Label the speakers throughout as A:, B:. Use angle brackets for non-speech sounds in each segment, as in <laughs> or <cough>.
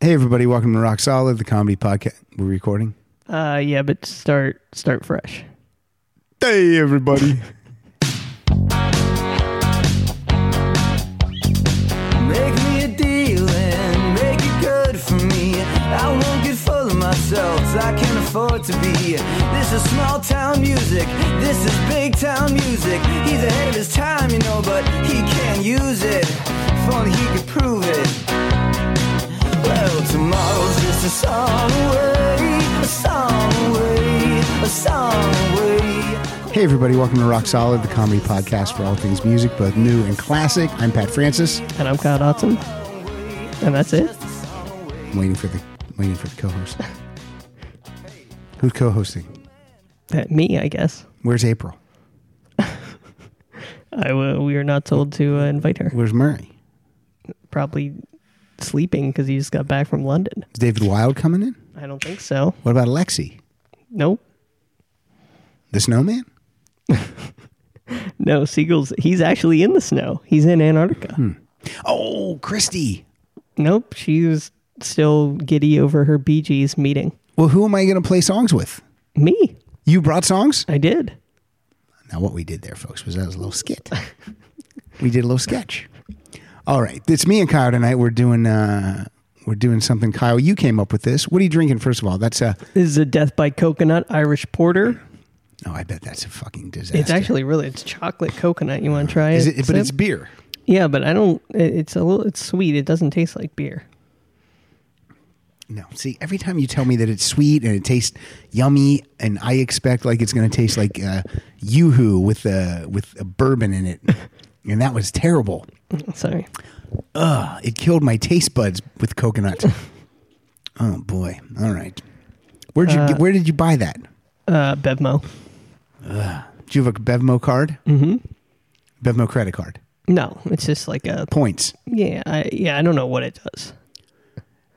A: Hey everybody, welcome to Rock Solid, the comedy podcast. We're recording.
B: Uh, yeah, but start start fresh.
A: Hey everybody.
C: Make me a deal and make it good for me. I won't get full of myself, 'cause I can't afford to be. This is small town music, this is big town music. He's ahead of his time, you know, but he can't use it. If only he could prove it. Well, tomorrow's just a song away, a song away, a song away.
A: hey everybody, welcome to Rock Solid, the comedy podcast for all things music, both new and classic. I'm Pat Francis.
B: And I'm Kyle Dotson. And that's it.
A: I'm waiting for the waiting for the co-host. Who's co-hosting?
B: That Uh, me, I guess.
A: Where's April?
B: I uh, we were not told to uh, invite her.
A: Where's Murray?
B: Probably sleeping because he just got back from London.
A: Is David Wilde coming in?
B: I don't think so.
A: What about Alexi?
B: Nope.
A: The snowman?
B: No seagulls. He's actually in the snow. He's in Antarctica.
A: Hmm. Oh, Christy.
B: Nope. She's still giddy over her Bee Gees meeting.
A: Well, who am I gonna play songs with?
B: Me.
A: You brought songs?
B: I did.
A: Now, what we did there, folks, was that was a little skit. <laughs> we did a little sketch. All right, it's me and Kyle tonight. We're doing uh, we're doing something. Kyle, you came up with this. What are you drinking? First of all, that's a
B: This is a death by coconut Irish porter.
A: oh, I bet that's a fucking disaster.
B: It's actually really it's chocolate coconut. You want to try it?
A: is it, but
B: Sip?
A: it's beer.
B: Yeah, but I don't. it- It's a little. It's sweet. It doesn't taste like beer.
A: No, see, every time you tell me that it's sweet and it tastes yummy, and I expect like it's going to taste like uh, yoo-hoo with a with a bourbon in
B: <laughs>
A: it, and that was terrible.
B: Sorry.
A: Ugh, it killed my taste buds with
B: <laughs>
A: coconut. oh boy! All right, where'd you get where did you buy that?
B: Uh, Bevmo.
A: Do you have a Bevmo card? Mm-hmm. Bevmo credit card.
B: No, it's just like a.
A: Points.
B: Yeah, I, yeah. I don't know what it does.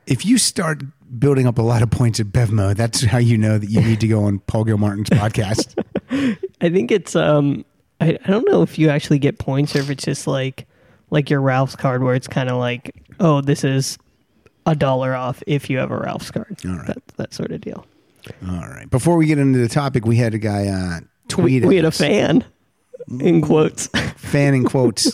A: If you start building up a lot of points at Bevmo, that's how you know that you need to go on Paul Gilmartin's
B: <laughs>
A: podcast.
B: I think it's. Um, I, I don't know if you actually get points or if it's just like, like your Ralph's card, where it's kind of like, oh, this is a dollar off if you have a Ralph's card.
A: All right.
B: That, that sort of deal.
A: All right. Before we get into the topic, we had a guy uh,
B: We,
A: tweet at
B: we had a
A: us.
B: fan, in quotes. <laughs>
A: fan in quotes.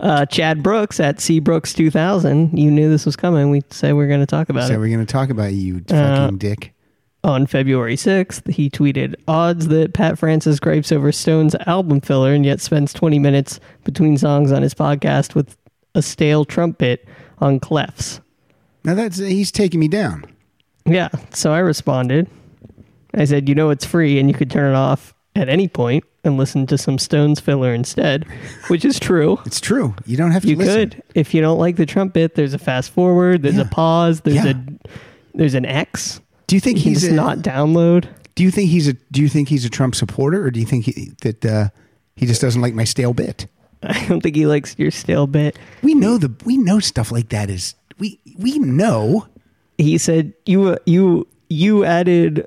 B: Uh, Chad Brooks at Seabrooks 2000. You knew this was coming. We said we are going to talk about
A: so
B: it.
A: we're going to talk about you, fucking
B: Uh,
A: dick.
B: On February 6th, he tweeted odds that Pat Francis gripes over Stone's album filler and yet spends 20 minutes between songs on his podcast with a stale trumpet on clefs.
A: Now that's he's taking me down.
B: Yeah, so I responded. I said, you know, it's free and you could turn it off at any point and listen to some Stones filler
A: <laughs>
B: instead, which is true.
A: It's true. You don't have to
B: You
A: listen.
B: could. If you don't like the trumpet, there's a fast forward, there's
A: Yeah.
B: a pause, there's
A: Yeah.
B: a there's an X.
A: Do you think
B: You can
A: he's
B: just
A: a,
B: not download. <laughs>
A: Do you think he's a Do you think he's a Trump supporter, or do you think he, that uh, he just doesn't like my stale bit?
B: I don't think he likes your stale bit.
A: We know the we know stuff like that is we we know.
B: he said you uh, you you added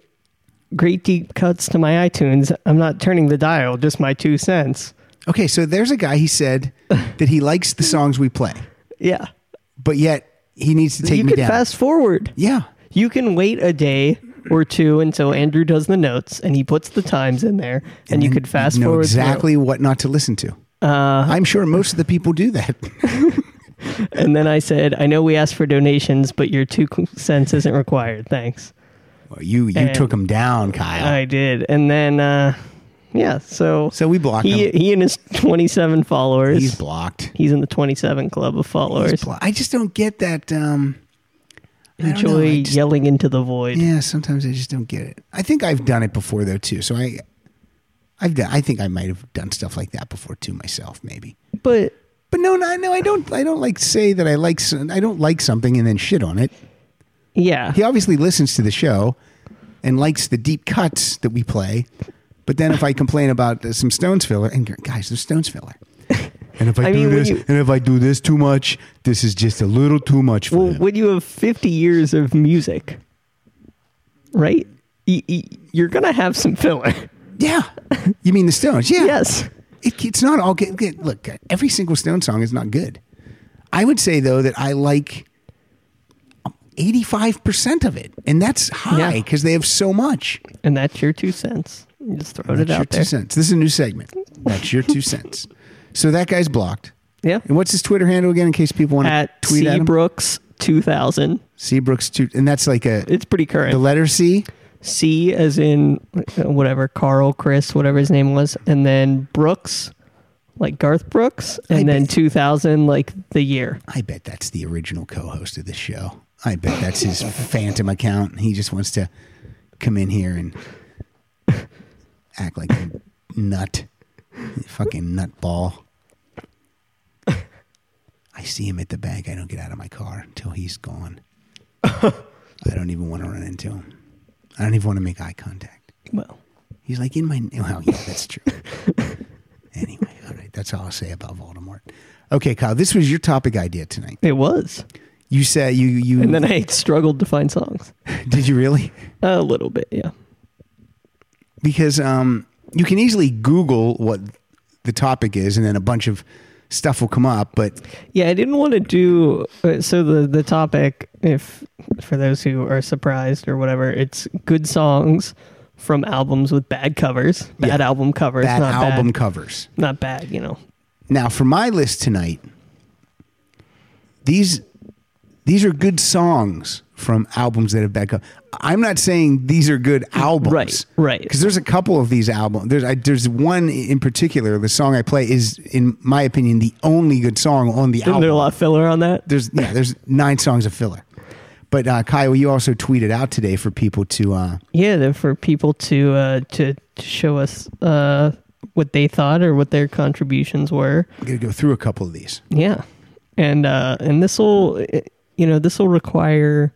B: great deep cuts to my iTunes. I'm not turning the dial, just my two cents.
A: Okay, so there's a guy he
B: <laughs>
A: said that he likes the songs we play,
B: Yeah,
A: but yet he needs to take
B: you
A: me
B: can
A: down.
B: fast forward.
A: yeah.
B: You can wait a day or two until Andrew does the notes and he puts the times in there, and, you
A: then
B: could fast
A: you'd know
B: forward Uh-huh. through.
A: exactly what not to listen to. I'm sure most of the people do that. <laughs>
B: And then I said, I know we asked for donations, but your two cents isn't required. Thanks.
A: Well, you you
B: And-
A: took him down, Kyle.
B: I did, and then uh, yeah, so
A: so we blocked
B: he
A: him.
B: he and his <laughs> 27 followers.
A: He's blocked.
B: He's in the 27 club of followers.
A: He's blo- I just don't get that. Um, I don't know,
B: enjoy
A: I just-
B: yelling into the void.
A: Yeah, sometimes I just don't get it. I think I've done it before though too. So I, I've done. I think I might have done stuff like that before too myself, maybe.
B: But
A: But no, no, no. I don't. I don't like say that I like. some- I don't like something and then shit on it.
B: yeah,
A: He obviously listens to the show, and likes the deep cuts that we play. But then if I complain about uh, some Stones filler, and guys, there's Stones filler. And if I,
B: <laughs> I
A: do
B: mean, when
A: this,
B: you-
A: and if I do this too much, this is just a little too much for
B: well,
A: them.
B: when you have 50 years of music, right? Y- y- You're gonna have some filler. <laughs>
A: Yeah, you mean the Stones? Yeah,
B: Yes.
A: It, it's not all good. good. Look, every single Stone song is not good. I would say though that I like 85% of it. And that's high
B: Yeah.
A: because they have so much.
B: And that's your two cents. You just throwing it
A: That's your
B: out
A: two
B: there.
A: cents. This is a new segment. That's your two cents. So that guy's blocked.
B: Yeah.
A: And what's his Twitter handle again in case people want to
B: At
A: tweet at him?
B: Seabrooks two thousand.
A: Seabrooks. Two, and that's like a,
B: It's pretty
A: the
B: current.
A: letter C.
B: C as in uh, whatever Carl, Chris, whatever his name was, and then Brooks, like Garth Brooks, and
A: I
B: then
A: bet-
B: two thousand, like the year.
A: I bet that's the original co-host of this show. I bet that's his phantom account. He just wants to come in here and act like a nut, fucking nutball. I see him at the bank. I don't get out of my car until he's gone. I don't even want to run into him. I don't even want to make eye contact.
B: Well,
A: He's like in my. Well, yeah, that's true. anyway, all right. That's all I'll say about Voldemort. Okay, Kyle. This was your topic idea tonight.
B: it was,
A: You said you you
B: and then I struggled to find songs <laughs>
A: did you really?
B: a little bit. Yeah,
A: Because um, you can easily Google what the topic is, and then a bunch of stuff will come up. But
B: yeah. I didn't want to do uh, so. The the topic, if for those who are surprised or whatever, it's good songs from albums with bad covers, bad
A: Yeah.
B: album covers,
A: bad
B: not
A: album
B: bad,
A: covers.
B: not bad. You know,
A: Now, for my list tonight, these these are good songs from albums that have bad covers. I'm not saying these are good albums,
B: Right, right.
A: Because there's a couple of these albums. There's I, there's one in particular. The song I play is, in my opinion, the only good song on the
B: isn't
A: album.
B: there a lot of filler on that?
A: there's yeah, there's nine songs of filler. But uh, Kyle, you also tweeted out today for people to uh,
B: yeah they're for people to uh to, to show us uh what they thought or what their contributions were
A: I'm gonna go through a couple of these.
B: yeah and uh and this will you know this will require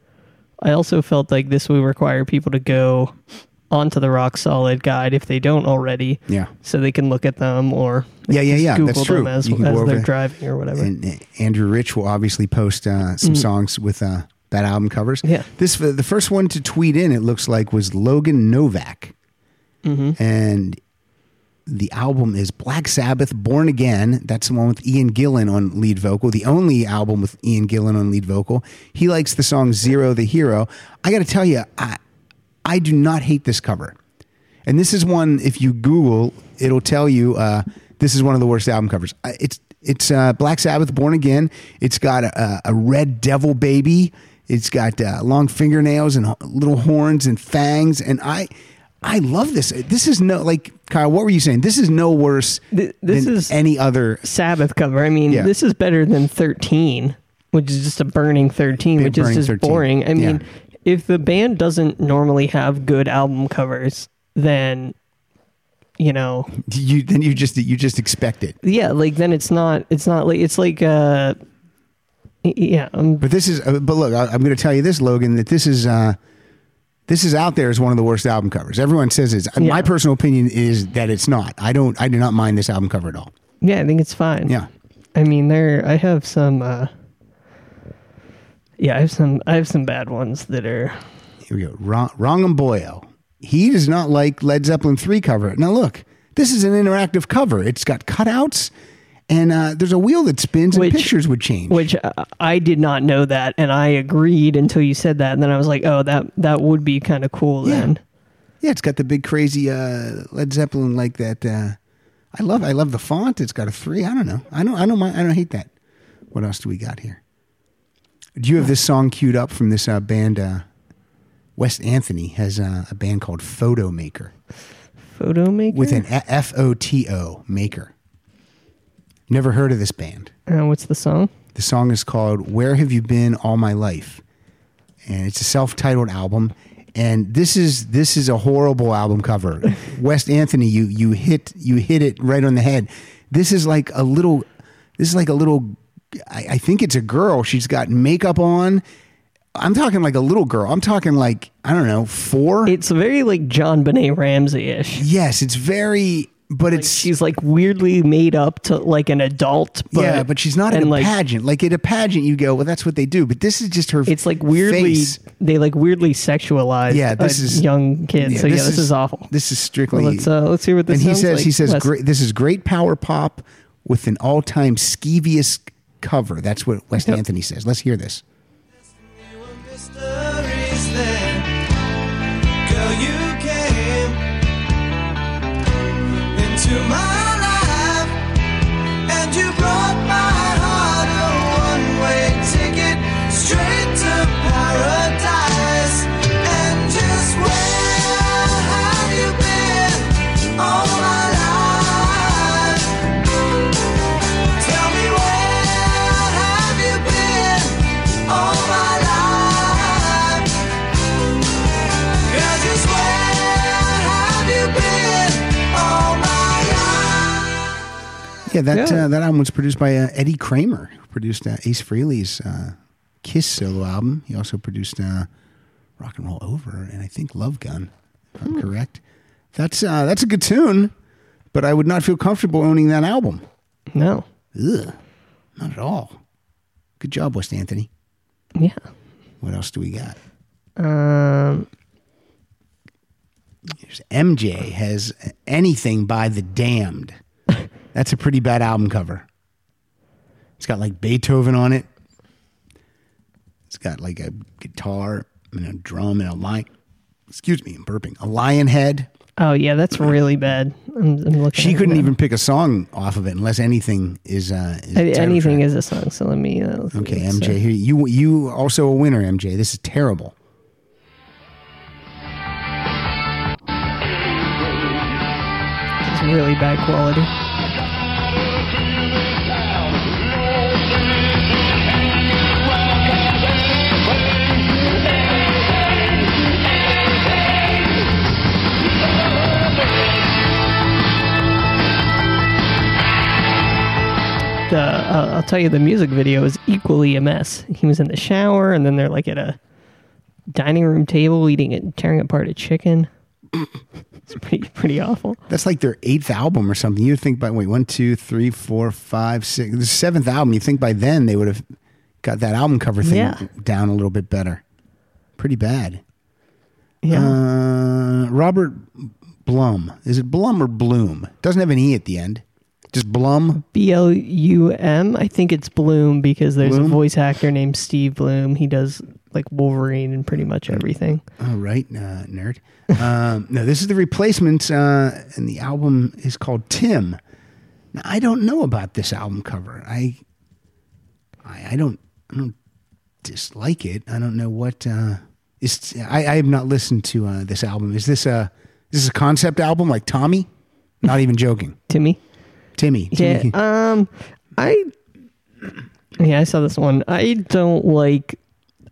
B: i also felt like this will require people to go onto the rock solid guide if they don't already
A: Yeah.
B: so they can look at them or
A: Yeah, yeah,
B: just
A: yeah,
B: google
A: that's
B: them
A: true.
B: as,
A: You can go
B: as
A: over
B: they're
A: there.
B: driving or whatever
A: And uh, Andrew Rich will obviously post uh, some songs with uh, that album covers.
B: Yeah.
A: This uh, the first one to tweet in. It looks like was Logan Novak, and the album is Black Sabbath Born Again. That's the one with Ian Gillan on lead vocal. The only album with Ian Gillan on lead vocal. He likes the song Zero the Hero. I got to tell you, I I do not hate this cover. And this is one if you Google, it'll tell you uh, this is one of the worst album covers. Uh, It's it's uh, Black Sabbath Born Again. It's got a, a red devil baby. It's got uh, long fingernails and ho- little horns and fangs. And I I love this. This is no like Kyle. What were you saying? This is no worse
B: Th- this
A: than
B: is-
A: any other.
B: Sabbath cover. I mean,
A: Yeah.
B: this is better than 13, which is just a burning 13,
A: Big
B: which is
A: burning
B: just
A: 13.
B: boring. I mean,
A: Yeah.
B: if the band doesn't normally have good album covers, then you know,
A: You then you just you just expect it.
B: yeah, like then it's not it's not like it's like uh y- yeah, um,
A: But this is, uh, but look, I, I'm going to tell you this, Logan, that this is, uh, this is out there as one of the worst album covers. Everyone says it's.
B: Yeah.
A: My personal opinion is that it's not. I don't. I do not mind this album cover at all.
B: yeah, I think it's fine.
A: Yeah.
B: I mean, there I have some uh yeah, I have some I have some bad ones that are
A: Here we go. Ron, Rongam Boyle. He does not like Led Zeppelin three cover. Now look, this is an interactive cover. It's got cutouts, and uh, there's a wheel that spins,
B: Which-
A: and pictures would change.
B: which uh, I did not know that, and I agreed until you said that, and then I was like, oh, that that would be kind of cool
A: Yeah.
B: then.
A: Yeah, it's got the big crazy uh, Led Zeppelin like that. Uh, I love I love the font. It's got a three. I don't know. I don't I don't mind. I don't hate that. What else do we got here? Do you have this song queued up from this uh, band? Uh, Wes Anthony has uh, a band called Photo Maker
B: Photo maker.
A: with an F O T O Maker. Never heard of this band.
B: uh, what's the song?
A: The song is called Where Have You Been All My Life? And it's a self-titled album. And this is this is a horrible album
B: <laughs>
A: cover. West Anthony, you you hit you hit it right on the head. This is like a little this is like a little I, I think it's a girl. She's got makeup on. I'm talking like a little girl. I'm talking like, I don't know, four.
B: It's very like John Benet Ramsey ish.
A: yes, it's very but it's
B: She's like weirdly made up to like an adult. But,
A: yeah, but she's not in
B: and
A: a
B: like,
A: pageant. Like in a pageant, you go, well, that's what they do. But this is just her.
B: It's like weirdly
A: face.
B: they like weirdly sexualize. <laughs>
A: Yeah, this
B: a
A: is-
B: young kids.
A: Yeah,
B: so yeah, this is, awful.
A: This is strictly.
B: Well, let's uh, let's hear what this.
A: and he
B: sounds
A: says
B: like.
A: he says
B: Wes.
A: great. This is great power pop with an all time skeevious cover. That's what West
B: Yep.
A: Anthony says. Let's hear this.
D: Destiny will miss Stories then, girl, you came into my life, and you brought my heart a one-way ticket straight to paradise. And just where have you been all my life? Tell me where have you been all my life? Girl, just where have you been all my life?
A: Yeah, that
B: Yeah.
A: Uh, that album was produced by uh, Eddie Kramer, who produced uh, Ace Frehley's uh, Kiss solo album. He also produced uh, Rock and Roll Over and I think Love Gun. If
B: Hmm.
A: I'm correct. That's uh, that's a good tune, but I would not feel comfortable owning that album.
B: No.
A: Ugh, not at all. Good job, West Anthony.
B: Yeah.
A: What else do we got?
B: Um,
A: Here's MJ has anything by the Damned. That's a pretty bad album cover. It's got like Beethoven on it. It's got like a guitar and a drum and a lion. Excuse me, I'm burping. A lion head.
B: oh, yeah, that's really bad. I'm, I'm looking
A: She
B: at
A: couldn't
B: that.
A: even pick a song off of it unless anything is. Uh, is
B: I
A: a title
B: anything
A: track.
B: is a song, so let me. Uh, let's
A: Okay,
B: see, so-
A: MJ. Here you you also a winner, MJ. This is terrible.
B: It's really bad quality. The, uh, I'll tell you, the music video is equally a mess. He was in the shower, and then they're like at a dining room table eating it, tearing apart a chicken. It's pretty pretty awful.
A: That's like their eighth album or something. You would think by wait one, two, three, four, five, six, the seventh album. You think by then they would have got that album cover thing
B: Yeah.
A: down a little bit better. Pretty bad.
B: Yeah.
A: Uh, Robert Blum. Is it Blum or Bloom? Doesn't have an e at the end. Just Blum.
B: B L U M. I think it's Bloom because there's
A: Bloom?
B: a voice actor named Steve Bloom. He does like Wolverine and pretty much everything.
A: All right, uh, nerd. Um, no, this is the replacements, uh, and the album is called Tim. Now, I don't know about this album cover. I, I, I don't, I don't dislike it. I don't know what uh, is. I, I have not listened to uh, this album. Is this a is this a concept album like Tommy? Not even joking.
B: Timmy.
A: Timmy.
B: Yeah.
A: Timmy.
B: Um. I. Yeah, I saw this one. I don't like.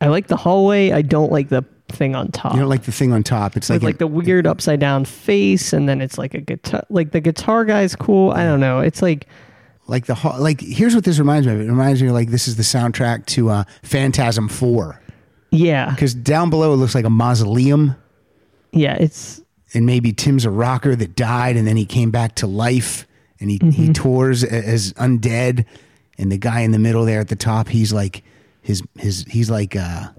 B: I like the hallway. I don't like the thing on top.
A: you don't like the thing on top. It's like
B: with like
A: an-
B: the weird upside down face, and then it's like a guitar. Like the guitar guy's cool. I don't know. It's like
A: like the ho- like here's what this reminds me of. It reminds me of like this is the soundtrack to uh, Phantasm Four.
B: yeah,
A: Because down below it looks like a mausoleum,
B: yeah. It's
A: and maybe Tim's a rocker that died, and then he came back to life, and he he tours a- as undead, and the guy in the middle there at the top, he's like his his he's like uh,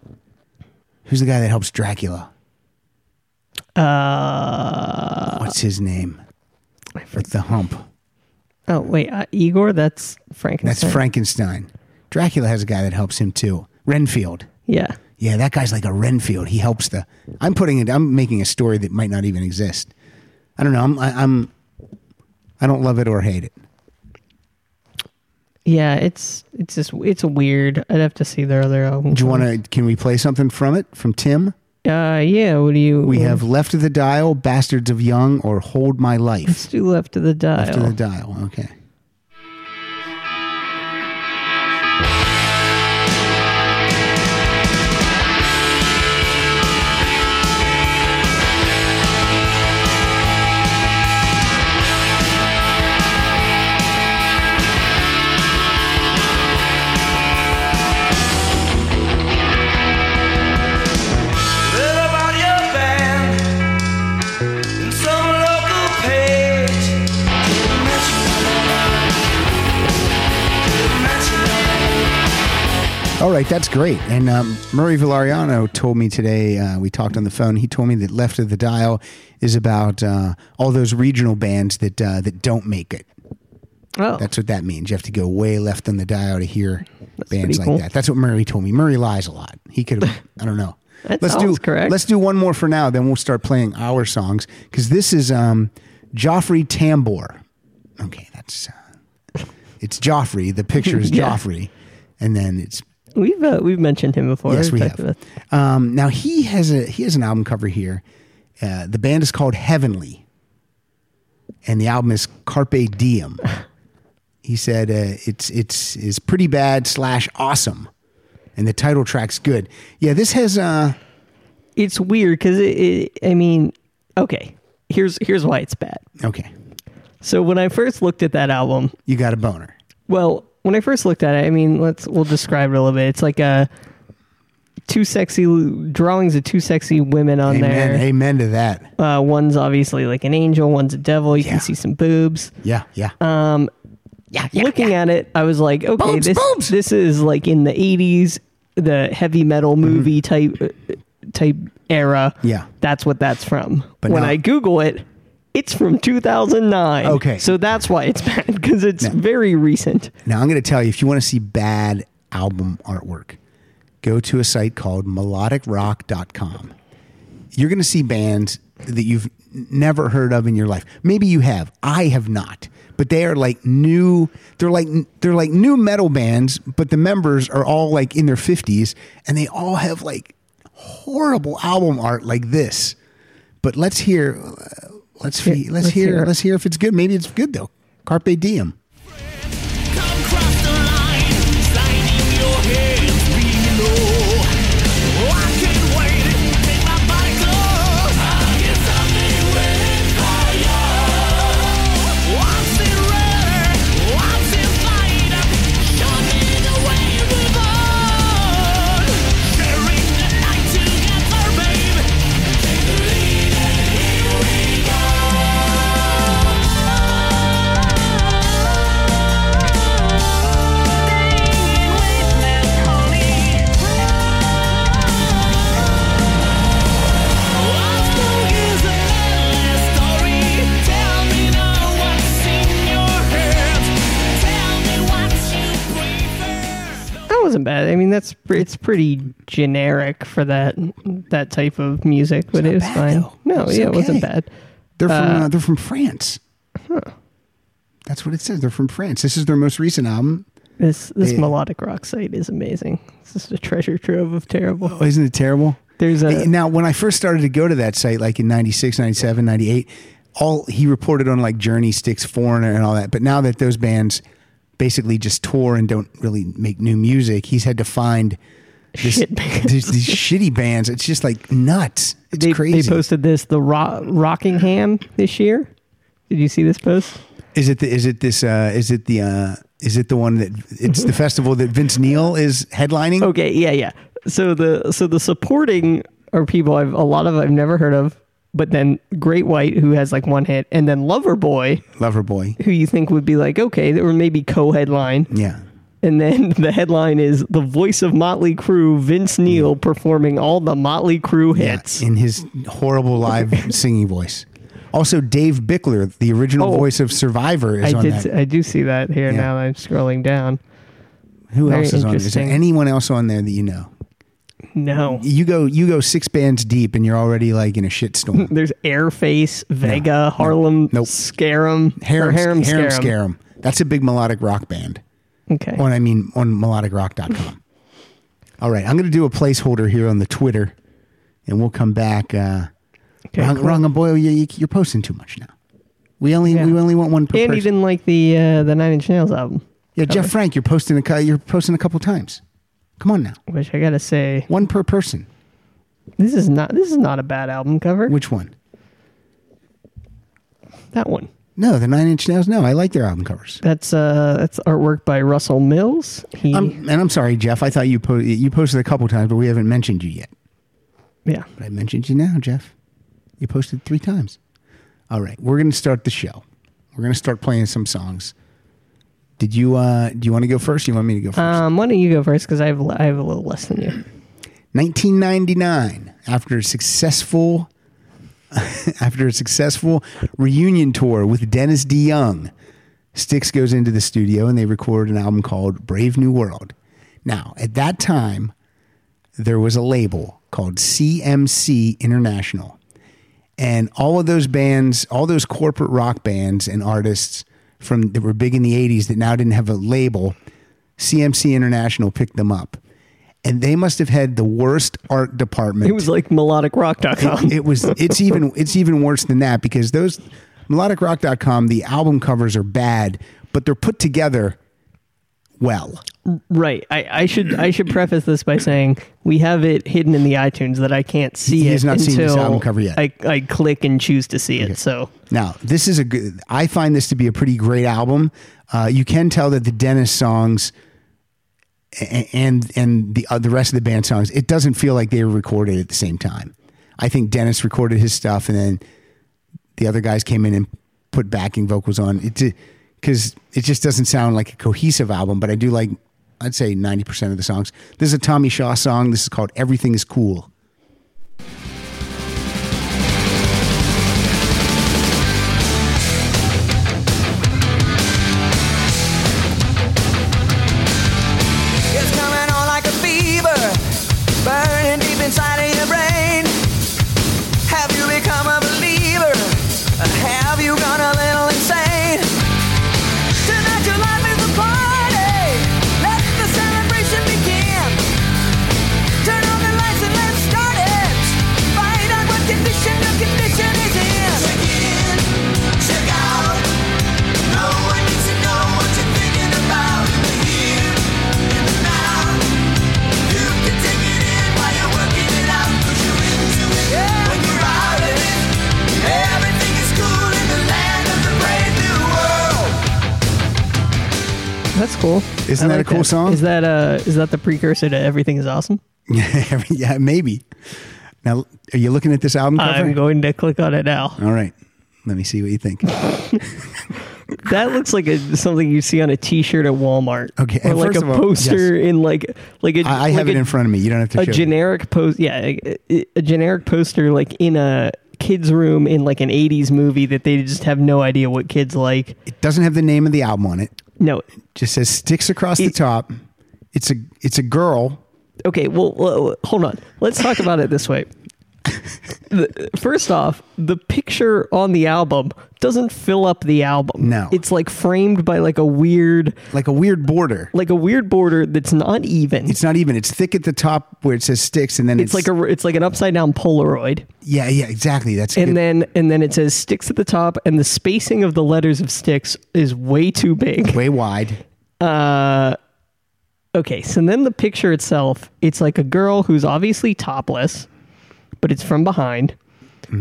A: who's the guy that helps Dracula?
B: uh.
A: What's his name? With the hump,
B: Oh wait, uh, Igor. That's Frankenstein.
A: that's Frankenstein. Dracula has a guy that helps him too, Renfield.
B: Yeah.
A: Yeah, that guy's like a Renfield. He helps the. I'm putting it. I'm making a story that might not even exist. I don't know. I'm. I, I'm. I don't love it or hate it.
B: Yeah, it's it's just it's weird. I'd have to see their other album.
A: Do you want to? Can we play something from it? From Tim?
B: to? Uh, yeah. What do you?
A: We have "Left of the Dial," "Bastards of Young," or "Hold My
B: Let's
A: Life."
B: do left of the dial.
A: Left of the Dial. Okay.
D: Read about your band in some local page. Didn't mention your name. Didn't mention your name.
A: All right, that's great. And um, Murray Valeriano told me today, uh, we talked on the phone, he told me that Left of the Dial is about uh, all those regional bands that uh, that don't make it.
B: Oh.
A: That's what that means. You have to go way left on the dial to hear bands
B: pretty
A: like
B: cool.
A: that. That's what Murray told me. Murray lies a lot. He could
B: <laughs>
A: have, I don't know.
B: That
A: let's
B: sounds
A: do,
B: correct.
A: Let's do one more for now, then we'll start playing our songs because this is um, Joffrey Tambor. Okay, that's, uh, it's Joffrey. The picture is
B: <laughs> Yeah.
A: Joffrey. And then it's
B: We've uh, we've mentioned him before.
A: Yes, we
B: We've talked
A: have. Um, now he has a he has an album cover here. Uh, the band is called Heavenly, and the album is Carpe
B: <laughs>
A: Diem. he said uh, it's it's is pretty bad slash awesome, and the title track's good. Yeah, this has uh,
B: It's weird because it, it. I mean, okay. Here's here's why it's bad.
A: okay.
B: So when I first looked at that album,
A: You got a boner.
B: Well, when I first looked at it, I mean, let's we'll describe it a little bit. It's like a two sexy drawings of two sexy women on
A: Amen. Amen to that.
B: there. Uh, one's obviously like an angel, one's a devil. You
A: Yeah.
B: can see some boobs.
A: Yeah, yeah.
B: Um, Yeah, Looking at it, I was like, okay,
A: Boobs,
B: this
A: boobs!
B: this is like in the '80s, the heavy metal movie type uh, type era.
A: Mm-hmm. Yeah.
B: that's what that's from.
A: But
B: when
A: now-
B: I Google it. It's from 2009.
A: Okay.
B: So that's why it's <laughs> bad because it's very recent.
A: Now I'm going to tell you if you want to see bad album artwork, go to a site called melodicrock.com. You're going to see bands that you've never heard of in your life. Maybe you have. I have not. But they are like new they're like they're like new metal bands, but the members are all like in their 50s and they all have like horrible album art like this. But let's hear uh, let's fe- let's,
B: let's
A: hear,
B: hear it.
A: let's hear if it's good. Maybe it's good though. Carpe diem.
E: Come cross the line, sliding your hands below. Oh, I can't wait to make my body close. I'll get something waiting for you. Once in red, once in white, show me the way we burn. Sharing the night together, baby. Take the lead and here we
B: That wasn't bad. I mean, that's pre- it's pretty generic for that that type of music, but it was
A: bad,
B: fine.
A: though.
B: No,
A: It's
B: yeah, it wasn't
A: okay.
B: bad.
A: They're from
B: Uh,
A: uh, they're from France. That's what it says. They're from France. This is their most recent album.
B: This this
A: Yeah.
B: melodic rock site is amazing. It's just a treasure trove of terrible.
A: Oh, isn't it terrible?
B: There's a
A: Uh, now, when I first started to go to that site, like in 96, 97, 98, all he reported on like Journey, Sticks, Foreigner, and all that. But now that those bands basically just tour and don't really make new music, he's had to find this,
B: Shit bands.
A: These,
B: <laughs>
A: these shitty bands. It's just like nuts. It's
B: they,
A: crazy.
B: they posted this the Ro- Rockingham this year. Did you see this post?
A: Is it the, is it this uh, is it the uh, is it the one that it's
B: Mm-hmm.
A: the festival that Vince Neil is headlining?
B: Okay, yeah, yeah. So the so the supporting are people I've a lot of I've never heard of, but then Great White who has like one hit, and then Loverboy
A: Loverboy.
B: who you think would be like okay, or maybe co-headline.
A: Yeah.
B: And then <laughs> the headline is the voice of Motley Crue, Vince Neil, performing all the Motley Crue hits.
A: Yeah, in his horrible
B: <laughs>
A: live singing voice. Also, Dave Bickler, the original
B: Oh.
A: voice of Survivor, is
B: I
A: on
B: did.
A: that.
B: I do see that here now. That I'm scrolling down.
A: Who
B: very
A: else is on? there? Is there
B: interesting.
A: anyone else on there that you know?
B: No,
A: You go, you go six bands deep, and you're already like in a
B: <laughs>
A: shitstorm.
B: there's Airface, Vega, Harlem,
A: Nope.
B: Scarum,
A: Harem,
B: or Harem,
A: Harem
B: Scarum.
A: Scarum. That's a big melodic rock band.
B: Okay.
A: On I mean on
B: <laughs>
A: melodicrock.com. All right, I'm going to do a placeholder here on the Twitter, and we'll come back. Uh,
B: Okay,
A: wrong,
B: cool.
A: wrong, boy, you, you're posting too much now. We only
B: Yeah.
A: we only want one per
B: And he
A: person.
B: didn't like the uh, the Nine Inch Nails album,
A: Yeah, Jeff Frank, you're posting a cou- you're posting a couple times. Come on now,
B: which I gotta say,
A: one per person.
B: this is not this is not a bad album cover.
A: Which one?
B: that one.
A: No, the Nine Inch Nails. No, I like their album covers.
B: That's uh that's artwork by Russell Mills. He
A: i and I'm sorry, Jeff. I thought you po- you posted a couple times, but we haven't mentioned you yet.
B: yeah.
A: But I mentioned you now, Jeff. You posted three times. All right, we're going to start the show. We're going to start playing some songs. Did you uh, do you want to go first? You want me to go first?
B: Um, why don't you go first? Because I have I have a little less than you.
A: 1999 after a successful <laughs> after a successful reunion tour with Dennis DeYoung Styx goes into the studio and they record an album called Brave New World. Now, at that time, there was a label called CMC International. And all of those bands, all those corporate rock bands and artists from that were big in the 80s that now didn't have a label, CMC International picked them up. And they must have had the worst art department
B: It was like melodicrock.com.
A: it was it's even it's even worse than that because those melodicrock.com the album covers are bad but they're put together well
B: <laughs> right. I, I should I should preface this by saying we have it hidden in the iTunes that I can't see
A: He
B: it
A: has not
B: until
A: seen this album cover yet.
B: I, I click and choose to see it. So
A: now this is a good i find this to be a pretty great album uh, you can tell that the dennis songs a- and and the uh, the rest of the band songs it doesn't feel like they were recorded at the same time i think dennis recorded his stuff and then the other guys came in and put backing vocals on it because it just doesn't sound like a cohesive album but i do like i'd say 90% of the songs this is a tommy shaw song this is called everything is cool <laughs>
C: It's coming on like a fever, burning deep inside of your brain. Have you become a believer? Have you gone a little insane? Tonight your life is a party. Let the celebration begin. Turn on the lights and let's start it. Find out what condition your condition is in.
D: Check in, check out. No one needs to know what you're thinking about in the here, in the now. You can take it in while you're working it out, you you're into it when you're out of it. Everything is cool in the land of the brave new world.
B: that's cool.
A: Isn't
B: I
A: that a
B: like
A: cool song?
B: Is that uh is that the precursor to Everything is Awesome?
A: yeah maybe now are you looking at this album cover
B: I'm going to click on it now.
A: all right let me see what you think
B: That looks like a, something you see on a T-shirt at Walmart.
A: Okay,
B: or
A: and
B: like
A: first
B: a
A: of all,
B: poster in like like a
A: I, I have
B: like
A: it
B: a-
A: in front of me. You don't have to
B: a
A: show. me.
B: generic post. Yeah, a, a- a generic poster like in a kid's room in like an '80s movie that they just have no idea what kids like.
A: it doesn't have the name of the album on it.
B: No,
A: Just says sticks across the
B: It-
A: top. It's a it's a girl.
B: okay. Well, well, hold on. Let's talk about it this way. The- First off, the picture on the album doesn't fill up the album.
A: No.
B: it's like framed by like a weird,
A: Like a weird border.
B: like a weird border that's not even.
A: It's not even. It's thick at the top where it says sticks, and then
B: it's
A: it's,
B: like a it's like an upside down Polaroid,
A: yeah yeah exactly. That's
B: and
A: good.
B: then and then it says sticks at the top, and the spacing of the letters of sticks is way too big.
A: way wide.
B: Okay, so then the picture itself, it's like a girl who's obviously topless, but it's from behind.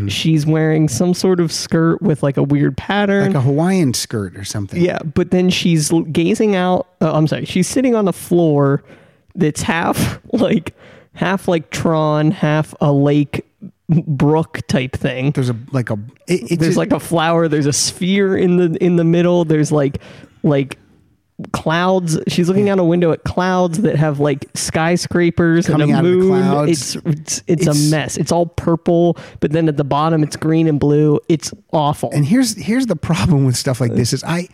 B: She's wearing some sort of skirt with like a weird pattern.
A: Like a Hawaiian skirt or something.
B: yeah, but then she's l- gazing out. Uh, I'm sorry, she's sitting on a floor that's half <laughs> like half like Tron, half a lake brook type thing.
A: There's a like a. It, it's
B: there's
A: just-
B: like a flower there's a sphere in the in the middle there's like like clouds she's looking out a window at clouds that have like skyscrapers
A: Coming
B: and a
A: out of the
B: moon
A: clouds.
B: It's, it's it's
A: It's-
B: a mess it's all purple but then at the bottom it's green and blue it's awful
A: And here's here's the problem with stuff like this is I,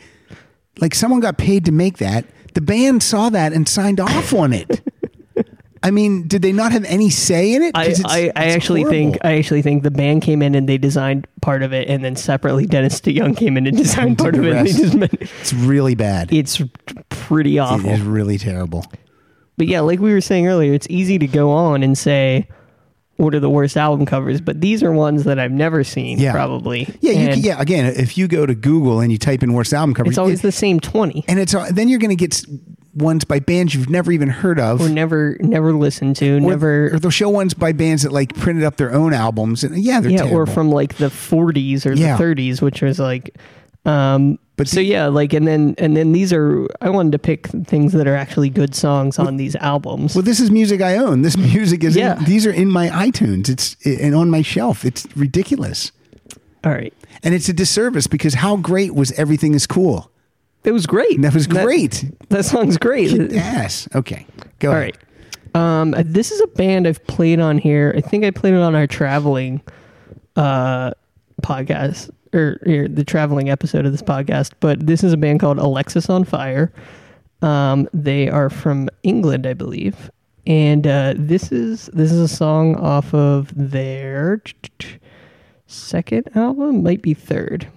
A: like someone got paid to make that. The band saw that and signed off on it. I mean, did they not have any say in it?
B: I,
A: 'Cause it's-
B: I, I
A: it's
B: actually think
A: horrible.
B: I actually think the band came in and they designed part of it, and then separately Dennis DeYoung came in and <laughs> designed part
A: the
B: of it. And they
A: rest.
B: just made,
A: It's really bad.
B: it's pretty awful.
A: It is really terrible.
B: But yeah, like we were saying earlier, it's easy to go on and say what are the worst album covers, but these are ones that I've never seen
A: Yeah.
B: probably.
A: Yeah, you
B: And
A: can, yeah. Again, if you go to Google and you type in worst album cover,
B: It's always
A: it-
B: the same 20
A: and it's all- then you're going to get s- ones by bands you've never even heard of.
B: or never never listened to,
A: Or-
B: never
A: or they'll show ones by bands that like printed up their own albums, and yeah, they're
B: yeah,
A: terrible.
B: or from like the 40s or
A: Yeah.
B: the 30s, which was like um
A: But
B: but so
A: the-
B: yeah, like and then and then these are I wanted to pick things that are actually good songs on these albums.
A: well, this is music I own. This <laughs> music is
B: Yeah.
A: in, these are in my iTunes. It's and on my shelf. It's ridiculous,
B: All right.
A: and it's a disservice because how great was everything is cool.
B: It was great.
A: That was great.
B: That song's great.
A: Yes. Okay. Go
B: All
A: ahead.
B: right. Um, this is a band I've played on here. I think I played it on our traveling uh, podcast or, or the traveling episode of this podcast, but this is a band called Alexis on Fire. Um, they are from England, I believe, and uh, this is this is a song off of their second album, might be third.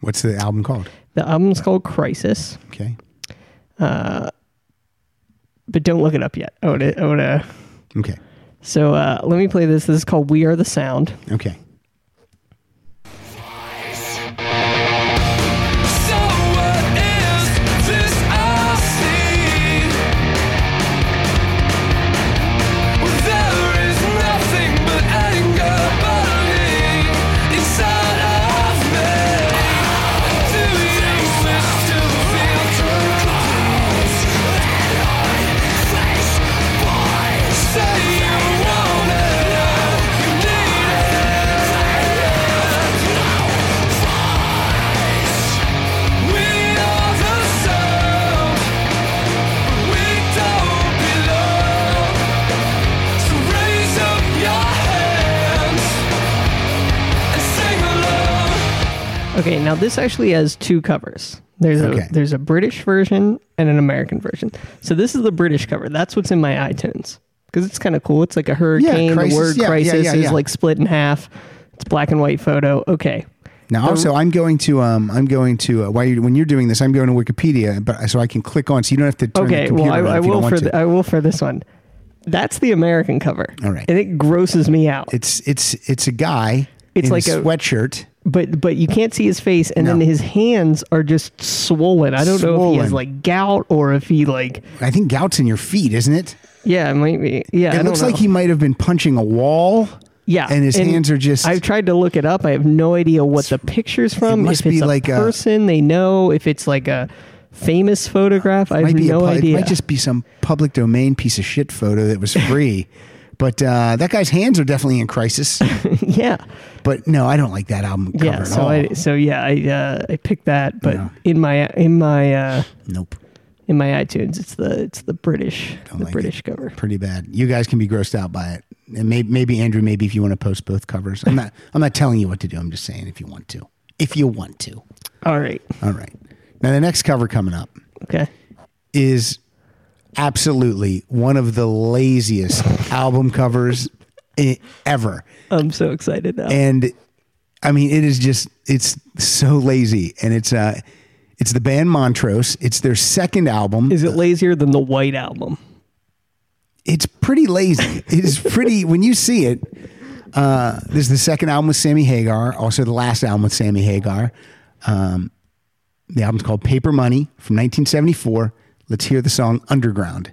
A: What's the album called?
B: The album's called Crisis,
A: Okay.
B: but don't look it up yet. I want to. I want to.
A: Okay.
B: So uh, let me play this. This is called "We Are the Sound."
A: Okay.
D: So what is this I see? There is nothing but anger burning inside of me. Do you wish to feel Say you want it, you need We are the sound, we don't belong. So raise up your hands and sing along.
B: Okay, now this actually has two covers. There's
A: Okay.
B: a there's a British version and an American version. So this is the British cover. That's what's in my iTunes because it's kind of cool. It's like a hurricane.
A: crisis.
B: The word
A: Yeah, yeah,
B: crisis
A: yeah, yeah.
B: is like split in half. It's black and white photo. Okay,
A: Now, also, I'm going to um, I'm going to uh, while you when you're doing this, I'm going to Wikipedia, but uh, so I can click on, so you don't have to turn the
B: okay.
A: computer
B: Well, I,
A: on
B: I
A: if you
B: will
A: don't
B: for uh,
A: want to.
B: th- I will for this one. That's the American cover.
A: All right.
B: and it grosses me out.
A: it's it's it's a guy.
B: It's
A: in
B: like
A: a
B: a-
A: sweatshirt.
B: but but you can't see his face, and
A: No.
B: then his hands are just swollen. I don't know if he
A: Swollen.
B: has like gout or if he like
A: I think gout's in your feet, isn't it?
B: yeah, it might be yeah. I
A: It
B: don't
A: looks
B: know.
A: like he might have been punching a wall.
B: Yeah,
A: and his hands are just.
B: I've tried to look it up. I have no idea what the picture's from.
A: must
B: if it's
A: be
B: a
A: like a-
B: person they know, if it's like a famous photograph, I have
A: might be a
B: no
A: pu-
B: idea.
A: It might just be some public domain piece of shit photo that was
B: <laughs>
A: free. but uh, that guy's hands are definitely in crisis.
B: <laughs> yeah,
A: but no, I don't like that album cover
B: yeah.
A: at
B: So
A: all.
B: I so yeah, I uh, I picked that, but
A: No.
B: in my in my uh,
A: nope,
B: in my iTunes, it's the it's the British the
A: like
B: British
A: it.
B: cover.
A: pretty bad. You guys can be grossed out by it. And maybe, maybe Andrew, maybe if you want to post both covers, I'm not. I'm not telling you what to do. I'm just saying if you want to, if you want to.
B: All right,
A: All right. Now the next cover coming up
B: okay.
A: is absolutely one of the laziest album covers i- ever.
B: I'm so excited now.
A: and I mean, it is just it's so lazy, and it's uh, it's the band Montrose. It's their second album.
B: Is it lazier than the White Album?
A: It's pretty lazy. it is pretty <laughs> when you see it. Uh, this is the second album with Sammy Hagar, also the last album with Sammy Hagar. Um, the album's called Paper Money from 1974. Let's hear the song Underground.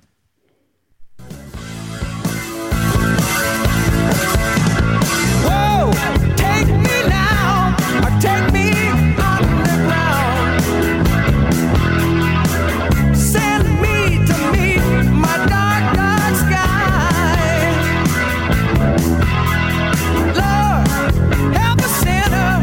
D: Whoa, take me now, or take me underground. Send me to meet my dark, dark sky. Lord, help a sinner.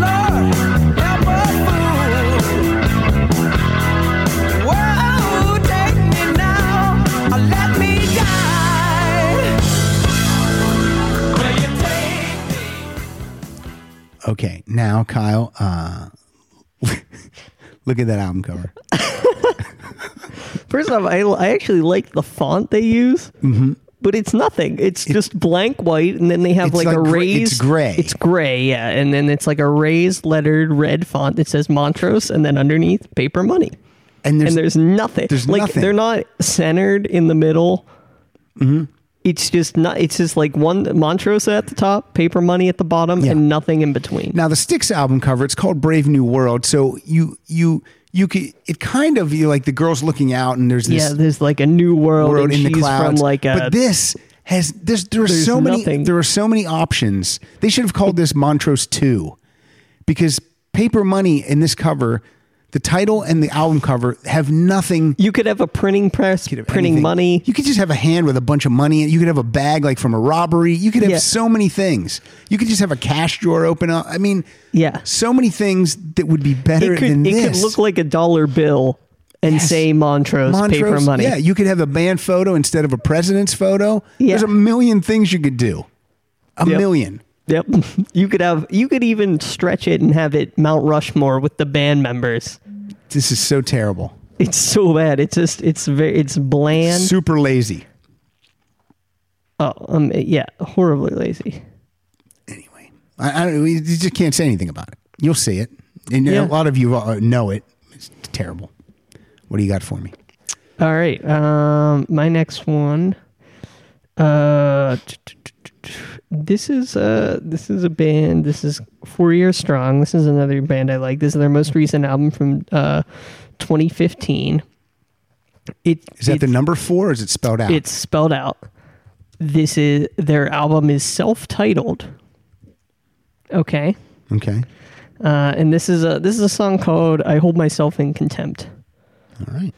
D: Lord, help a fool. Whoa, take me now, or let me die. Will you take
A: Okay, now Kyle, uh, <laughs> look at that album cover.
B: First off, I, I actually like the font they use,
A: Mm-hmm.
B: but it's nothing. It's just blank white, and then they have
A: It's
B: like,
A: like
B: a
A: gr-
B: raised.
A: it's gray.
B: It's gray, yeah, and then it's like a raised lettered red font that says Montrose, and then underneath paper money, and there's nothing.
A: there's
B: like
A: nothing.
B: they're not centered in the middle.
A: Mm-hmm.
B: It's just not. It's just like one Montrose at the top, paper money at the bottom,
A: Yeah.
B: and nothing in between.
A: Now the Styx album cover, it's called Brave New World. So you you you could it kind of you like the girls looking out and there's
B: yeah,
A: this
B: there's like a new world,
A: world
B: and
A: in the
B: she's
A: clouds.
B: from like a.
A: but this has there's there are
B: There's
A: so many
B: nothing.
A: there are so many options. They should have called this Montrose Two, because Paper Money in this cover, the title and the album cover have nothing.
B: you could have a printing press,
A: could have
B: printing
A: anything.
B: money.
A: You could just have a hand with a bunch of money. You could have a bag like from a robbery. You could have
B: Yeah.
A: so many things. You could just have a cash drawer open up. I mean,
B: Yeah.
A: so many things that would be better
B: it could,
A: than
B: it
A: this.
B: could look like a dollar bill and
A: Yes.
B: say Montrose, paper money.
A: Yeah, you could have a band photo instead of a president's photo.
B: Yeah.
A: There's a million things you could do. A
B: Yep.
A: million.
B: Yep. <laughs> You could have you could even stretch it and have it Mount Rushmore with the band members.
A: This is so terrible.
B: It's so bad. It's just it's very it's bland.
A: Super lazy.
B: Oh, um, yeah, horribly lazy.
A: Anyway, I, I don't, we you just can't say anything about it. You'll see it, and
B: Yeah.
A: a lot of you uh, know it. It's terrible. What do you got for me?
B: All right. Um, my next one. Uh, t- t- t- t- t- this is uh this is a band. This is Four Year Strong. This is another band I like. This is their most recent album from uh 2015. It
A: Is that
B: it-
A: the number four? or Is it spelled out?
B: It's spelled out. This is their album is self-titled. Okay.
A: okay.
B: Uh, and this is a this is a song called "I Hold Myself in Contempt."
A: All right.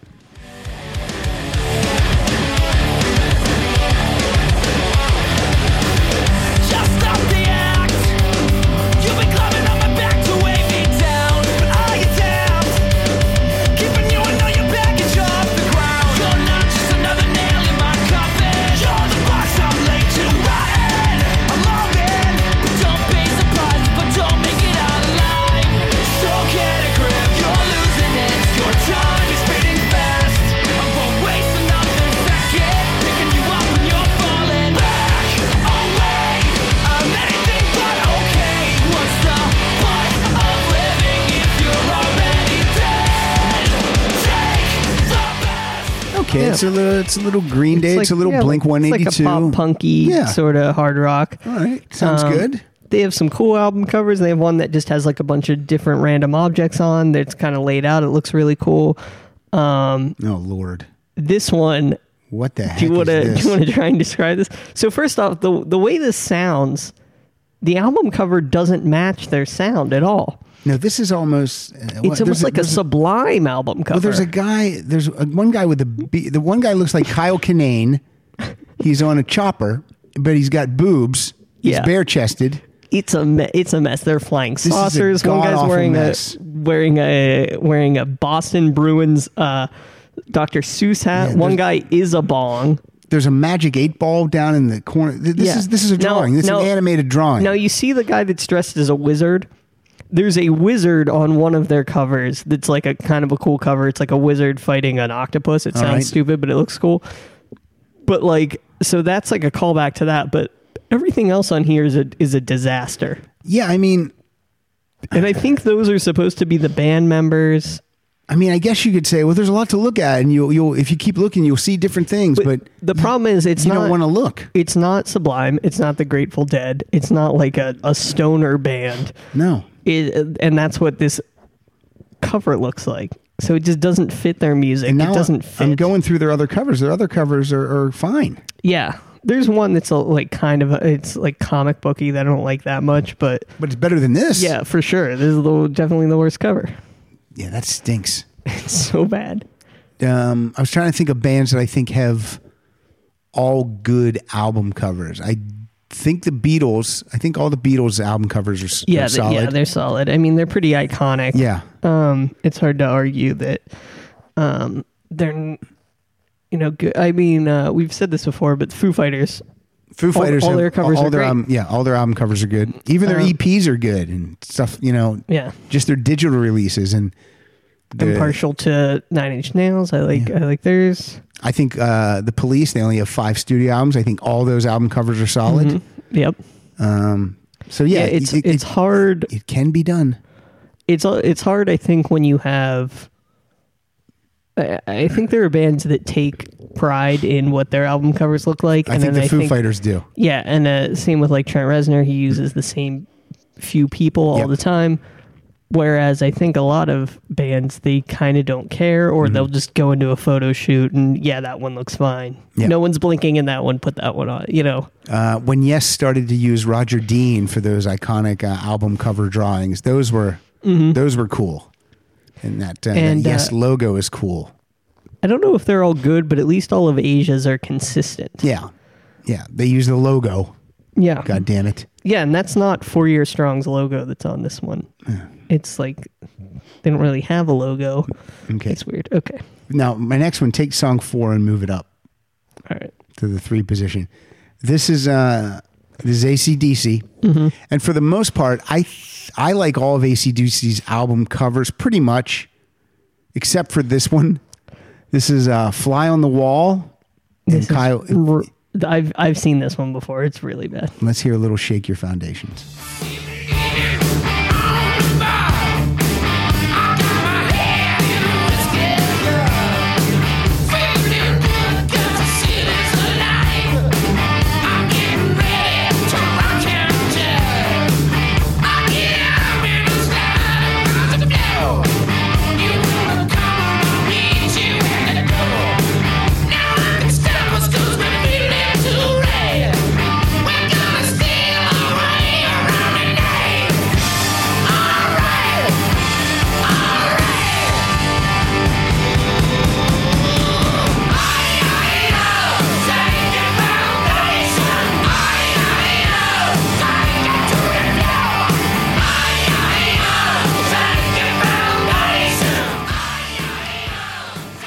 E: Just stop the act. You've been climbing on my back to weigh me down, but I attempt keeping you and all your baggage off the ground. You're not just another nail in my coffin. You're the box I'm laid to rot I'm longing, but don't be surprised if I don't make it out alive. So get a grip, you're losing it. Your time is fading fast. I won't waste another second picking you up when you're falling back. Away, I'm anything but okay. What's the point of living if you're already dead? Take the best.
A: Okay. It's a little. It's a little Green Day. It's,
B: like-
A: a little
B: yeah, like-
A: Blink One Eighty
B: It's like a
A: Two.
B: pop punky
A: Yeah.
B: sort of hard rock.
A: All right. Sounds
B: Um,
A: good.
B: They have some cool album covers. They have one that just has like a bunch of different random objects on. That's kind of laid out. It looks really cool. Um,
A: Oh Lord,
B: this one
A: what the heck?
B: do you want to
A: is
B: do
A: this?
B: you want to try and describe this? So first off, the the way this sounds, the album cover doesn't match their sound at all.
A: No, this is almost. Uh,
B: It's almost like a, Sublime album cover.
A: Well, there's a guy. There's a, one guy with the be- the one guy looks like Kyle Kinane. He's on a chopper, but he's got boobs. He's
B: Yeah.
A: bare chested.
B: it's a me- it's a mess. They're flying
A: is a
B: saucers. One guy's
A: god-awful
B: wearing
A: mess.
B: a wearing a wearing a Boston Bruins uh, Dr. Seuss hat.
A: Yeah,
B: One
A: there's-
B: guy is a bong.
A: There's a magic eight ball down in the corner. Th- This
B: Yeah.
A: is this is a
B: No,
A: drawing. this
B: no.
A: is an animated drawing.
B: Now you see the guy that's dressed as a wizard. There's a wizard on one of their covers that's like a kind of a cool cover. It's like a wizard fighting an octopus. It sounds
A: right.
B: stupid, but it looks cool. But like so that's like a callback to that, but everything else on here is a is a disaster.
A: yeah, I mean,
B: And I think those are supposed to be the band members.
A: I mean, I guess you could say, well, there's a lot to look at, and you'll you'll if you keep looking, you'll see different things. But,
B: the problem is it's
A: you
B: not
A: don't want to look.
B: it's not Sublime, it's not the Grateful Dead, it's not like a, a stoner band.
A: No,
B: it, and that's what this cover looks like. So it just doesn't fit their music.
A: and now
B: It doesn't fit.
A: I'm going through their other covers. Their other covers are, are fine.
B: yeah, there's one that's a, like kind of a, it's like comic booky that I don't like that much, but
A: But it's better than this.
B: yeah, for sure, this is the, definitely the worst cover. <laughs>
A: Yeah, that stinks.
B: It's so bad.
A: um, I was trying to think of bands that I think have all good album covers. I think the Beatles. I think all the Beatles album covers are, s-
B: Yeah,
A: are
B: th- yeah,
A: solid.
B: they're solid. I mean, they're pretty iconic.
A: Yeah.
B: um, it's hard to argue that um, they're n- you know good. I mean, uh, we've said this before, but Foo Fighters.
A: Foo
B: All-
A: Fighters.
B: all
A: have-
B: their covers
A: all
B: are
A: their
B: great.
A: album- yeah, all their album covers are good. Even their
B: Um,
A: EPs are good and stuff. You know,
B: Yeah,
A: just their digital releases and. the-
B: I'm partial to Nine Inch Nails. I like I like theirs.
A: I think uh, the Police. They only have five studio albums. I think all those album covers are solid.
B: Yep.
A: Um, so yeah,
B: Mm-hmm. Yeah, it's
A: it, it-
B: it's hard.
A: it can be done.
B: It's it's hard. I think when you have, I, I think there are bands that take pride in what their album covers look like.
A: I think
B: then
A: the Foo Fighters do.
B: Yeah, and uh, same with like Trent Reznor. He uses the same few people all
A: Yep.
B: the time. Whereas I think a lot of bands they kind of don't care, or
A: Mm-hmm.
B: they'll just go into a photo shoot and yeah, that one looks fine.
A: Yeah.
B: No one's blinking in that one. Put that one on. You know.
A: uh, when Yes started to use Roger Dean for those iconic uh, album cover drawings, those were those were cool, and that, uh,
B: Mm-hmm. And,
A: that Yes
B: uh,
A: logo is cool.
B: I don't know if they're all good, but at least all of Asia's are consistent.
A: Yeah, yeah, they use the logo.
B: Yeah.
A: God damn it!
B: Yeah, and that's not Four Year Strong's logo that's on this one. It's like they don't really have a logo.
A: Okay,
B: It's weird. Okay.
A: now my next one, take song four and move it up
B: All right.
A: to the three position. This is uh, This is ACDC.
B: Mm-hmm.
A: And for the most part, I th- I like all of ACDC's album covers pretty much, except for this one. This is uh, Fly on the Wall. And
B: This is
A: Kyle,
B: r- I've I've seen this one before. It's really bad.
A: let's hear a little Shake Your Foundations.
E: We're gonna steal our way around the night. Alright!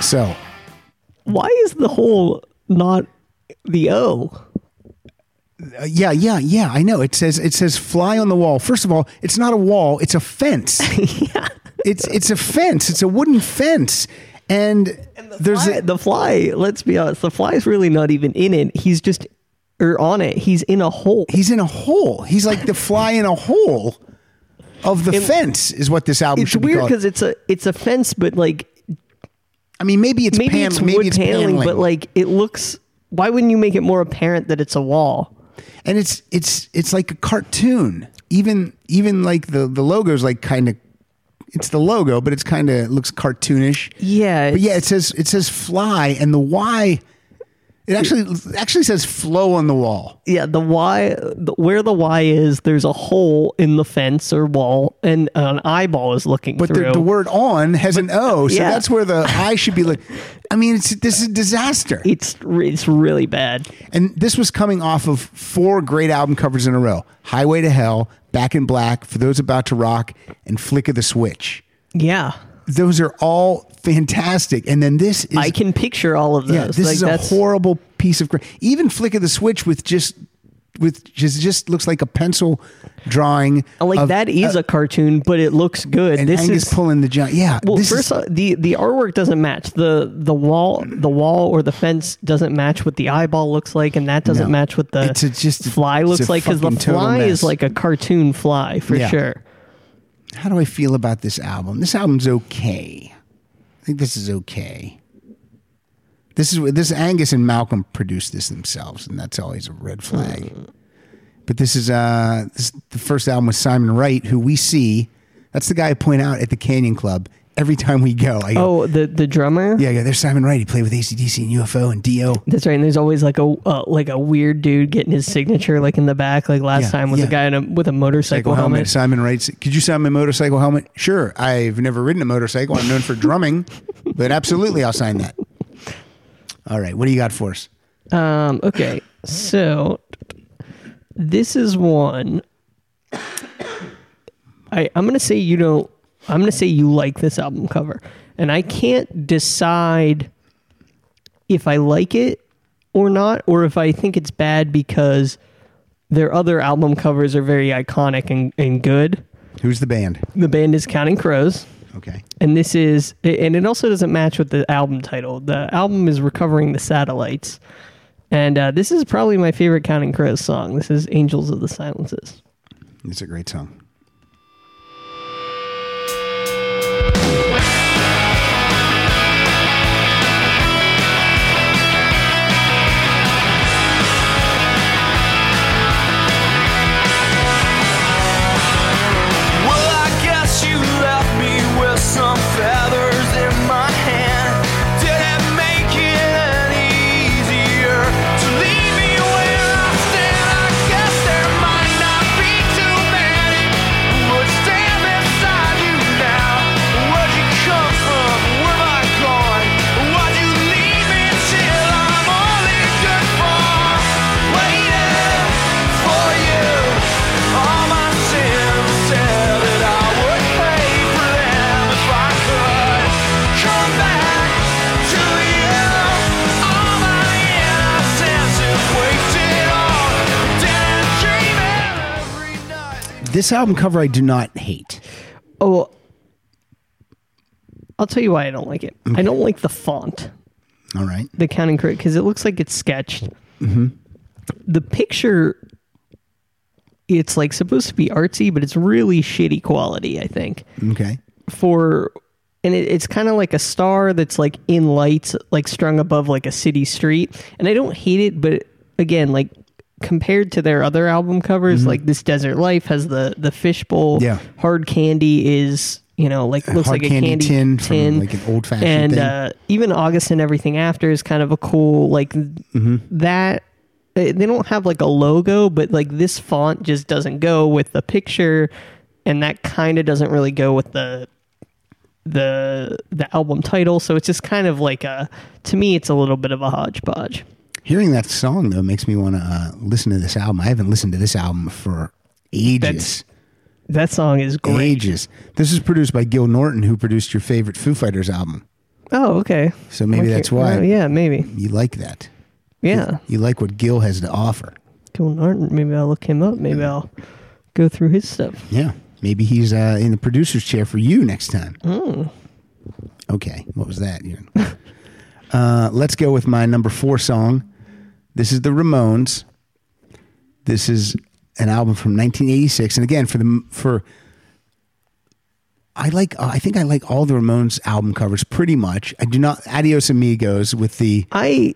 A: So
B: Why is the whole not the O?
A: Uh, yeah, yeah, yeah. I know. It says it says fly on the wall. First of all, it's not a wall. It's a
B: <laughs>
A: fence. It's it's a fence. It's a wooden fence. And, there's
B: Fly-
A: a,
B: the fly. Let's be honest. The fly's really not even in it. He's just or on it. He's in a hole.
A: he's in a hole. He's like the fly in a hole of the
B: And-
A: fence is what this album
B: it's
A: should
B: weird
A: be
B: because
A: called.
B: it's a it's a fence, but like
A: I mean, maybe it's
B: maybe
A: pan,
B: it's
A: maybe
B: wood
A: it's
B: paneling,
A: paneling,
B: but like it looks. Why wouldn't you make it more apparent that it's a wall?
A: and it's it's it's like a cartoon. Even even like the the logo's like kind of it's the logo, but it's kind of looks cartoonish.
B: Yeah,
A: But yeah, it says it says fly and the Y. It actually it actually says flow on the wall.
B: yeah the y the, where the y is there's a hole in the fence or wall and an eyeball is looking
A: But
B: through
A: the, the word on has an O, so
B: yeah.
A: that's where the I should be. Like, I mean, it's this is a disaster.
B: it's re- it's really bad
A: And this was coming off of four great album covers in a row: Highway to Hell, Back in Black, For Those About to Rock, and Flick of the Switch.
B: yeah
A: Those are all fantastic. And then this is
B: i can picture all of those
A: Yeah, this
B: like
A: is a
B: that's
A: horrible piece of crap. Even flick of the switch with just with just just looks like a pencil drawing.
B: like
A: of-
B: that is
A: uh,
B: a cartoon but it looks good
A: and
B: this
A: Angus
B: is
A: pulling the giant. Yeah,
B: well,
A: this
B: first
A: is,
B: uh, the the artwork doesn't match the the wall the wall or the fence doesn't match what the eyeball looks like, and that doesn't
A: No.
B: match what the
A: It's a- just a-
B: fly
A: it's
B: looks
A: a
B: like because the
A: fucking total
B: fly
A: mess.
B: is like a cartoon fly for
A: Yeah.
B: sure.
A: how do I feel about this album? This album's okay. I think this is okay. This is this Angus and Malcolm produced this themselves, and that's always a red flag. But this is uh this, the first album with Simon Wright, who we see. That's the guy I point out at the Canyon Club every time we go. I go,
B: Oh, the the drummer.
A: Yeah, yeah, there's Simon Wright. He played with ACDC and UFO and Dio.
B: That's right. And there's always like a uh, like a weird dude getting his signature like in the back. Like last
A: Yeah,
B: time was
A: yeah.
B: a guy in a, with a motorcycle helmet.
A: Simon Wright's. Could you sign my motorcycle helmet? Sure. I've never ridden a motorcycle. I'm known for drumming, but absolutely, I'll sign that. All right. What do you got for us?
B: Um, okay, so this is one. I I'm gonna say you don't. I'm gonna say you like this album cover, and I can't decide if I like it or not, or if I think it's bad because their other album covers are very iconic and, and good.
A: Who's the band?
B: The band is Counting Crows.
A: Okay.
B: and this is and it also doesn't match with the album title the album is recovering the satellites and uh, this is probably my favorite counting crows song this is angels of the silences
A: It's a great song.
F: Well, I guess you left me with some feathers in my hand. Did it make it any easier to leave me where I stand? I guess there might not be too many
A: This album cover I do not hate.
B: Oh, well, I'll tell you why I don't like it. I don't like the font,
A: All right.
B: the Counting Crows, because it looks like it's sketched. The picture, it's like supposed to be artsy, but it's really shitty quality. I think
A: Okay.
B: for, and it, it's kind of like a star that's like in lights, like strung above like a city street. And I don't hate it, but again, like compared to their other album covers, like this Desert Life has the the fishbowl.
A: Mm-hmm. Yeah.
B: Hard Candy is you know like looks
A: Hard
B: like
A: candy
B: a candy
A: tin from, like, an old-fashioned
B: and
A: thing.
B: Uh, even August and everything after is kind of a cool like
A: Mm-hmm.
B: that. They they don't have like a logo, but like this font just doesn't go with the picture, and that kind of doesn't really go with the the the album title. So it's just kind of like a to me, it's a little bit of a hodgepodge.
A: Hearing that song though makes me want to uh, listen to this album. I haven't listened to this album for ages.
B: That's That song is great.
A: ages. This is produced by Gil Norton, who produced your favorite Foo Fighters album.
B: Oh, okay.
A: So maybe that's why
B: Oh, yeah, maybe.
A: you like that.
B: Yeah.
A: You like what Gil has to offer.
B: Gil Norton. Maybe I'll look him up. Maybe I'll go through his stuff.
A: Yeah. Maybe he's uh, in the producer's chair for you next time.
B: Hmm.
A: Okay. What was that? You know. <laughs> uh, let's go with my number four song. This is the Ramones. This is an album from 1986, and again for the for. I like. I think I like all the Ramones album covers pretty much. I do not. Adios Amigos with the
B: I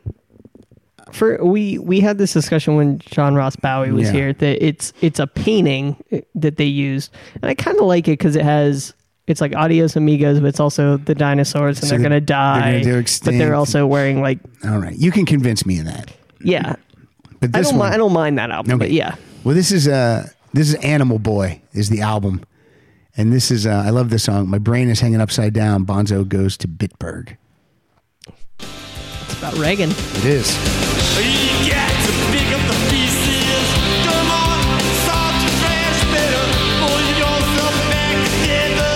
B: for we we had this discussion when John Ross Bowie was
A: Yeah.
B: here that it's it's a painting that they used, and I kind of like it because it has. It's like Adios Amigos, but it's also the dinosaurs, and
A: So
B: they're
A: they-
B: gonna
A: they're gonna-
B: die.
A: they're
B: but
A: extinct.
B: they're also wearing like,
A: All right, you can convince me of that.
B: yeah.
A: But
B: I
A: this
B: don't
A: one,
B: mind. I don't mind that album, but
A: Okay.
B: yeah.
A: Well, this is uh this is Animal Boy is the album, and this is uh, I love this song. My brain is hanging upside down. Bonzo goes to Bitburg.
B: It's about Reagan.
A: It is.
E: You got to pick up the pieces. Come on, start to trash better. Pull yourself back together.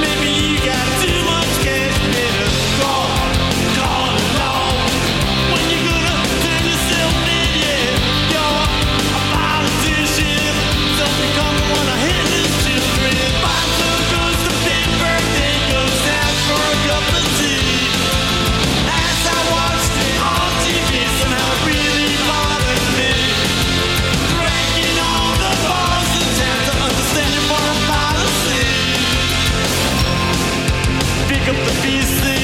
E: Maybe you got too much cash better. Gone, gone along. When you gonna turn yourself in, yeah. You're a politician. So become one of Hitler's children. Boxer goes to Pittsburgh, then goes out for a cup of tea. As I watched it on TV, somehow it really bothered me. Breaking all the laws and trying to understand it for a policy. Pick up the pieces.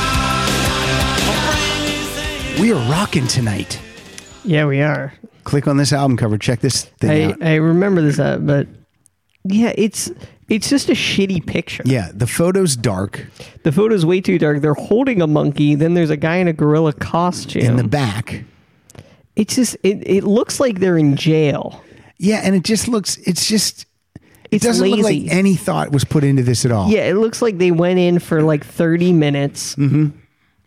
E: My brain is hanging.
A: We are rocking tonight.
B: Yeah, we are.
A: Click on this album cover. Check this thing
B: I,
A: out.
B: I remember this, uh, but yeah, it's it's just a shitty picture.
A: yeah, the photo's dark
B: The photo's way too dark. They're holding a monkey. Then there's a guy in a gorilla costume.
A: in the back.
B: It's just it, it looks like they're in jail.
A: Yeah, and it just looks. It's just. It
B: It's
A: doesn't look
B: lazy.
A: like any thought was put into this at all.
B: yeah, it looks like they went in for like 30 minutes.
A: Mm-hmm.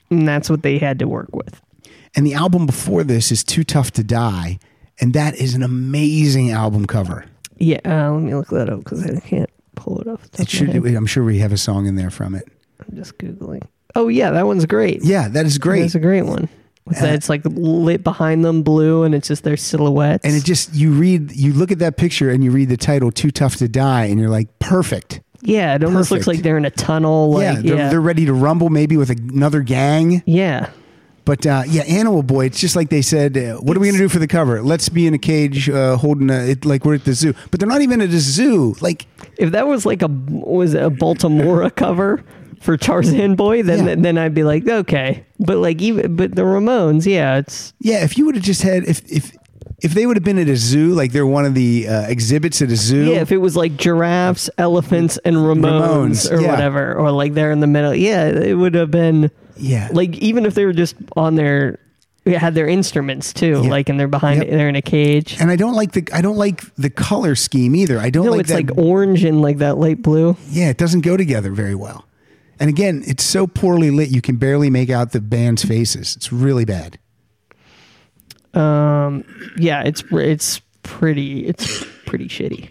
B: And that's what they had to work with.
A: And the album before this is Too Tough to Die, and that is an amazing album cover.
B: Yeah, uh, let me look that up because I can't pull it off. The top
A: It should.
B: of my head.
A: I'm sure we have a song in there from it.
B: I'm just googling. Oh yeah, that one's great.
A: Yeah, that is great.
B: that's a great one. With that, it's like lit behind them blue, and it's just their silhouettes.
A: and it just you read you look at that picture and you read the title "Too Tough to Die" and you're like, perfect.
B: yeah, it almost
A: perfect.
B: looks like they're in a tunnel.
A: yeah,
B: Like,
A: they're,
B: yeah,
A: they're ready to rumble maybe with another gang.
B: yeah.
A: But uh, yeah, Animal Boy. It's just like they said. Uh, what are we gonna do for the cover? Let's be in a cage uh, holding a, it like we're at the zoo. But they're not even at a zoo. Like
B: If that was like a was it
A: <laughs>
B: a Baltimore cover for Tarzan Boy, then
A: Yeah.
B: then I'd be like, okay. But like even but the Ramones, yeah, it's
A: yeah, if you would have just had if if if they would have been at a zoo, like they're one of the uh, exhibits at a zoo.
B: yeah. If it was like giraffes, elephants, and Ramones,
A: Ramones,
B: or
A: yeah.
B: whatever, or like they're in the middle, yeah, it would have been
A: yeah.
B: like even if they were just on their they had their instruments too,
A: Yeah.
B: like and they're behind
A: Yep.
B: they're in a cage.
A: And I don't like the I don't like the color scheme either. I don't
B: no,
A: like
B: it's
A: that
B: like orange and like that light blue.
A: yeah, it doesn't go together very well. And again, it's so poorly lit you can barely make out the band's faces. It's really bad.
B: Um, Yeah, it's it's pretty it's pretty shitty.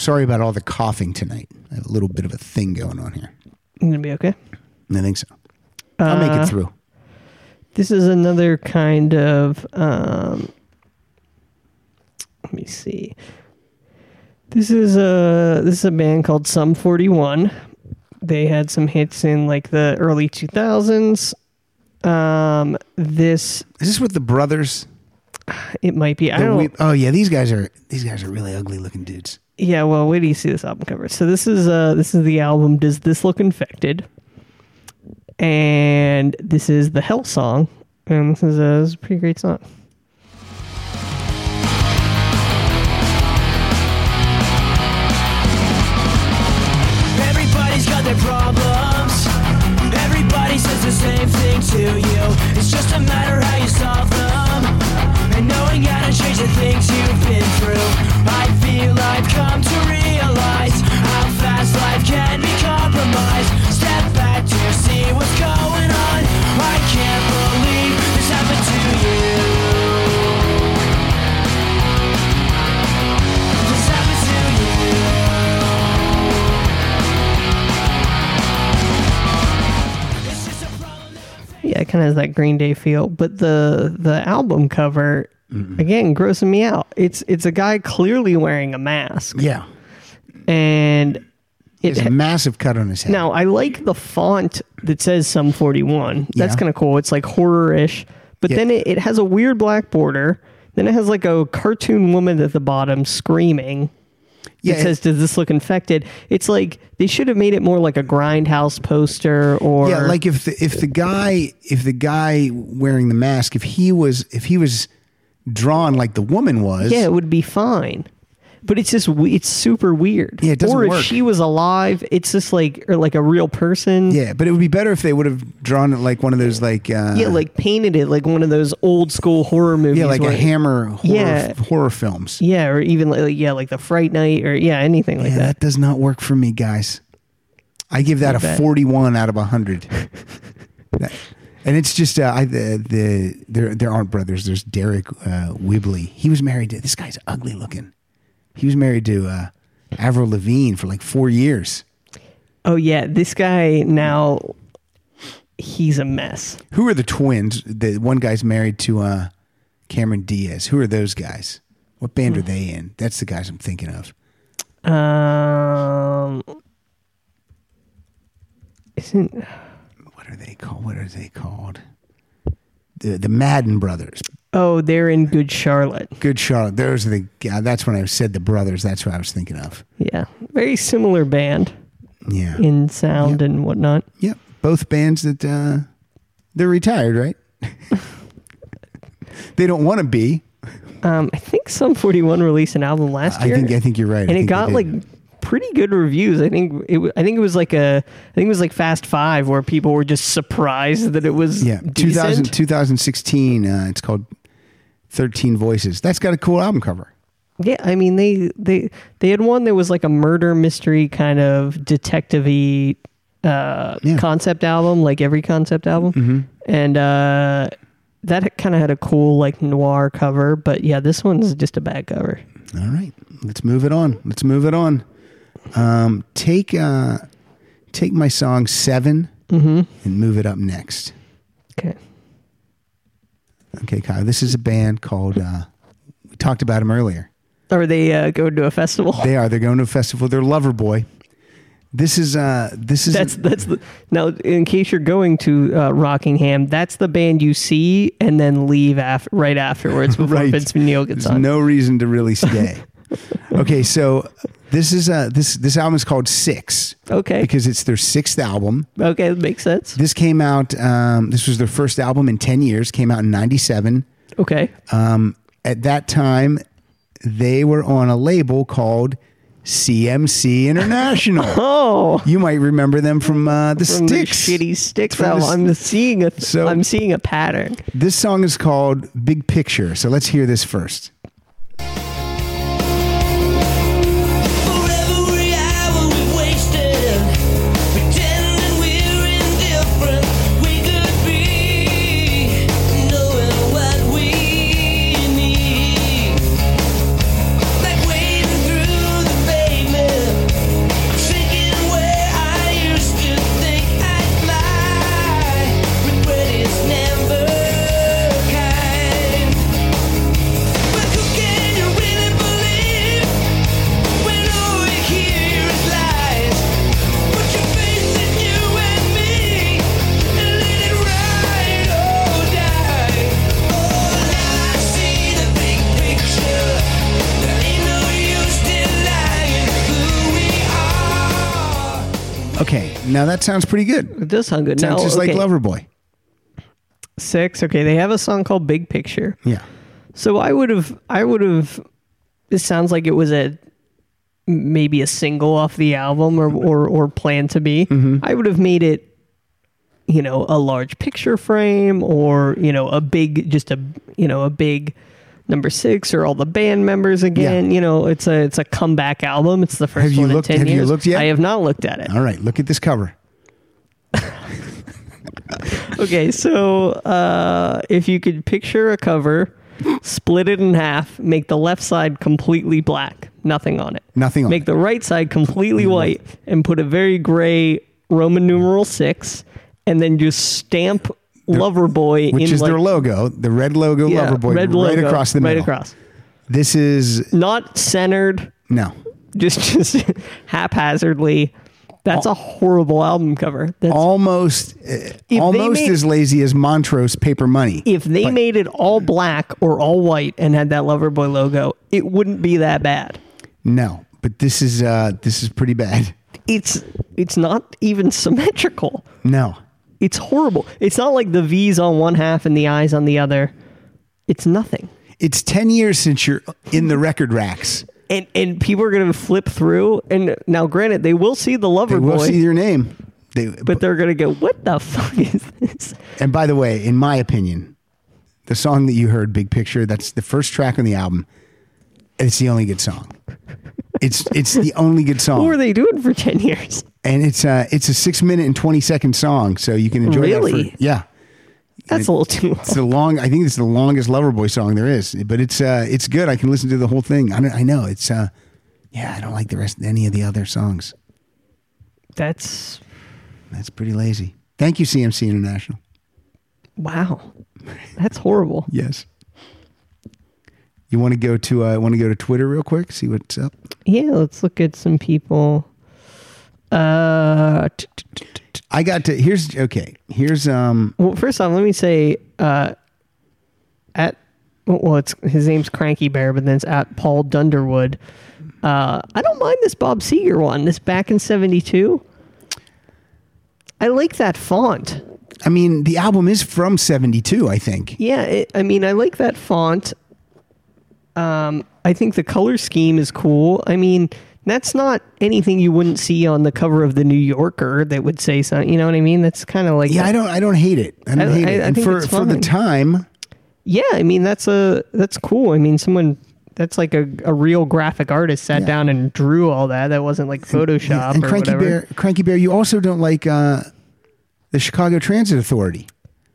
A: Sorry about all the coughing tonight. I have a little bit of a thing going on here.
B: You gonna be okay.
A: I think so. I'll
B: Uh,
A: make it through.
B: this is another kind of um, Let me see. This is a this is a band called Sum 41. They had some hits in like the early 2000s. Um, this
A: Is this with the brothers?
B: it might be I
A: The
B: don't
A: Whe- oh yeah, these guys are these guys are really ugly looking dudes.
B: Yeah, well, wait do you see this album cover. So this is uh this is the album Does This Look Infected? And this is the Hell song. And this is a, this is a pretty great song.
E: Everybody's got their problems. Everybody says the same thing to you. It's just a matter how you solve them. And knowing how to change the things you've been through. I feel I've come to realize how fast life can be compromised. Step back to see what's going on. I can't believe this happened to you. This happened to you.
B: Yeah, it kind of has that Green Day feel, but the the album cover
A: Mm-hmm.
B: again grossing me out. It's it's a guy clearly wearing a mask
A: Yeah,
B: and it
A: it's a massive cut on his head.
B: Now I like the font that says Sum 41. That's
A: Yeah.
B: kind of cool. It's like horror-ish, but
A: Yeah.
B: then it, it has a weird black border. Then it has like a cartoon woman at the bottom screaming.
A: yeah,
B: it says, "Does this look infected?" It's like they should have made it more like a grindhouse poster or
A: yeah like if the, if the guy if the guy wearing the mask if he was if he was drawn like the woman was
B: yeah, it would be fine. But it's just we- it's super weird.
A: Yeah, it doesn't
B: or if
A: work.
B: she was alive, it's just like or like a real person.
A: yeah but it would be better if they would have drawn it like one of those like uh,
B: Yeah, like painted it like one of those old school horror movies.
A: yeah like
B: where-
A: a hammer horror,
B: Yeah.
A: horror films
B: Yeah, or even like, like- yeah, like the Fright Night or yeah, anything like
A: yeah that
B: that.
A: does not work for me guys I give that a
B: bet.
A: 41 out of 100 <laughs> That- and it's just uh, I the, the there there aren't brothers there's Derek uh, Wibley he was married to this guy's ugly looking he was married to uh, Avril Lavigne for like four years.
B: Oh yeah, this guy now he's a mess.
A: Who are the twins? The one guy's married to uh, Cameron Diaz. Who are those guys? What band are they in? That's the guys I'm thinking of.
B: Um isn't
A: What are they called? What are they called? The the Madden brothers.
B: oh, they're in Good Charlotte.
A: Good Charlotte. Those are the. Yeah, that's when I said the brothers. That's what I was thinking of.
B: Yeah. Very similar band
A: Yeah.
B: in sound and whatnot.
A: yep. Both bands that uh, they're retired, right? <laughs> they don't want to be.
B: Um I think Sum 41 released an album last
A: I
B: year.
A: think. I think you're right. I
B: and it
A: think they
B: got
A: did.
B: like pretty good reviews. I think it. wa- I think it was like a. I think it was like Fast Five, where people were just surprised that it was.
A: Yeah, 2000, 2016. Uh, it's called 13 Voices. That's got a cool album cover.
B: Yeah, I mean they they they had one that was like a murder mystery kind of detective-y uh,
A: Yeah. Mm-hmm.
B: concept album, like every concept album, and uh, that kind of had a cool like noir cover. But yeah, this one's just a bad cover.
A: All right, let's move it on. Let's move it on. Um, take uh, take my song 7 and move it up next.
B: Okay.
A: Okay, Kyle. This is a band called. Uh, we talked about them earlier.
B: Or they uh, go to a festival.
A: They are. They're going to a festival. They're Loverboy. This is uh, this is
B: That's that's the now. In case you're going to uh, Rockingham, that's the band you see and then leave af- right afterwards
A: <laughs>
B: before
A: Right.
B: Vince Neil gets
A: There's
B: on.
A: no reason to really stay. okay, so this is uh, this this album is called Six.
B: okay,
A: because it's their sixth album.
B: okay, that makes sense.
A: This came out. Um, this was their first album in ten years. Came out in '97.
B: Okay,
A: uh, At that time, they were on a label called CMC
B: <laughs>
A: International. oh, you might remember them from uh, the
B: from the
A: Sticks.
B: shitty sticks.
A: From
B: album,
A: the-
B: I'm seeing a
A: So-
B: am seeing a pattern.
A: This song is called Big Picture. So let's hear this first.
E: For every hour we wasted, pretending we're indifferent, we could be knowing what we need. Like wading through the pavement, sinking where I used to think I'd lie. Regret is never kind. But who
A: Okay, now that sounds pretty good.
B: It does sound good.
A: Sounds
B: now,
A: just
B: okay,
A: like Loverboy.
B: Six. Okay, they have a song called Big Picture.
A: Yeah.
B: So I would have, I would have. This sounds like it was a maybe a single off the album, or or, or planned to be.
A: Mm-hmm.
B: I would have made it, you know, a large picture frame, or you know, a big, just a you know, a big number six, or all the band members again.
A: Yeah.
B: You know, it's a it's a comeback album. It's the first
A: Have you
B: one
A: looked-
B: in ten
A: have you
B: years.
A: looked yet?
B: I have not looked at it.
A: All right, look at this cover.
B: Okay, so uh, if you could picture a cover, split it in half, make the left side completely black, nothing on it.
A: Nothing on
B: Make
A: it. Mm-hmm.
B: the right side completely white, and put a very gray Roman numeral six, and then just stamp Loverboy
A: Which
B: in
A: is
B: like,
A: their logo, the red logo
B: yeah,
A: Loverboy
B: red
A: right
B: logo,
A: across the middle.
B: Right across,
A: This is
B: not centered, <laughs>
A: no.
B: just just haphazardly. That's a horrible album cover. That's
A: Almost uh,
B: they
A: almost
B: made-
A: as lazy as Montrose paper money.
B: if they
A: But-
B: made it all black or all white and had that Loverboy logo, it wouldn't be that bad.
A: No, but this is uh this is pretty bad.
B: It's it's not even <laughs> symmetrical.
A: No.
B: It's horrible. It's not like the V's on one half and the I's on the other. It's nothing.
A: It's 10 years since you're in the record racks.
B: And and people are gonna flip through and now granted they will see the
A: They will
B: Loverboy,
A: see your name. They,
B: but they're gonna go, What the <laughs> fuck is this?
A: And by the way, in my opinion, the song that you heard, Big Picture, that's the first track on the album. It's the only good song. It's it's the only good song.
B: What were they doing for ten years?
A: and it's uh it's a six minute and twenty second song, so you can enjoy that.
B: Really?
A: For, yeah.
B: That's a little too long.
A: It's the long I think it's the longest Loverboy song there is. But it's uh it's good. I can listen to the whole thing. I don't, I know. It's uh yeah, I don't like the rest any of the other songs.
B: That's
A: That's pretty lazy. Thank you, CMC International.
B: wow. That's horrible.
A: Yes. You want to go to uh, want to go to Twitter real quick? See what's up.
B: Yeah, let's look at some people. Uh, t- t- t-
A: I got to here's okay. Here's um
B: well, first off, let me say uh, at well, it's his name's Cranky Bear, but then it's at Paul Dunderwood. Uh, I don't mind this Bob Seger one. This back in '72. I like that font.
A: I mean the album is from 72, I think.
B: Yeah, it, I mean, I like that font. Um, I think the color scheme is cool. I mean, that's not anything you wouldn't see on the cover of the New Yorker that would say something. You know what I mean? That's kind of like
A: Yeah, I don't I don't hate it. I don't
B: I-
A: hate
B: I-
A: it.
B: I
A: and
B: think
A: for
B: it's
A: for the
B: fine.
A: time,
B: Yeah, I mean that's a that's cool. I mean, someone that's like a, a real graphic artist sat
A: Yeah.
B: down and drew all that. That wasn't like Photoshop
A: yeah, and
B: or
A: Cranky
B: whatever.
A: Bear Cranky Bear, you also don't like uh the Chicago Transit Authority.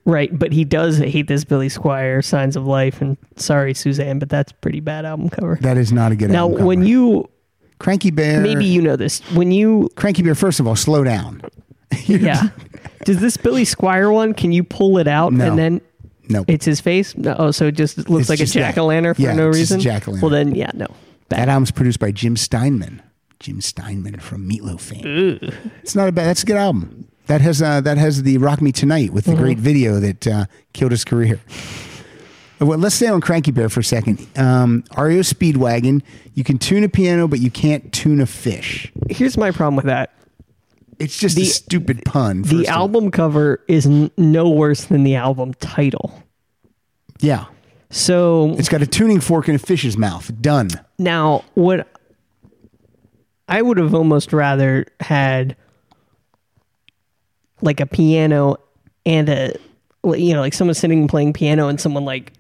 B: Right, but he does hate this Billy Squire Signs of Life and Sorry Suzanne, but that's a pretty bad album cover.
A: That is not a good
B: now,
A: album. cover.
B: when you
A: Cranky Bear
B: maybe you know this, when you
A: Cranky Bear, first of all, slow down. <laughs>
B: yeah, <laughs> does this Billy Squire one? Can you pull it out
A: No.
B: and then
A: No.
B: it's his face? No, oh, so it just looks
A: It's
B: like
A: just
B: a
A: that.
B: jack o' lantern for
A: Yeah,
B: no
A: it's just a
B: reason.
A: jack-o'-lantern.
B: Well, then yeah, no.
A: That album's produced by Jim Steinman. Jim Steinman from Meatloaf fame. It's not a bad. That's a good album. That has uh, that has the Rock Me Tonight with the
B: Mm-hmm.
A: great video that uh, killed his career. Well, let's stay on Cranky Bear for a second. Um, REO Speedwagon. You can tune a piano, but you can't tune a fish.
B: Here's my problem with that.
A: It's just a
B: The-
A: stupid pun. first
B: the
A: of all.
B: album cover is n- no worse than the album title.
A: Yeah,
B: So
A: it's got a tuning fork in a fish's mouth. Done.
B: now what I would have almost rather had like a piano and a you know like someone sitting and playing piano and someone like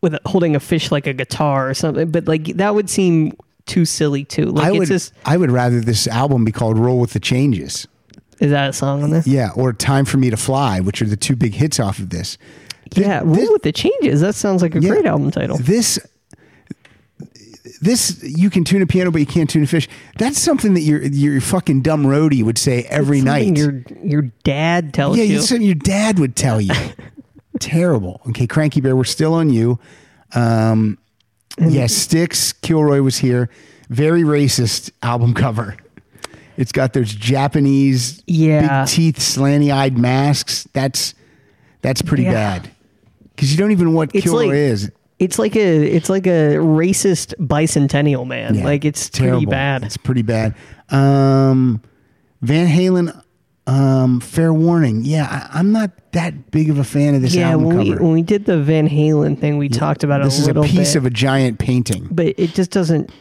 B: with a, holding a fish like a guitar or something but like that would seem too silly too like
A: I
B: it's
A: would.
B: just
A: I would rather this album be called "Roll with the Changes."
B: is that a song on there
A: Yeah, or Time for Me to Fly, which are the two big hits off of this. Thi-
B: yeah
A: thi-
B: rule with the changes that sounds like a
A: yeah,
B: great album title
A: This this you can tune a piano but you can't tune a fish. That's something that your your fucking dumb roadie would say every
B: Something
A: night.
B: your your dad tells
A: yeah,
B: you
A: it's something your dad would tell you. Terrible. Okay, Cranky Bear, we're still on you. Um
B: Mm-hmm.
A: yeah, Sticks Kilroy was here. Very racist album cover. It's got those Japanese
B: Yeah.
A: big teeth, slanty eyed masks. That's that's pretty
B: Yeah.
A: bad. Because you don't even know what
B: It's
A: Kilroy
B: like-
A: is.
B: It's like a it's like a racist bicentennial man.
A: Yeah,
B: like it's pretty bad.
A: It's pretty bad. Um, Van Halen Um, fair warning. Yeah, I, I'm not that big of a fan of this
B: Yeah,
A: album
B: when we,
A: cover.
B: when we did the Van Halen thing, we talked about it
A: this
B: a
A: is a
B: little
A: piece
B: bit,
A: of a giant painting.
B: but it just doesn't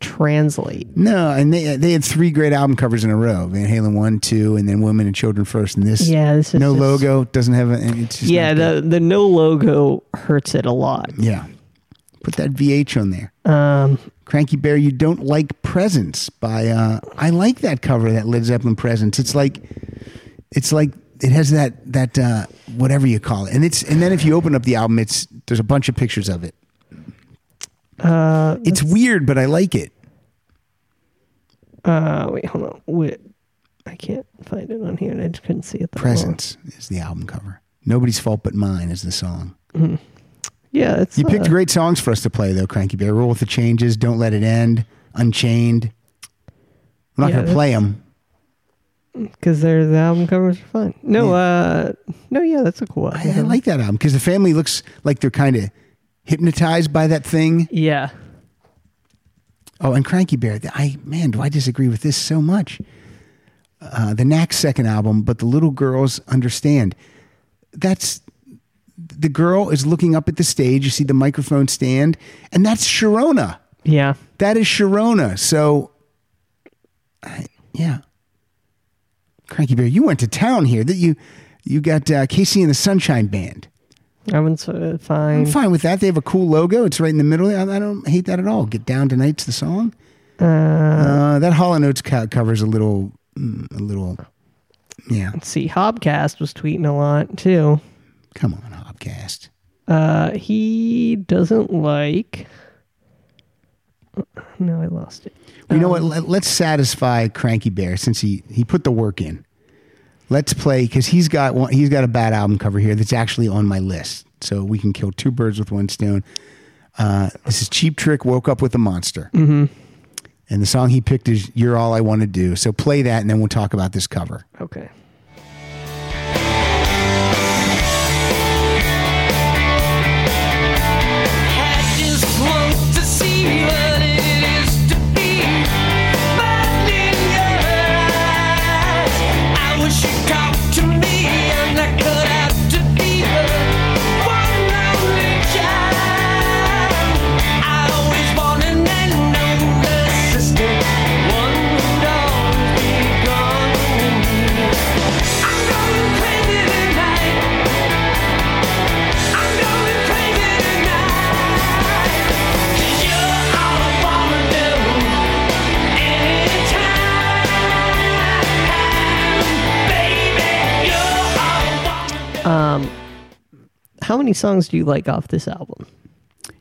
B: translate.
A: No, and they they had three great album covers in a row: Van Halen one, two, and then Women and Children first. And this,
B: Yeah, this is
A: no
B: just-
A: logo doesn't have a. and It's just
B: Yeah,
A: not
B: the the no logo hurts it a lot.
A: good. yeah. Put that VH on there.
B: Um,
A: Cranky Bear, You Don't Like Presents by uh I like that cover, that Led Zeppelin Presents. It's like it's like it has that that uh whatever you call it. And it's and then if you open up the album, it's there's a bunch of pictures of it. Uh it's weird, but I like it.
B: uh, wait, hold on. Wait, I can't find it on here, and I just couldn't see it. that well.
A: Presents is the album cover. Nobody's Fault But Mine is the song.
B: Yeah, it's
A: You picked
B: uh,
A: great songs for us to play though, Cranky Bear. Roll with the Changes, Don't Let It End, Unchained. I'm not
B: Yeah,
A: gonna play them.
B: because they're the album covers are fun. No, uh, no, yeah, that's a cool. One.
A: I, I like that album because the family looks like they're kind of hypnotized by that thing.
B: Yeah,
A: Oh, and Cranky Bear. th- I man, do I disagree with this so much? Uh, the Knack's second album, but the little girls understand. That's the girl is looking up at the stage. You see the microphone stand, and that's Sharona.
B: yeah.
A: That is Sharona. So, I- yeah, Cranky Bear, you went to town here. That you you got uh, Casey and the Sunshine Band.
B: That one's uh, fine.
A: I'm fine with that. They have a cool logo. It's right in the middle. I, I don't hate that at all. Get down tonight's the song. Uh, that Hall and Oates co- covers a little, mm, a little. Yeah,
B: Let's see, Hobcast was tweeting a lot too.
A: come on, Hopcast.
B: Uh, he doesn't like. No, I lost it.
A: You know what? Let, let's satisfy Cranky Bear since he he put the work in. Let's play because he's got one. He's got a bad album cover here that's actually on my list, so we can kill two birds with one stone. Uh, this is Cheap Trick. Woke up with a monster, mm-hmm. and the song he picked is "You're All I Want to Do." So play that, and then we'll talk about this cover.
B: Okay. How many songs do you like off this album?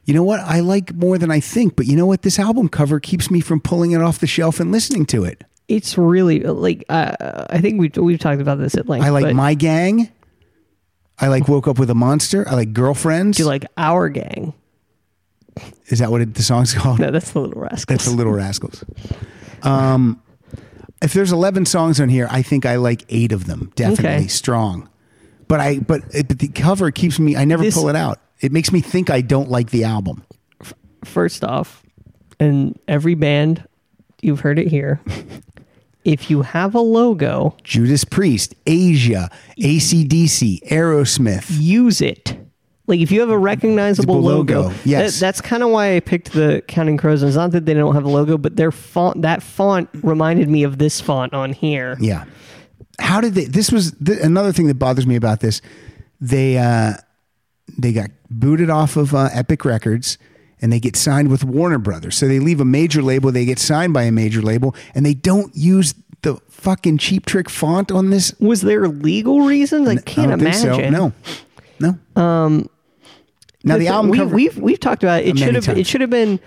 A: You know what? I like more than I think, but you know what? This album cover keeps me from pulling it off the shelf and listening to it.
B: It's really like uh, I think we've we've talked about this at length.
A: I like
B: but
A: My Gang. I like Woke Up with a Monster. I like Girlfriends.
B: Do you like our gang?
A: Is that what it, the song's <laughs> called?
B: No, that's the Little Rascals.
A: That's the Little Rascals. Um, if there's 11 songs on here, I think I like eight of them. Definitely
B: Okay.
A: strong. But I but it, but the cover keeps me. I never
B: This-
A: pull it out. It makes me think I don't like the album.
B: First off, in every band, you've heard it here. <laughs> if you have a logo,
A: Judas Priest, Asia, ACDC, Aerosmith.
B: use it. Like if you have a recognizable logo,
A: logo, yes.
B: that- that's kind of why I picked the Counting Crows. And it's not that they don't have a logo, but their font that font reminded me of this font on here.
A: Yeah. How did they? This was th- another thing that bothers me about this. They uh, they got booted off of uh, Epic Records, and they get signed with Warner Brothers. So they leave a major label. They get signed by a major label, and they don't use the fucking cheap trick font on this.
B: Was there legal reasons? I can't
A: I don't
B: imagine.
A: Think so. No, no. Um, now the
B: That's-
A: album
B: we,
A: cover.
B: We've we've talked about it. It
A: Many
B: should have it
A: times.
B: should have been.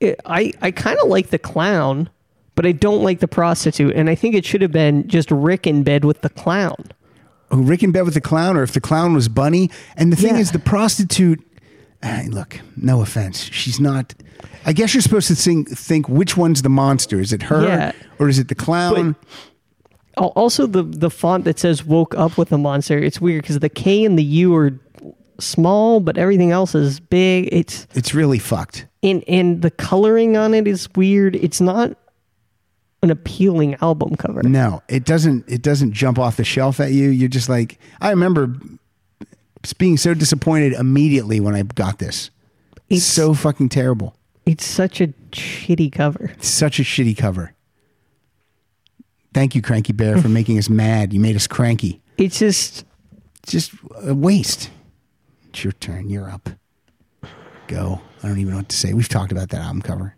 B: It, I I kind of like the clown, but I don't like the prostitute, and I think it should have been just Rick in bed with the clown.
A: who Rick in bed with the clown, or if the clown was Bunny. And the thing
B: Yeah.
A: is, the prostitute. Hey, look, no offense, she's not. I guess you're supposed to think, think which one's the monster. Is it her
B: Yeah.
A: or is it the clown?
B: Al- Also, the the font that says "woke up with a monster." It's weird because the K and the U are small, but everything else is big. It's
A: it's really fucked.
B: and and the coloring on it is weird. It's not. an appealing album cover.
A: No, it doesn't. It doesn't jump off the shelf at you. You're just like I remember being so disappointed immediately when I got this.
B: It's-
A: so fucking terrible.
B: It's such a shitty cover.
A: Such a shitty cover. Thank you, Cranky Bear, for making us mad. You made us cranky.
B: It's just
A: Just a waste. It's your turn. You're up. Go. I don't even know what to say. We've talked about that album cover.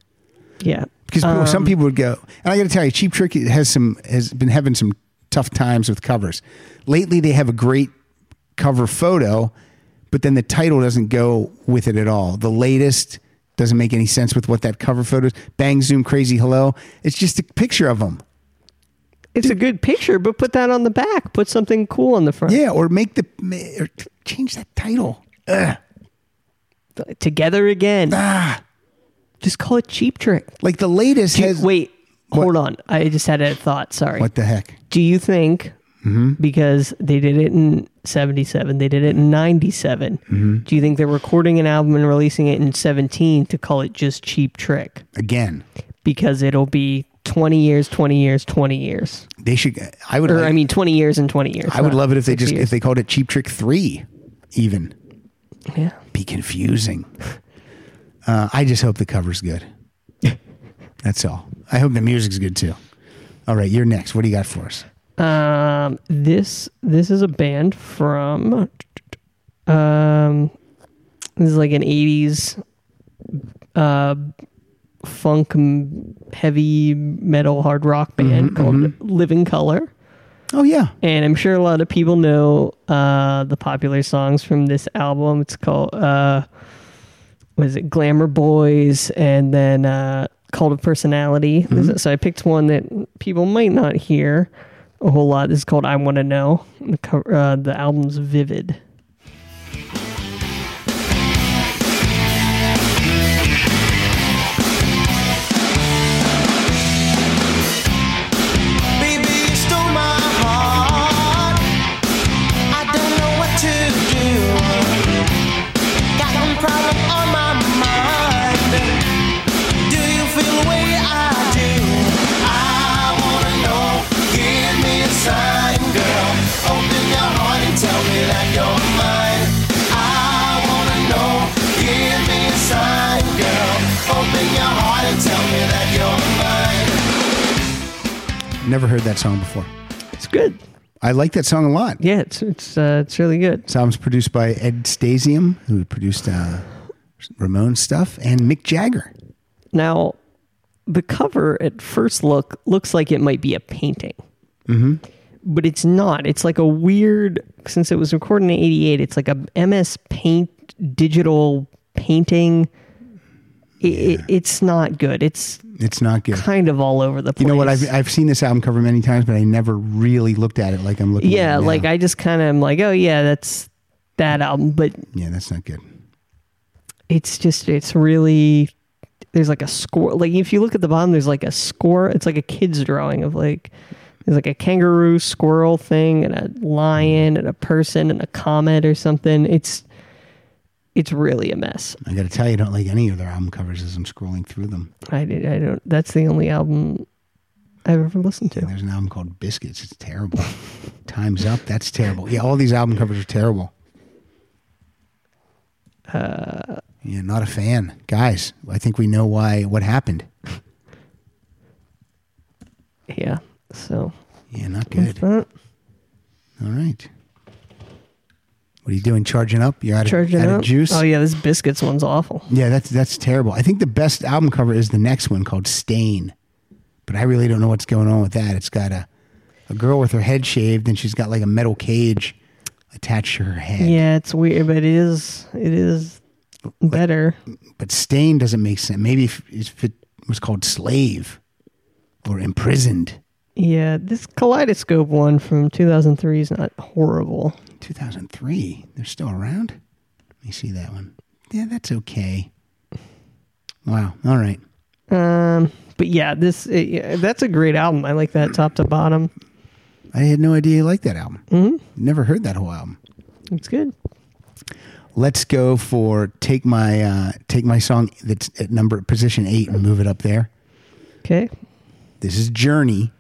B: yeah.
A: because people some people would go. And I got to tell you, Cheap Trick has some has been having some tough times with covers lately. They have a great cover photo, but then the title doesn't go with it at all. The latest doesn't make any sense with what that cover photo is. Bang zoom crazy hello. It's just a picture of them.
B: It's a good picture, but put that on the back. Put something cool on the front.
A: Yeah, or make the ma- or change that title.
B: Together again. Just call it Cheap Trick.
A: Like the latest
B: Do you-
A: Ah. has
B: wait,
A: What?
B: hold on. I just had a thought. Sorry.
A: What the heck?
B: Do you think
A: Mm-hmm.
B: because they did it in 77, they did it in 97,
A: Mm-hmm.
B: do you think they're recording an album and releasing it in 17 to call it just Cheap Trick?
A: Again,
B: Because it'll be 20 years, 20 years, 20 years.
A: they should. I would.
B: Or,
A: like-
B: I mean, 20 years and 20 years.
A: I would
B: not
A: love it if they
B: 60
A: just if
B: years.
A: they called it Cheap Trick Three, even.
B: Yeah.
A: be confusing. Uh, I just hope the cover's
B: <laughs>
A: good. That's all. I hope the music's good too. All right, you're next. What do you got for us?
B: Um, this this is a band from um, this is like an '80s uh, funk m- heavy metal hard rock band called Living Color,
A: Oh yeah,
B: and I'm sure a lot of people know uh, the popular songs from this album. It's called uh, was it Glamour Boys, and then uh, Cult of Personality. This is- So I picked one that people might not hear a whole lot. This is called I Want to Know. The, co- uh, the album's Vivid.
D: Baby, you stole my heart. I don't know what to do. Got one problem on my mind. Do you feel the way I do? I wanna know. Give me a sign, girl. Open your heart and tell me that you're mine. I wanna know. Give me a sign, girl. Open your heart and tell me that you're mine.
A: never heard that song before.
B: It's good.
A: I like that song a lot.
B: Yeah, it's it's uh, it's really good.
A: This album's produced by Ed Stasium, who produced uh, Ramon stuff, and Mick Jagger.
B: Now, the cover at first look looks like it might be a painting, mm-hmm. but it's not. It's like a weird, since it was recorded in '88, it's like a MS Paint digital painting. It, it, it's not good. It's
A: It's not good.
B: kind of all over the place.
A: You know what? I've I've seen this album cover many times, but I never really looked at it like I'm looking.
B: yeah,
A: at it now.
B: like I just kind of am like, oh yeah, that's that album, but
A: yeah, that's not good.
B: it's just it's really there's like a score like if you look at the bottom there's like a score it's like a kid's drawing of like there's like a kangaroo squirrel thing and a lion and a person and a comet or something it's it's really a mess
A: I got to tell you, I don't like any of their album covers as I'm scrolling through them.
B: i, did- I don't that's the only album i've ever listened to
A: There's an album called Biscuits. It's terrible. Time's Up. That's terrible. Yeah, all these album covers are terrible.
B: Uh,
A: yeah, not a fan, guys. I think we know why what happened.
B: yeah so
A: Yeah, not good. All
B: uh,
A: right. What are you doing? Charging up? You're out of,
B: charging
A: out of
B: up
A: juice.
B: oh yeah this biscuits one's awful
A: Yeah, that's that's terrible. I think the best album cover is the next one called Stain, but I really don't know what's going on with that. It's got a a girl with her head shaved and she's got like a metal cage attached to her head.
B: yeah it's weird but it is it is better
A: but stain doesn't make sense. Maybe if, if it was called slave or imprisoned.
B: Yeah, this Kaleidoscope one from 2003 is not horrible.
A: 2003. They're still around. Let me see that one. Yeah, that's okay. Wow. All right.
B: Um, but yeah, this it, yeah, that's a great album. I like that top to bottom.
A: I had no idea you liked that album. Mm-hmm. Never heard that whole album.
B: It's good.
A: Let's go for take my uh, take my song that's at number position eight and move it up there.
B: Okay.
A: This is Journey.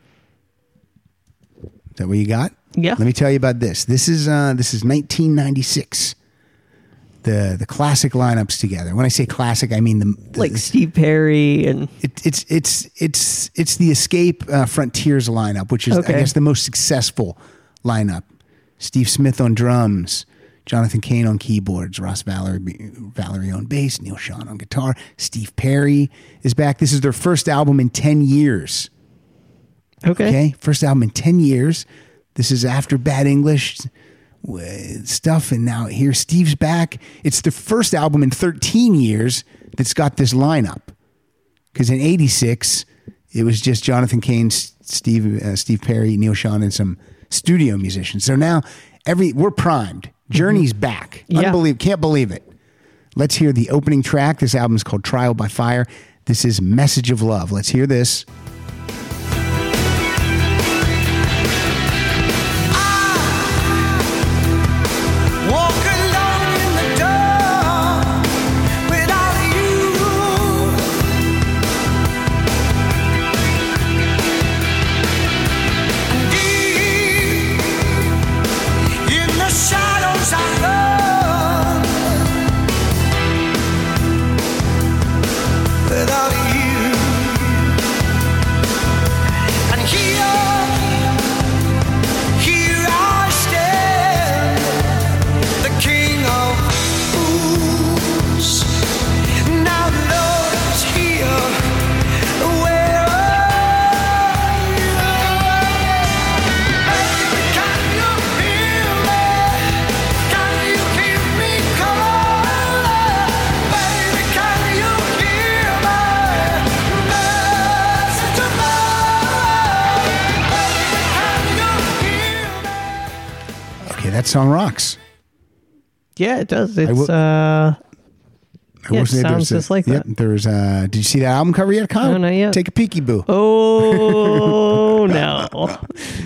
A: Is that what you got?
B: Yeah.
A: Let me tell you about this. This is uh, this is 1996. The the classic lineups together. When I say classic, I mean the, the
B: like Steve Perry and
A: it, it's it's it's it's the Escape uh, Frontiers lineup, which is
B: Okay.
A: I guess the most successful lineup. Steve Smith on drums, Jonathan Kane on keyboards, Ross Valerie Valerie on bass, Neil Sean on guitar. Steve Perry is back. This is their first album in ten years.
B: okay.
A: Okay, first album in ten years. This is after Bad English uh, stuff, and now here Steve's back. It's the first album in thirteen years that's got this lineup. Because in '86, it was just Jonathan Cain, S- Steve uh, Steve Perry, Neil Sean, and some studio musicians. So now every we're primed. Journey's back.
B: Yeah.
A: Unbelievable. Can't believe it. Let's hear the opening track. This album is called Trial by Fire. This is Message of Love. Let's hear this.
D: Walk alone in the dark without you. Deep in the shadows, I run without you. And here, here I stand the king of fools. Now love is here. Where are you? Baby, can you hear me? Can you keep me calling? Baby, can you hear me? Message of love. Baby, can you hear me?
A: Okay, that song rocks.
B: Yeah, it does. It's
A: will-
B: uh
A: I
B: Yeah,
A: wish
B: it
A: there was
B: sounds just like
A: yep,
B: that.
A: There was. Uh, did you see that album cover yet, Kyle?
B: No, not yet.
A: Take a peeky boo.
B: oh <laughs> no.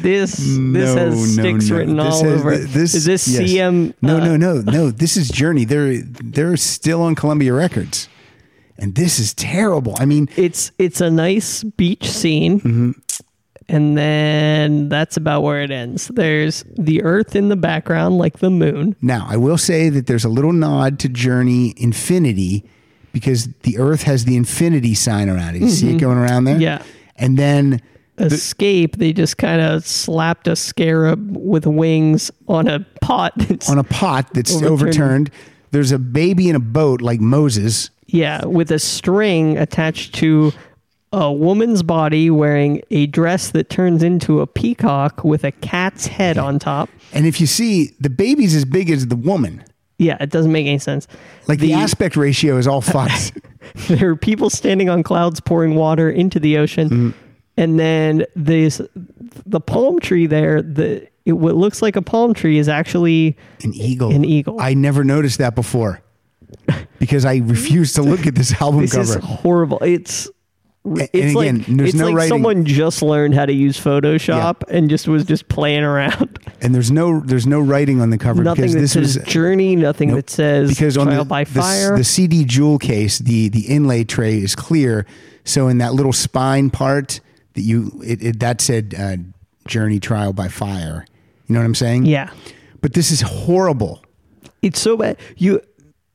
B: This this has sticks written
A: This
B: all
A: has-
B: over
A: th-
B: it.
A: This
B: Is this
A: yes.
B: CM
A: No,
B: uh,
A: no, no, no. This is Journey. They're they're still on Columbia Records, and this is terrible. I mean,
B: It's it's a nice beach scene.
A: Mm-hmm.
B: And then that's about where it ends. There's the earth in the background like the moon.
A: now I will say that there's a little nod to Journey Infinity because the Earth has the infinity sign around it. You see it going around there.
B: Mm-hmm. Yeah.
A: and then
B: Escape, they just kind of slapped a scarab with wings on a pot. <laughs>
A: on a pot that's
B: Overturned.
A: overturned, there's a baby in a boat like Moses.
B: Yeah, with a string attached to a woman's body wearing a dress that turns into a peacock with a cat's head on top.
A: And if you see, the baby's as big as the woman.
B: Yeah, it doesn't make any sense. <laughs>
A: Like the,
B: The-
A: aspect ratio is all
B: <laughs>
A: fucked.
B: There are people standing on clouds pouring water into the ocean.
A: Mm-hmm.
B: And then this the palm tree there, the it, what looks like a palm tree is actually
A: An eagle.
B: An eagle.
A: I never noticed that
B: <laughs>
A: before because I refused to look at this album
B: this is
A: cover.
B: horrible. It's
A: A-
B: it's
A: and again,
B: like
A: there's
B: it's
A: no
B: like
A: writing,
B: someone just learned how to use Photoshop and just was just playing around. <laughs>
A: and there's no there's no writing on the cover
B: nothing
A: because
B: that
A: this
B: says
A: was
B: journey, nothing
A: Nope.
B: that says
A: because on
B: trial
A: the,
B: by
A: the s-
B: fire.
A: the CD jewel case, the the inlay tray is clear. So in that little spine part that you it, it that said uh, Journey Trial by Fire. You know what I'm saying?
B: yeah,
A: But this is horrible.
B: it's so bad. You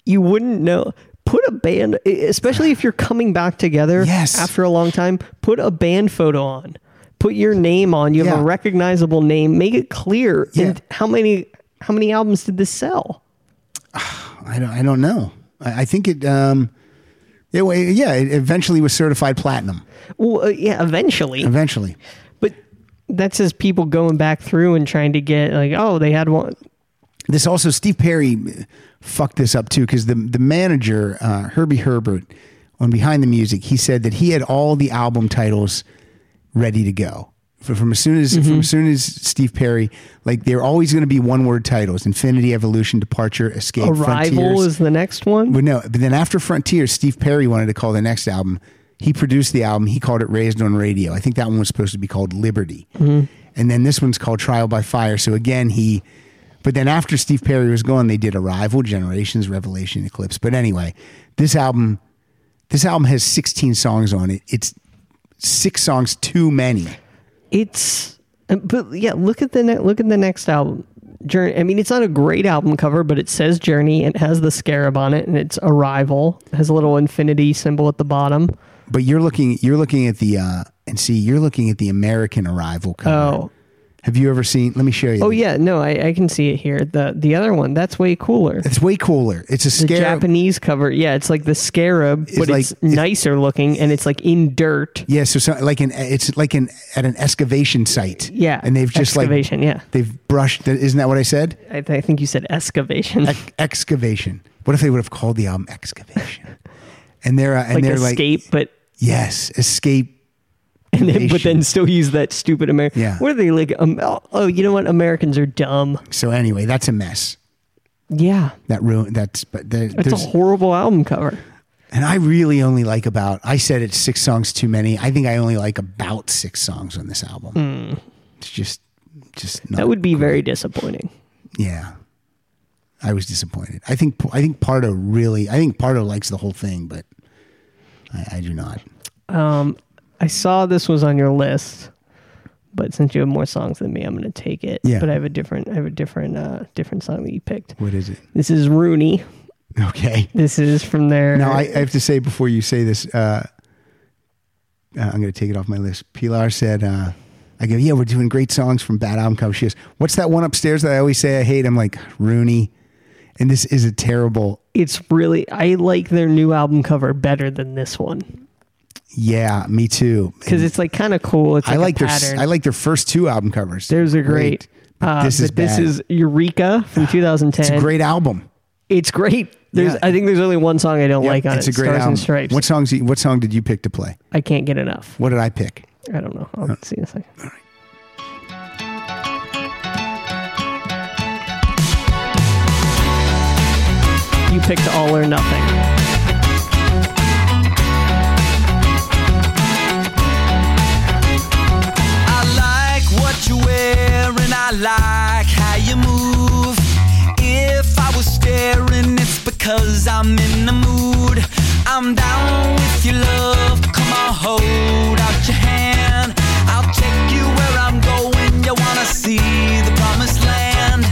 B: you wouldn't know. Put a band, e, especially if you're coming back together
A: Yes.
B: after a long time. Put a band photo on. Put your name on. You have
A: Yeah.
B: a recognizable name. Make it clear.
A: Yeah.
B: And how many how many albums did this sell?
A: I don't, I don't know. I, I think it, um, it, wa- yeah, it eventually was certified platinum.
B: Well, uh, yeah, eventually.
A: Eventually.
B: But that's just people going back through and trying to get like, oh, they had one.
A: This also, Steve Perry fucked this up too because the, the manager, uh, Herbie Herbert, on Behind the Music, he said that he had all the album titles ready to go. F- From as soon as from as soon as Steve Perry, like they're always going to be one word titles: Infinity, Evolution, Departure, Escape,
B: Arrival
A: Frontiers.
B: is the next one.
A: But no, but then after Frontier, Steve Perry wanted to call the next album. He produced the album. He called it Raised on Radio. I think that one was supposed to be called Liberty.
B: Mm-hmm.
A: And then this one's called Trial by Fire. So again, he. But then after Steve Perry was gone, they did Arrival, Generations, Revelation, Eclipse. But anyway, this album, this album has 16 songs on it. It's six songs too many.
B: it's but yeah look at the ne- look at the next album journey i mean it's not a great album cover but it says journey and it has the scarab on it and it's arrival it has a little infinity symbol at the bottom
A: But you're looking you're looking at the uh and see you're looking at the American Arrival cover.
B: oh
A: Have you ever seen? Let me show you.
B: oh yeah no i, I can see it here the the other one that's way cooler
A: It's way cooler. It's a
B: the
A: scarab.
B: Japanese cover, yeah, it's like the scarab, but
A: like-
B: it's nicer looking, and it's like in dirt.
A: yeah, so, so like an it's like an at an excavation site.
B: Yeah,
A: and they've just
B: excavation. yeah,
A: like they've brushed. Isn't that what I said?
B: I, th- I think you said excavation,
A: Ex- excavation. What if they would have called the album excavation? <laughs> And they're uh, and
B: like
A: they're
B: escape, but
A: like yes, escape.
B: and then, but
A: Nation.
B: then still use that stupid American.
A: Yeah.
B: What are they like? Um, oh, oh, you know what? Americans are dumb.
A: So anyway, that's a mess.
B: Yeah.
A: That ruin. That's but there,
B: That's a
A: there's Oh,
B: horrible album cover.
A: and I really only like about. I said it's six songs too many. I think I only like about six songs on this album. It's just just not
B: Hmm. That would be very disappointing.
A: Yeah. I was disappointed. I think I think Pardo really I think Pardo likes the whole thing, but I, I do not.
B: I saw this was on your list, but since you have more songs than me, I'm going to take it.
A: Yeah.
B: But I have a different, I have a different, uh, different song that you picked.
A: What is it?
B: This is Rooney.
A: Okay.
B: This is from their.
A: Now I, I have to say before you say this, uh, uh, I'm going to take it off my list. Pilar said, uh, "I go, yeah, we're doing great songs from Bad Album Cover." She goes, "What's that one upstairs that I always say I hate?" I'm like Rooney, and this is a terrible.
B: it's really I like their new album cover better than this one
A: Yeah, me too.
B: because it's like kind of cool. It's
A: I like
B: like a
A: their
B: pattern.
A: I like their first two album covers.
B: Theirs are great. Uh,
A: this is
B: but this
A: bad.
B: is Eureka from
A: <sighs>
B: 2010.
A: It's a great album.
B: It's great. There's,
A: Yeah.
B: I think there's only one song I don't
A: Yep,
B: like on
A: it's
B: it.
A: a great
B: Stars
A: album.
B: and Stripes.
A: What songs? you- What song did you pick to play?
B: I can't get enough.
A: What did I pick?
B: I don't know. I'll see in a second. You picked All or Nothing.
C: I like what you wear and I like how you move. If I was staring, it's because I'm in the mood. I'm down with your love. Come on, hold out your hand. I'll take you where I'm going. You wanna see the promised land?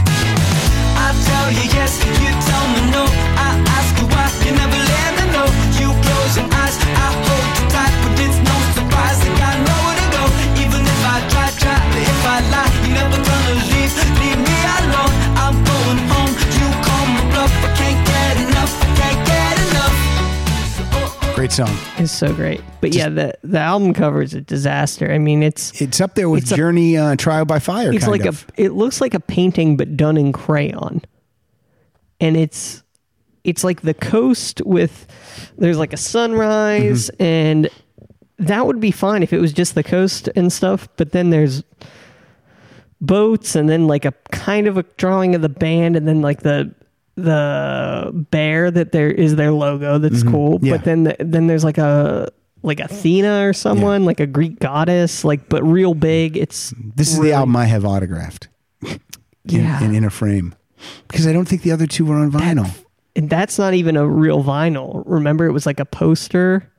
C: I tell you yes, you tell me no. I ask you why, you never let me know. You close your eyes, I hold you tight, but it's no surprise that I know where to go. Even if I try, try, if I lie, you're never gonna leave, leave me alone. I'm going home, you call my bluff, I can't get enough, I can't get enough. So, oh, oh.
A: Great song.
B: It's so great. But yeah, the the album cover is a disaster. I mean, it's
A: It's up there with
B: It's a-
A: Journey, uh, Trial by Fire.
B: it's
A: kind
B: like
A: of.
B: a it looks like a painting but done in crayon and it's it's like the coast with there's like a sunrise
A: Mm-hmm.
B: and that would be fine if it was just the coast and stuff but then there's boats and then like a kind of a drawing of the band and then like the the bear that there is their logo that's cool
A: Mm-hmm. Yeah.
B: but then the, then there's like a like Athena or someone like a Greek goddess like but real big it's
A: This is
B: really-
A: the album I have autographed in,
B: yeah.
A: in inner frame because I don't think the other two were on vinyl.
B: and that's not even a real vinyl. Remember, it was like a poster,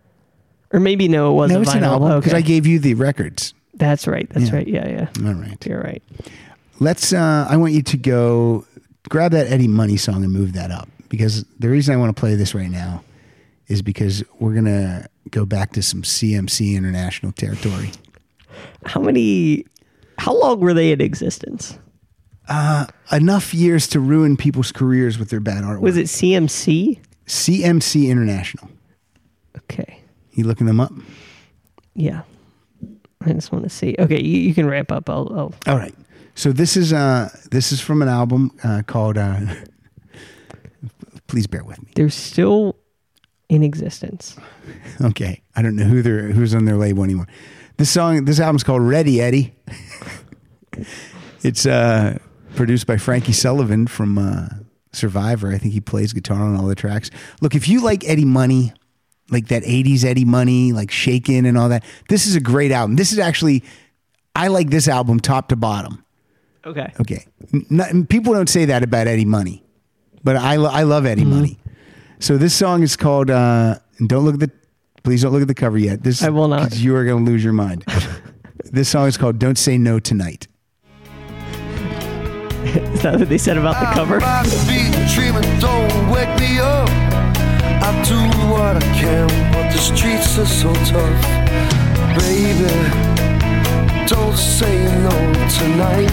B: or maybe no, it was
A: No,
B: a
A: it's
B: vinyl.
A: an album because
B: okay.
A: I gave you the records.
B: that's right. That's
A: Yeah.
B: right. Yeah, yeah.
A: All right,
B: You're right.
A: let's. Uh, I want you to go grab that Eddie Money song and move that up because the reason I want to play this right now is because we're gonna go back to some CMC International territory.
B: How many? How long were they in existence?
A: Enough years to ruin people's careers with their bad artwork.
B: Was it CMC?
A: CMC International?
B: Okay.
A: You looking them up?
B: Yeah. I just want to see. Okay, you, you can ramp up. I'll, I'll.
A: All right. So this is uh this is from an album uh, called. Uh, <laughs> please bear with me.
B: They're still in existence.
A: <laughs> Okay, I don't know who they're who's on their label anymore. This song, this album's called Ready Eddie. <laughs> it's uh produced by Frankie Sullivan from uh, Survivor. I think he plays guitar on all the tracks. Look, if you like Eddie Money. Like that 80s Eddie Money, like Shaken and all that. This is a great album. This is actually, I like this album top to bottom.
B: Okay.
A: Okay. N- not- people don't say that about Eddie Money,
B: Mm-hmm.
A: but I, lo- I love Eddie Money. So this song is called uh, Don't Look at the Please don't look at the cover yet. This
B: I will not.
A: 'cause You are going to lose your
B: <laughs>
A: mind. this song is called "Don't Say No Tonight."
B: <laughs> Is that what they said about the cover?
D: My feet dreaming, don't wake me up. I do what I can, but the streets are so tough. Baby, don't say no tonight.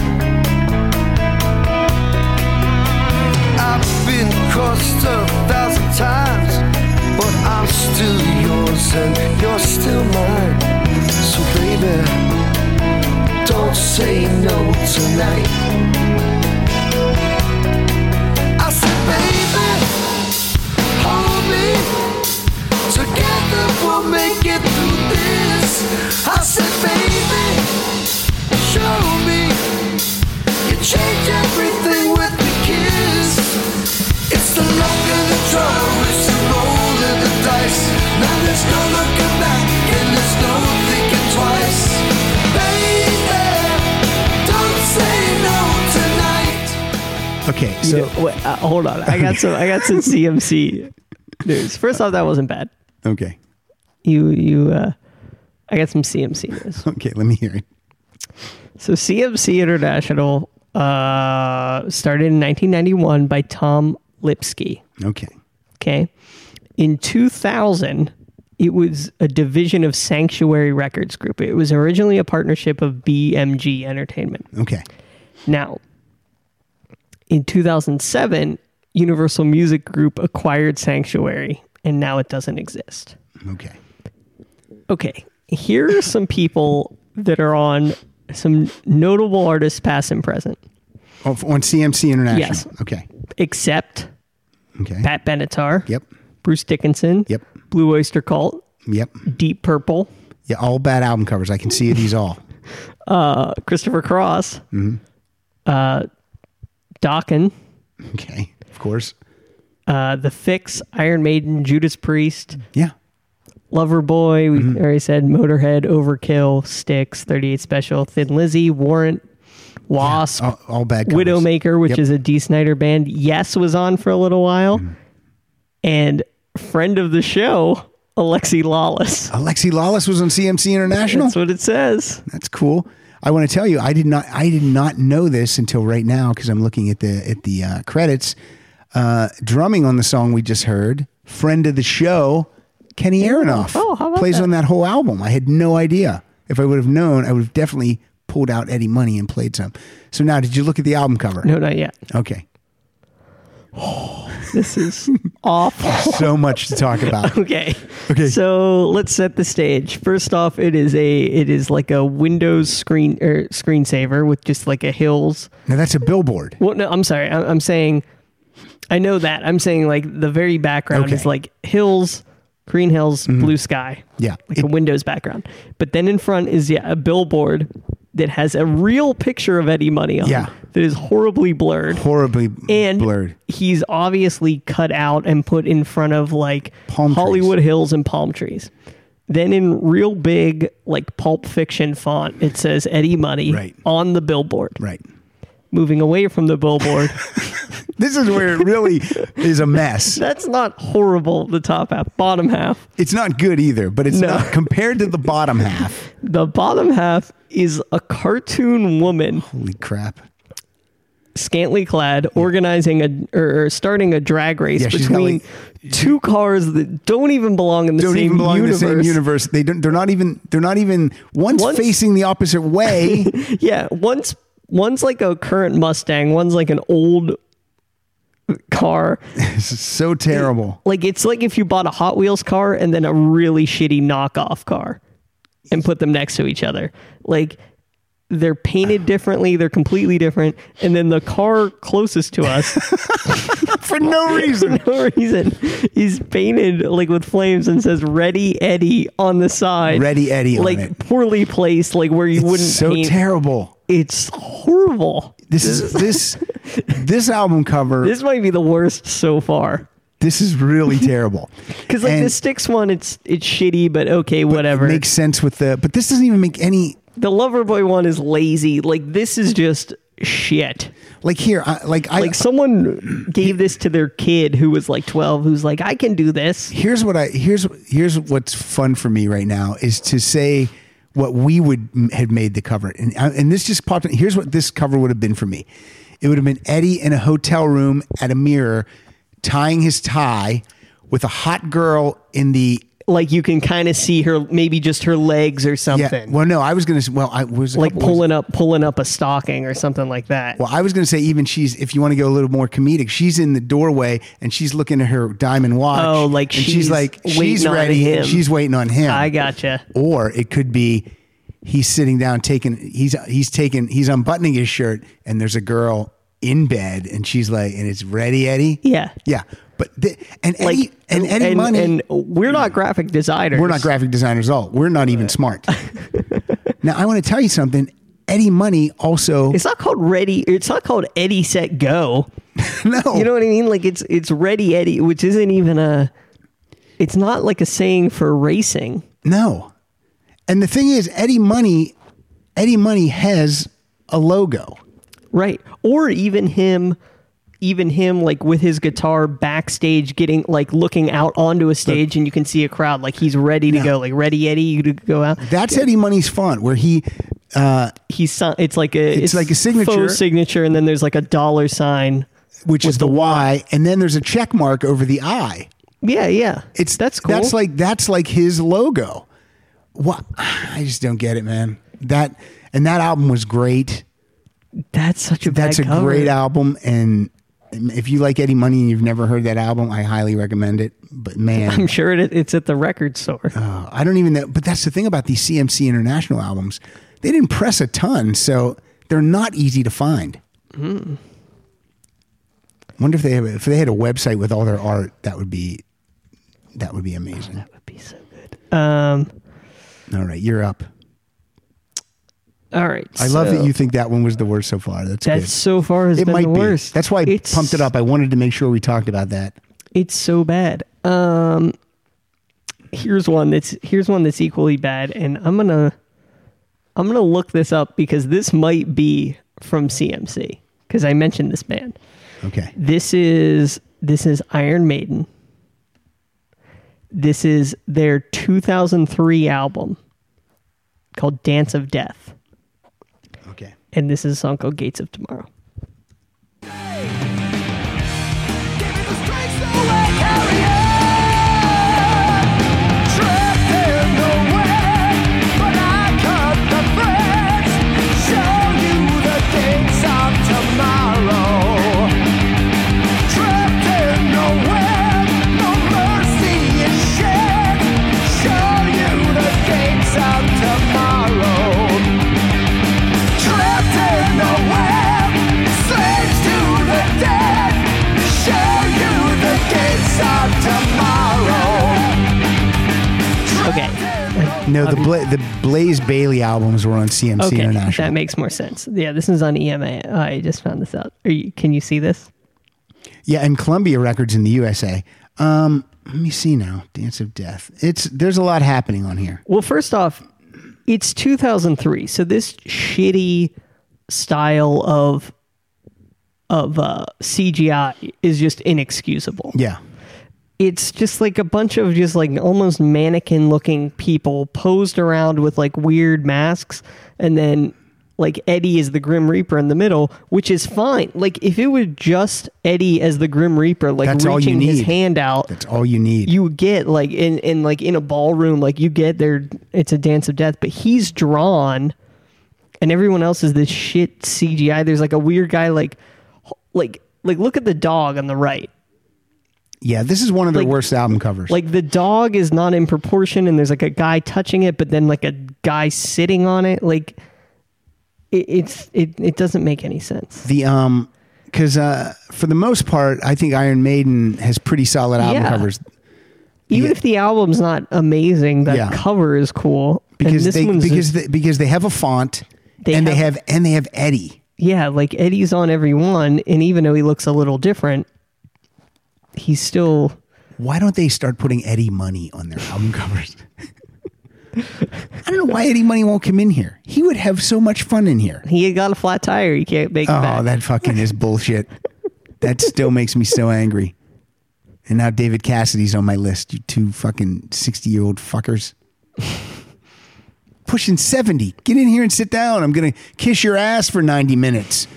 D: I've been crossed a thousand times, but I'm still yours and you're still mine. So, baby, don't say no tonight. I said, baby, hold me. Together we'll make it through this. I said, baby, show me. You change everything with the kiss. It's the luck of the draw, it's the roll of the dice. Now there's no looking back, and there's no thinking twice. Baby, don't say no tonight.
A: Okay,
B: You
A: so
B: know, wait, uh, hold on. I got some. I got some CMC news. First off, that wasn't bad.
A: okay,
B: You you. Uh, I got some CMC news.
A: okay. Let me hear it.
B: So CMC International uh, started in 1991 by Tom Lipsky.
A: Okay,
B: Okay. In 2000, it was a division of Sanctuary Records Group. It was originally a partnership of BMG Entertainment.
A: okay.
B: Now, in 2007, Universal Music Group acquired Sanctuary, and now it doesn't exist.
A: Okay.
B: Okay, here are some people that are on some notable artists, past and present,
A: Oh, f- on CMC International.
B: Yes.
A: Okay.
B: except
A: Okay.
B: Pat Benatar,
A: Yep.
B: Bruce Dickinson,
A: Yep.
B: Blue Oyster Cult,
A: Yep.
B: Deep Purple,
A: Yeah. All bad album covers. I can see these all.
B: Christopher Cross, uh,
A: Mm-hmm.
B: Dokken,
A: Okay. Of course.
B: uh, The Fix, Iron Maiden, Judas Priest,
A: Yeah.
B: Loverboy, we
A: Mm-hmm.
B: already said Motorhead, Overkill, Styx, 38 Special, Thin Lizzy, Warrant, Wasp,
A: All, all bad covers.
B: Widowmaker, which
A: Yep. Mm-hmm.
B: is a D. Snyder band. Yes was on for a little while. And friend of the show, Alexi Lawless.
A: Alexi Lawless was on CMC International.
B: That's what it says.
A: That's cool. I want to tell you, I did not, I did not know this until right now because I'm looking at the at the uh, credits. Uh, drumming on the song we just heard, friend of the show, Kenny Aronoff,
B: Oh, how about
A: plays
B: that?
A: on that whole album. I had no idea. If I would have known, I would have definitely pulled out Eddie Money and played some. So now, did you look at the album cover?
B: No, not yet.
A: Okay, <laughs>
B: This is awful.
A: so much to talk
B: <laughs>
A: about.
B: Okay.
A: Okay.
B: So let's set the stage. First off, it is a it is like a Windows screen or screensaver with just like a hills.
A: Now that's a billboard.
B: Well, no, I'm sorry. I'm, I'm saying, I know that. I'm saying like the very background
A: Okay. Mm-hmm.
B: is like hills, green hills, blue sky.
A: Yeah.
B: like
A: It-
B: a Windows background. But then in front is yeah a billboard that has a real picture of Eddie Money on.
A: Yeah.
B: that is horribly blurred
A: Horribly
B: and
A: blurred.
B: he's obviously cut out and put in front of like
A: Palm
B: Hollywood hills and palm trees. Then in real big like pulp fiction font, it says Eddie Money
A: Right.
B: on the billboard.
A: Right.
B: Moving away from the
A: <laughs>
B: billboard,
A: This is where it
B: <laughs>
A: really is a mess.
B: that's not horrible. The top half, bottom half,
A: It's not good either, but it's
B: No.
A: not compared to the bottom half.
B: <laughs> the bottom half is a cartoon woman
A: Holy crap.
B: scantily clad, organizing a or, or starting a drag race
A: Yeah, she's got,
B: between two cars that don't even belong in the
A: Don't
B: same
A: even belong
B: universe.
A: in the same universe. They don't they're not even they're not even one's
B: One's-
A: facing the opposite
B: <laughs>
A: way.
B: Yeah, one's one's like a current Mustang, one's like an old car.
A: this is so terrible.
B: Like it's like if you bought a Hot Wheels car and then a really shitty knockoff car and put them next to each other. Like they're painted differently, they're completely different, and then the car closest to us
A: For no reason. <laughs>
B: for no reason is painted like with flames and says "Ready Eddie" on the side.
A: Ready Eddie on
B: like
A: it.
B: poorly placed, like where you wouldn't
A: so
B: paint.
A: terrible.
B: it's horrible.
A: This
B: <laughs>
A: is this this album cover. This,
B: This might be the worst so far.
A: is really
B: <laughs>
A: terrible.
B: Because like
A: And
B: the sticks one, it's it's shitty, but okay, whatever.
A: makes sense with the but this doesn't even make any
B: the lover boy one is lazy. Like this is just shit.
A: Like here, I, like I
B: Like someone gave this to their kid who was like 12, who's like, I can do this.
A: here's what I here's here's what's fun for me right now is to say what we would m- have made the cover, and I- and this just popped. in. Here's what this cover would have been for me. It would have been Eddie in a hotel room at a mirror, tying his tie with a hot girl in the.
B: Like you can kind of see her, maybe just her legs or
A: Yeah,
B: something.
A: well, no, I was gonna. s- Well, I was a
B: like
A: couple- was-
B: pulling up, pulling up a stocking or something like that.
A: Well, I was going to say even she's if you want to go a little more comedic, she's in the doorway and she's looking at her diamond watch.
B: Oh, like
A: and
B: she's
A: like she's
B: waiting on
A: ready. and
B: him.
A: she's waiting on him.
B: I gotcha.
A: Or it could be he's sitting down taking he's he's taking he's unbuttoning his shirt and there's a girl in bed and she's like and it's ready Eddie.
B: Yeah.
A: Yeah. But the, and
B: Like
A: Eddie and Eddie Money
B: and we're not graphic designers.
A: we're not graphic designers at all. We're not even
B: <laughs>
A: smart. now I want to tell you something. Eddie Money also
B: It's not called ready. It's not called Eddie Set Go.
A: <laughs> no.
B: You know what I mean? Like it's it's ready Eddie, which isn't even a. It's not like a saying for racing.
A: No. And the thing is, Eddie Money, Eddie Money has a logo.
B: Right. Or even him even him like with his guitar backstage getting like looking out onto a stage and you can see a crowd like he's ready to
A: No.
B: go like ready Eddie you to go out.
A: That's Eddie Money's font, where he
B: He's si- it's like a
A: It's like a signature.
B: faux signature and then there's like a dollar sign.
A: which is the, Y, and then there's a check mark over the I.
B: Yeah, yeah.
A: It's
B: that's cool.
A: That's like that's like his logo. What I just don't get it, man. That and that album was great.
B: that's such a
A: That's a
B: bad cover.
A: great album, and if you like Eddie Money and you've never heard that album, I highly recommend it. But man,
B: I'm sure it, it's at the record store.
A: Uh, I don't even know, but that's the thing about these CMC International albums. They didn't press a ton, so they're not easy to find.
B: Mm.
A: Wonder if they have, if they had a website with all their art, that would be that would be amazing.
B: That'd be so good. Um
A: All right, you're up.
B: all right.
A: I love that
B: so
A: you think that one was the worst so far. That's,
B: That's
A: good.
B: so far has
A: It
B: been
A: might
B: the worst.
A: be. That's why I
B: It's-
A: pumped it up. I wanted to make sure we talked about that.
B: It's so bad. Um, here's one that's here's one that's equally bad, and I'm gonna I'm gonna look this up because this might be from CMC because I mentioned this band.
A: Okay.
B: This is this is Iron Maiden. This is their 2003 album called Dance of Death,
A: Okay.
B: and this is a song called Gates of Tomorrow.
D: Tomorrow Trapped in the web, slaves to the dead. Show you the gates of tomorrow.
B: Okay.
A: No, the Bla- the Blaze Bailey albums were on CMC
B: Okay,
A: International.
B: that makes more sense. Yeah, this is on E EMA. Oh, I just found this out. Are you, can you see this?
A: Yeah, and Columbia Records in the USA. Um, let me see now. Dance of Death. It's there's a lot happening on here.
B: Well, first off, it's 2003, so this shitty style of of uh, CGI is just inexcusable.
A: Yeah.
B: It's just like a bunch of just like almost mannequin looking people posed around with like weird masks, and then like Eddie is the Grim Reaper in the middle, which is fine. Like if it were just Eddie as the Grim Reaper, like
A: That's all you
B: reaching his
A: need.
B: hand out,
A: That's all you need.
B: you get like in in like in a ballroom like you get there it's a dance of death but he's drawn and everyone else is this shit cgi there's like a weird guy like h- like like look at the dog on the right
A: yeah, this is one of their
B: like-
A: worst album covers.
B: like the dog is not in proportion and there's like a guy touching it but then like a guy sitting on it like it, it's it, it doesn't make any sense
A: the um because uh, for the most part, I think Iron Maiden has pretty solid album
B: Yeah.
A: covers.
B: even
A: yeah.
B: if the album's not amazing the
A: Yeah.
B: cover is cool
A: Because
B: and this
A: they
B: one's
A: because they, because they have a font
B: They
A: and they
B: have-
A: have and they have Eddie.
B: yeah, like Eddie's on every one, and even though he looks a little different, he's still
A: Why don't they start putting <laughs> Eddie Money on their album covers? I don't know why Eddie Money won't come in here. He He would have so much fun in here.
B: He got a flat tire. He can't make it
A: Oh,
B: back.
A: that fucking is bullshit. That still makes me so angry. And now David Cassidy's on my list. You two fucking 60 year old fuckers. Pushing 70. Get in here and sit down. I'm going to kiss your ass for 90 minutes.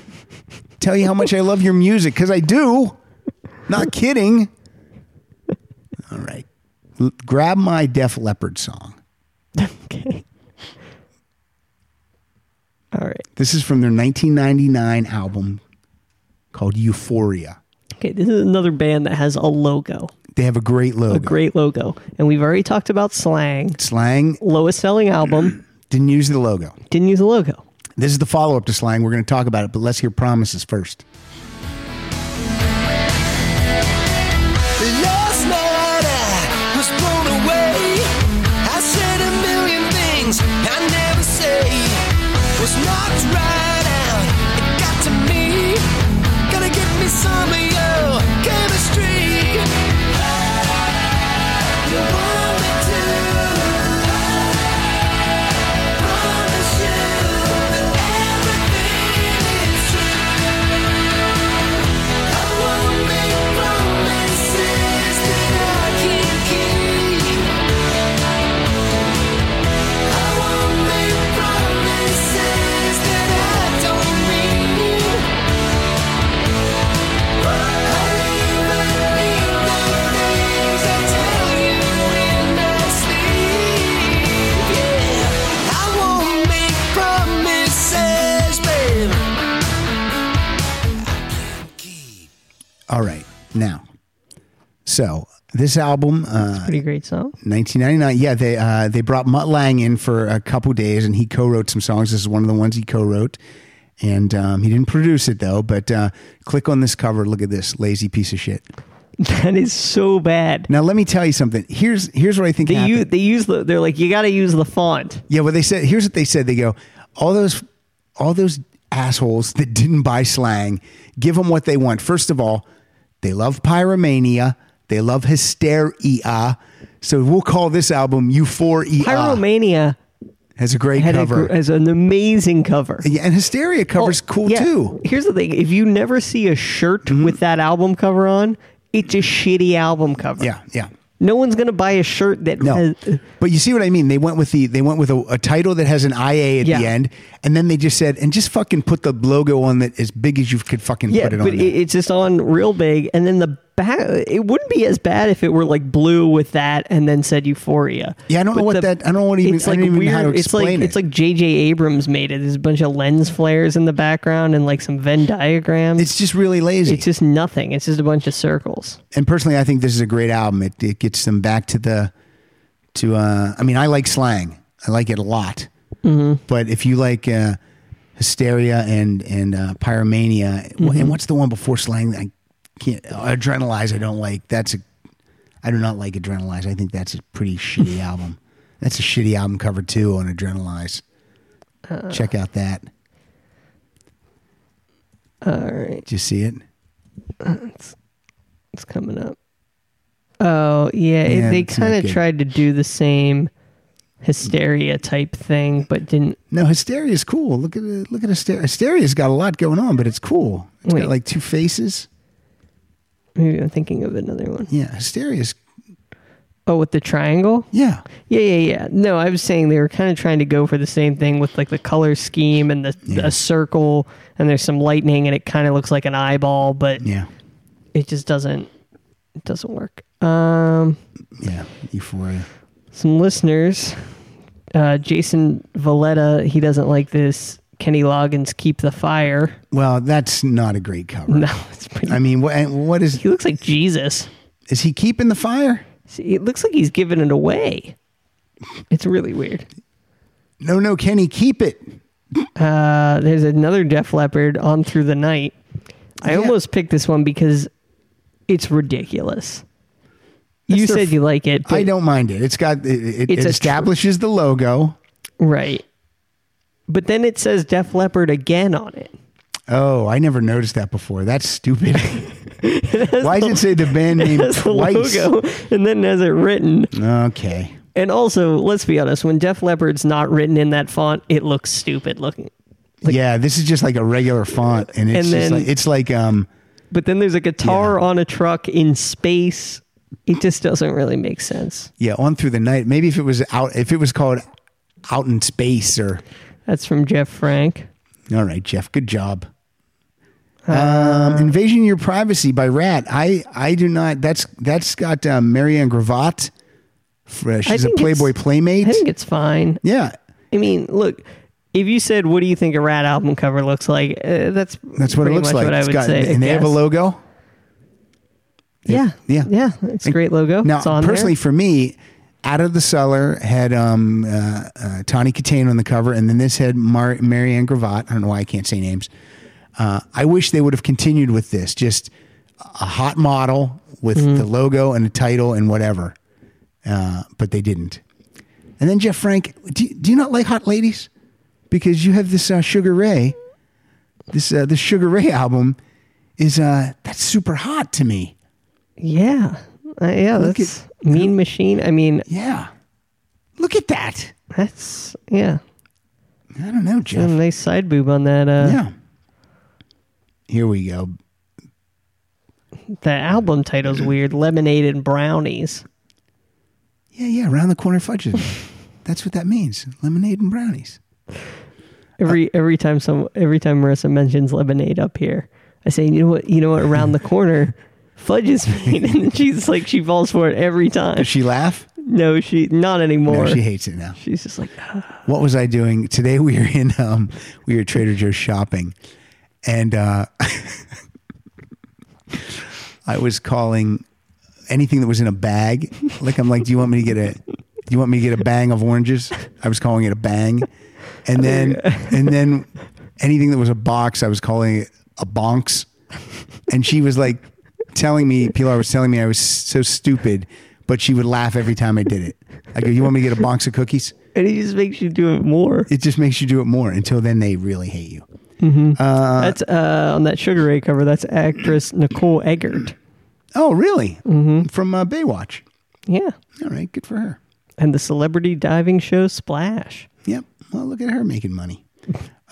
A: Tell you how much I love your music because I do. Not kidding. All right. L- grab my Def Leppard song.
B: okay. All right.
A: This is from their 1999 album called Euphoria.
B: Okay. This is another band that has a logo,
A: They have a great logo.
B: a great logo, and we've already talked about Slang.
A: Slang
B: Lowest selling album <clears throat>
A: Didn't use the logo.
B: didn't use a logo.
A: This is the follow up to slang. We're going to talk about it, but let's hear promises first.
D: Last night I was blown away. I said a million things I never say. Was knocked right out. It got to me. Gonna get me some of your chemistry. You want me to? Promise you that everything is true. I won't make promises that I can't keep. I won't make promises that I don't mean. I even mean the things I tell you in my sleep. Yeah, I won't make promises, babe.
A: All right. Now, so this album, uh,
B: Pretty great song. <laughs>
A: 1999, yeah, they, uh, they brought Mutt Lang in for a couple days and he co wrote some songs. This is one of the ones he co wrote. And um, he didn't produce it though, but uh, click on this cover. Look at this lazy piece of shit.
B: That is so bad.
A: Now let me tell you something. Here's here's what I think.
B: They
A: happened.
B: use, they use the they're like you got to use the font.
A: Yeah, well, they said here's what they said. They go, all those, all those assholes that didn't buy slang, give them what they want. First of all, they love pyromania. They love hysteria. So we'll call this album Euphoria.
B: Pyromania
A: has a great
B: had a,
A: Ah. cover.
B: gr- has an amazing cover.
A: yeah, and Hysteria covers
B: Oh,
A: cool
B: yeah.
A: too. Mm-hmm.
B: Here's the thing: if you never see a shirt with that album cover on, it's a shitty album cover.
A: Yeah, yeah.
B: no one's gonna buy a shirt that
A: No,
B: has.
A: but you see what I mean. They went with the they went with a, a title that has an IA at
B: Yeah.
A: the end, and then they just said, and just fucking put the logo on that as big as you could fucking
B: Yeah,
A: put it
B: but
A: on.
B: it,
A: there.
B: it's just on real big, and then the back. It wouldn't be as bad if it were like blue with that, and then said Euphoria.
A: Yeah, I don't know
B: But
A: what
B: the-
A: that- I don't want to even-
B: it's
A: I
B: like
A: don't even know
B: weird.
A: how to explain
B: it's like,
A: it.
B: It's like J.J. Abrams made it. There's a bunch of lens flares in the background and like some Venn diagrams.
A: it's just really lazy.
B: it's just nothing. It's just a bunch of circles.
A: and personally, I think this is a great album. It, it gets them back to the to. Uh, I mean, I like slang. I like it a lot.
B: Mm-hmm.
A: But if you like uh, hysteria and and uh, pyromania, wh-
B: Mm-hmm.
A: and what's the one before slang? that I can't. Adrenalize. I don't like. That's a. I do not like Adrenalize. I think that's a
B: <laughs>
A: pretty shitty album. That's a shitty album cover too on Adrenalize.
B: Uh.
A: Check out that.
B: All right.
A: Did you see it?
B: It's coming up. Oh yeah, it-
A: Yeah,
B: they
A: it's not
B: kind of
A: good.
B: tried to do the same hysteria type thing, but didn't.
A: No, hysteria is cool. Look at it. Look at hysteria. Hysteria's got a lot going on, but it's cool. It's
B: Wait.
A: got like two faces.
B: Maybe I'm thinking of another one.
A: Yeah, hysteria's.
B: Oh, with the triangle.
A: Yeah,
B: Yeah, yeah, yeah. No, I was saying they were kind of trying to go for the same thing with like the color scheme and the a circle, and there's some lightning, and it kind of looks like an eyeball, but
A: yeah,
B: it just doesn't. It doesn't work. Um,
A: yeah. Euphoria.
B: some listeners, uh, Jason Valletta, he doesn't like this. Kenny Loggins, keep the fire. <laughs>
A: Well, that's not a great cover.
B: No, it's pretty.
A: I mean, what, and what is
B: He looks like Jesus.
A: is he keeping the fire?
B: See, it looks like he's giving it away. It's really weird.
A: No, no, Kenny, keep it.
B: Uh, there's another Def Leppard on Through the Night. I
A: Yeah.
B: almost picked this one because it's ridiculous. you
A: That's their
B: said
A: f-
B: you like it.
A: I
B: but-
A: don't mind it. It's got it, it,
B: It's
A: it
B: a
A: establishes the logo.
B: Right. But then it says Def Leppard again on it. <laughs>
A: Oh, I never noticed that before. That's stupid. Why does it say the band name
B: That's the
A: twice?
B: logo. And then it has it written.
A: Okay.
B: And also, let's be honest, when Def Leppard's not written in that font, it looks stupid looking.
A: yeah, this is just like a regular font, and it's
B: And
A: just
B: then-
A: like it's like um
B: But then there's a guitar on a truck in space. It just doesn't really make sense.
A: yeah on through the night. Maybe if it was out, if it was called out in space or
B: That's from Jeff Frank.
A: all right, Jeff, good job.
B: Uh,
A: Um, Invasion of Your Privacy by Rat. I I do not. That's that's got um, Marianne Gravatt. For, she's a
B: think it's-
A: Playboy playmate.
B: I think it's fine.
A: yeah,
B: I mean, look, if you said, "What do you think a Rat album cover looks like?" Uh, that's
A: that's what it
B: pretty
A: looks
B: much
A: like.
B: What I
A: It's
B: would
A: got-
B: say. I
A: and they have a
B: guess.
A: logo.
B: Yeah,
A: Yeah.
B: yeah. It's a great logo.
A: Now,
B: it's on there.
A: personally, for me, out of the cellar had um, uh, uh, Tawny Katane on the cover, and then this had Mar- Marianne Gravatt. I don't know why I can't say names. Uh, I wish they would have continued with this, just a hot model with
B: Mm-hmm.
A: the logo and a title and whatever, uh, but they didn't. And then Jeff Frank, do you, do you not like hot ladies? Because you have this uh, Sugar Ray, this uh, this Sugar Ray album is uh, that's super hot to me.
B: yeah, Uh, yeah.
A: Look
B: That's Mean Machine. I mean,
A: Yeah, look at that.
B: that's yeah.
A: I don't know,
B: A
A: Jeff.
B: nice side boob on that. Uh,
A: yeah. Here we go.
B: The album title's weird. Lemonade and brownies.
A: Yeah, yeah. Round the corner fudges. That's what that means. Lemonade and brownies.
B: Every every time some every time Marissa mentions lemonade up here, I say, you know what, you know what, around the corner, fudge is <laughs> made, and she's like, she falls for it every time.
A: Does she laugh?
B: No, she not anymore.
A: No, she hates it now.
B: She's just like, "Ah."
A: What was I doing today? We were in um, we were at Trader Joe's shopping, and uh, <laughs> I was calling anything that was in a bag. Like I'm like, do you want me to get a, do you want me to get a bang of oranges? I was calling it a bang, and then and then anything that was a box, I was calling it a bonks, and she was like telling me Pilar was telling me I was so stupid, but she would laugh every time I did it. I go, you want me to get a box of cookies?
B: and it just makes you do it more.
A: it just makes you do it more until then they really hate you.
B: that's uh, on that Sugar Ray cover. That's actress Nicole Eggert.
A: Oh, really? Mm-hmm. From uh, Baywatch.
B: Yeah,
A: All right, good for her.
B: and the celebrity diving show Splash.
A: Yep. Well, look at her making
B: <laughs>
A: money.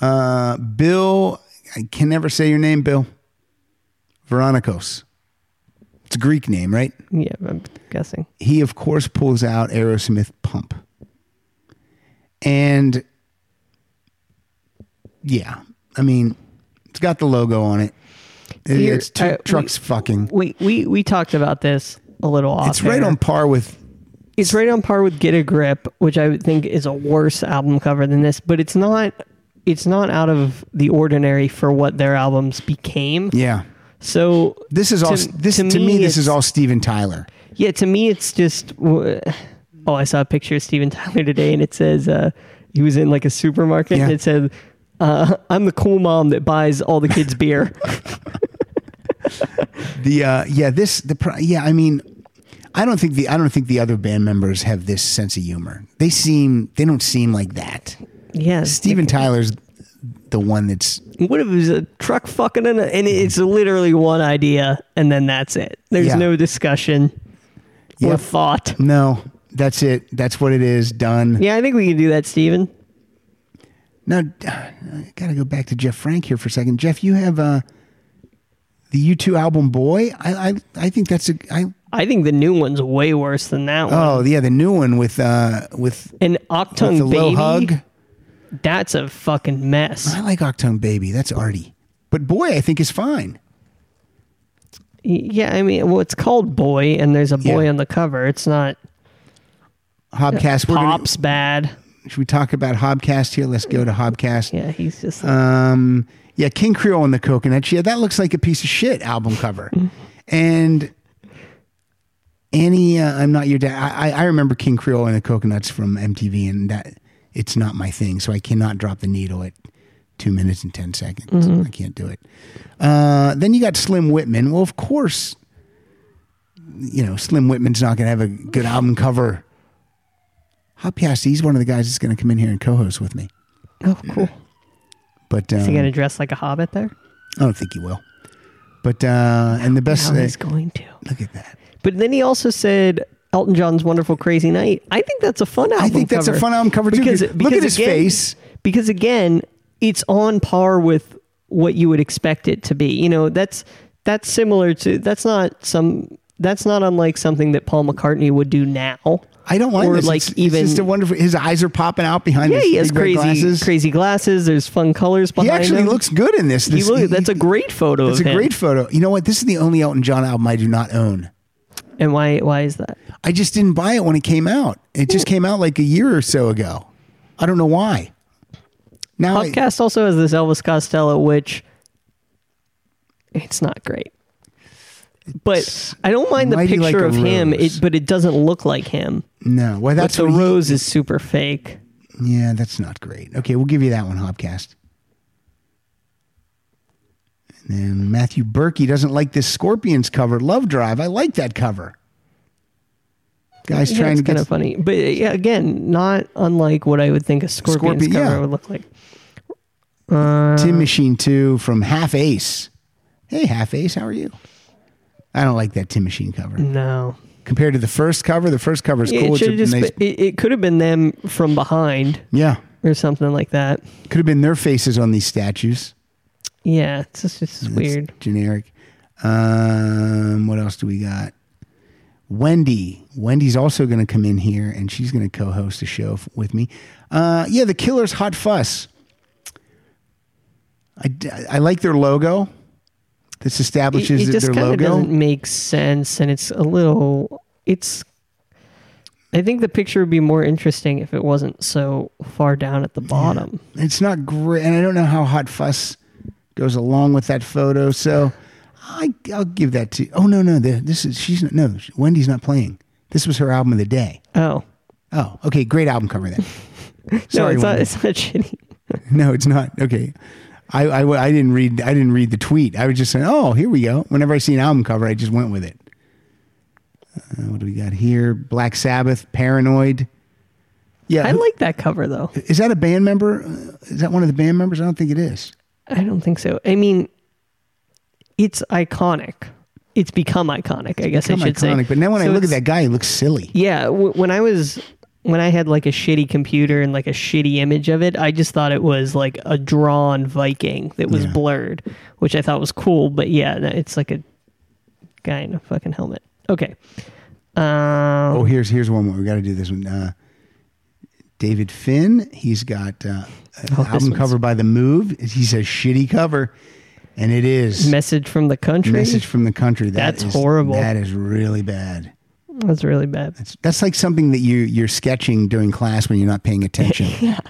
A: Uh, Bill, I can never say your name, Bill. Veronikos. It's a Greek name, right?
B: Yeah, I'm guessing.
A: He, of course, pulls out Aerosmith Pump. And yeah, I mean, it's got the logo on it. It-
B: Here,
A: it's two
B: uh, we-
A: trucks fucking.
B: We we we talked about this a little off.
A: It's right
B: air.
A: on par with
B: It's right on par with Get a Grip, which I would think is a worse album cover than this, but it's not it's not out of the ordinary for what their albums became.
A: yeah.
B: So
A: This is all.
B: To-
A: this to
B: to
A: me,
B: me,
A: this is
B: it's-
A: all Steven Tyler.
B: yeah, to me it's just w- oh, I saw a picture of Steven Tyler today and it says uh, he was in like a supermarket and
A: Yeah.
B: it said uh, I'm the cool mom that buys all the
A: <laughs>
B: kids beer.
A: The uh, yeah, this the pro- yeah. I mean, I don't think the I don't think the other band members have this sense of humor. They seem they don't seem like that.
B: yeah,
A: Steven Tyler's the one that's
B: What if it was a truck fucking in a, and it's literally one idea and then that's it. There's
A: Yeah.
B: no discussion
A: Yeah.
B: or thought.
A: no. That's it. That's what it is. Done.
B: Yeah, I think we can do that, Steven.
A: Now, I gotta go back to Jeff Frank here for a second. Jeff, you have uh, the U two album Boy. I I, I think that's a I.
B: I think the new one's way worse than that one.
A: Oh yeah, the new one with uh with,
B: An
A: with
B: Octung
A: the
B: Baby,
A: low hug.
B: that's a fucking mess.
A: I like Octone Baby. That's arty. But boy, I think is fine.
B: Y- Yeah, I mean, well, it's called Boy, and there's a boy
A: Yeah.
B: on the cover. It's not
A: Hobcast. We're gonna,
B: Pop's bad.
A: should we talk about Hobcast here? Let's go to Hobcast.
B: Yeah, he's just
A: Um, yeah, King Creole and the Coconuts. Yeah, that looks like a piece of shit album cover.
B: Mm-hmm.
A: and Annie, uh, I'm not your dad. I, I- I remember King Creole and the Coconuts from MTV, and that it's not my thing, so I cannot drop the needle at two minutes and ten seconds.
B: Mm-hmm.
A: I can't do it. Uh, then you got Slim Whitman. Well, of course, you know Slim Whitman's not going to have a good album cover. Hop Yassi, he's one of the guys that's going to come in here and co-host with me.
B: oh cool.
A: But um,
B: Is he gonna dress like a hobbit there?
A: I don't think he will. But uh, and the best
B: No, he's
A: uh,
B: going to.
A: look at that.
B: But then he also said, Elton John's Wonderful Crazy Night. I think that's a fun album.
A: I think that's a
B: cover.
A: fun album cover too.
B: Because,
A: Look at
B: because
A: his
B: again-
A: face.
B: Because again, it's on par with what you would expect it to be. You know, that's that's similar to that's not some that's not unlike something that Paul McCartney would do now.
A: I don't like
B: or
A: this.
B: like
A: It's- it's
B: even
A: just a wonderful. His eyes are popping out behind.
B: yeah,
A: his
B: he has
A: big red
B: crazy
A: glasses.
B: crazy glasses. There's fun colors behind
A: He actually
B: him.
A: looks good in this.
B: He
A: This-
B: look-
A: he-
B: that's a great photo.
A: It's
B: of
A: a
B: him.
A: great photo. You know what? This is the only Elton John album I do not own.
B: And why why is that?
A: I just didn't buy it when it came out. It just came out like a year or so ago. I don't know why. Now, I-
B: Podcast also has this Elvis Costello, which it's not great. But I don't mind the
A: mighty
B: picture
A: like a
B: of him,
A: rose.
B: it, but it doesn't look like him.
A: no. Well, that's
B: That's the
A: what he-
B: rose is super fake.
A: yeah, that's not great. Okay, we'll give you that one, Hopcast. And then Matthew Berkey doesn't like this Scorpions cover, Love Drive. I like that cover. Guys
B: Yeah,
A: trying
B: it's
A: to get
B: kind of funny, but uh, yeah, again, not unlike what I would think a scorpion's
A: Scorpion,
B: cover
A: yeah.
B: would look like. uh,
A: Tim Machine 2 from Half Ace. Hey, Half Ace, how are you? I don't like that Tim Machine cover.
B: No,
A: Compared to the first cover, the first cover is
B: Mm. Yeah,
A: cool.
B: it
A: It's
B: should
A: a
B: have just
A: nice-
B: been- it, it could have been them from behind
A: yeah.
B: or something like that.
A: Could have been their faces on these statues.
B: Yeah, it's just, it's just
A: That's
B: weird.
A: Generic. Um, what else do we got? Wendy. Wendy's also going to come in here and she's going to co host a show f- with me. Uh, yeah, The Killer's Hot Fuss. I, d- I like their logo. This
B: It,
A: establishes
B: it
A: that
B: just
A: their
B: kind of
A: logo.
B: doesn't make sense, and it's a little. It's. I think the picture would be more interesting if it wasn't so far down at the bottom.
A: It's not great, and I don't know how hot fuss goes along with that photo. So I, I'll give that to. Oh no, no, the, this is she's not, no Wendy's not playing. This was her album of the day.
B: Oh
A: Oh, okay, great album cover then.
B: <laughs> no,
A: Sorry,
B: it's not.
A: Wendy.
B: It's not shitty.
A: <laughs> no, it's not. Okay, I, I, w- I didn't read I didn't read the tweet. I was just saying, oh, here we go. Whenever I see an album cover, I just went with it. Uh, what do we got here? Black Sabbath, Paranoid. Yeah, <laughs>
B: I
A: who-
B: like that cover though.
A: Is that a band member? Uh, Is that one of the band members? I don't think it is.
B: I don't think so. I mean, it's iconic. It's become iconic. I guess I
A: become
B: should say.
A: iconic, But now when I
B: So
A: look at
B: it's-
A: that guy, he looks silly.
B: yeah, w- when I was when I had like a shitty computer and like a shitty image of it, I just thought it was like a drawn Viking that was
A: Yeah.
B: blurred, which I thought was cool. But yeah, no, it's like a guy in a fucking helmet. Okay. Uh,
A: Oh, here's here's one more. We got to do this one. Uh, David Finn. He's got uh, an
B: Oh, this
A: album
B: one's-
A: cover by The Move. He says shitty cover, and it is
B: message from the country.
A: message from the country. That
B: That's
A: is-
B: horrible.
A: That is really bad.
B: That's really bad.
A: That's, that's like something that you you're sketching during class when you're not paying
B: <laughs>
A: attention. yeah,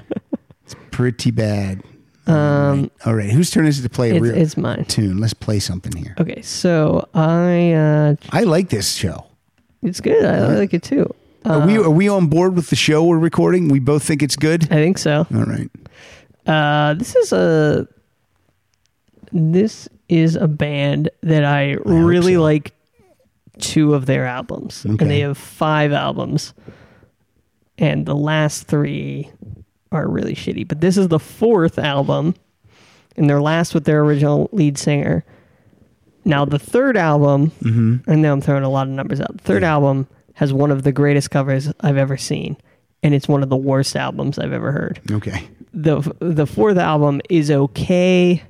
A: it's pretty bad. all, right. All right, whose turn is it to play a
B: Um, It's,
A: real
B: it's mine.
A: tune? Let's play something here.
B: Okay, so I uh,
A: I like this show.
B: it's good. I like it too.
A: are
B: Uh,
A: we are we on board with the show we're recording? We both think it's good.
B: I think so.
A: All right.
B: Uh, this is a this is a band that I, really
A: so.
B: like two of their albums.
A: Okay.
B: And they have five albums. And the last three are really shitty. But this is the fourth album. And they're last with their original lead singer. Now the third album
A: Mm-hmm.
B: I know I'm throwing a lot of numbers out. The third album has one of the greatest covers I've ever seen. And it's one of the worst albums I've ever heard
A: Okay.
B: the the fourth album is okay,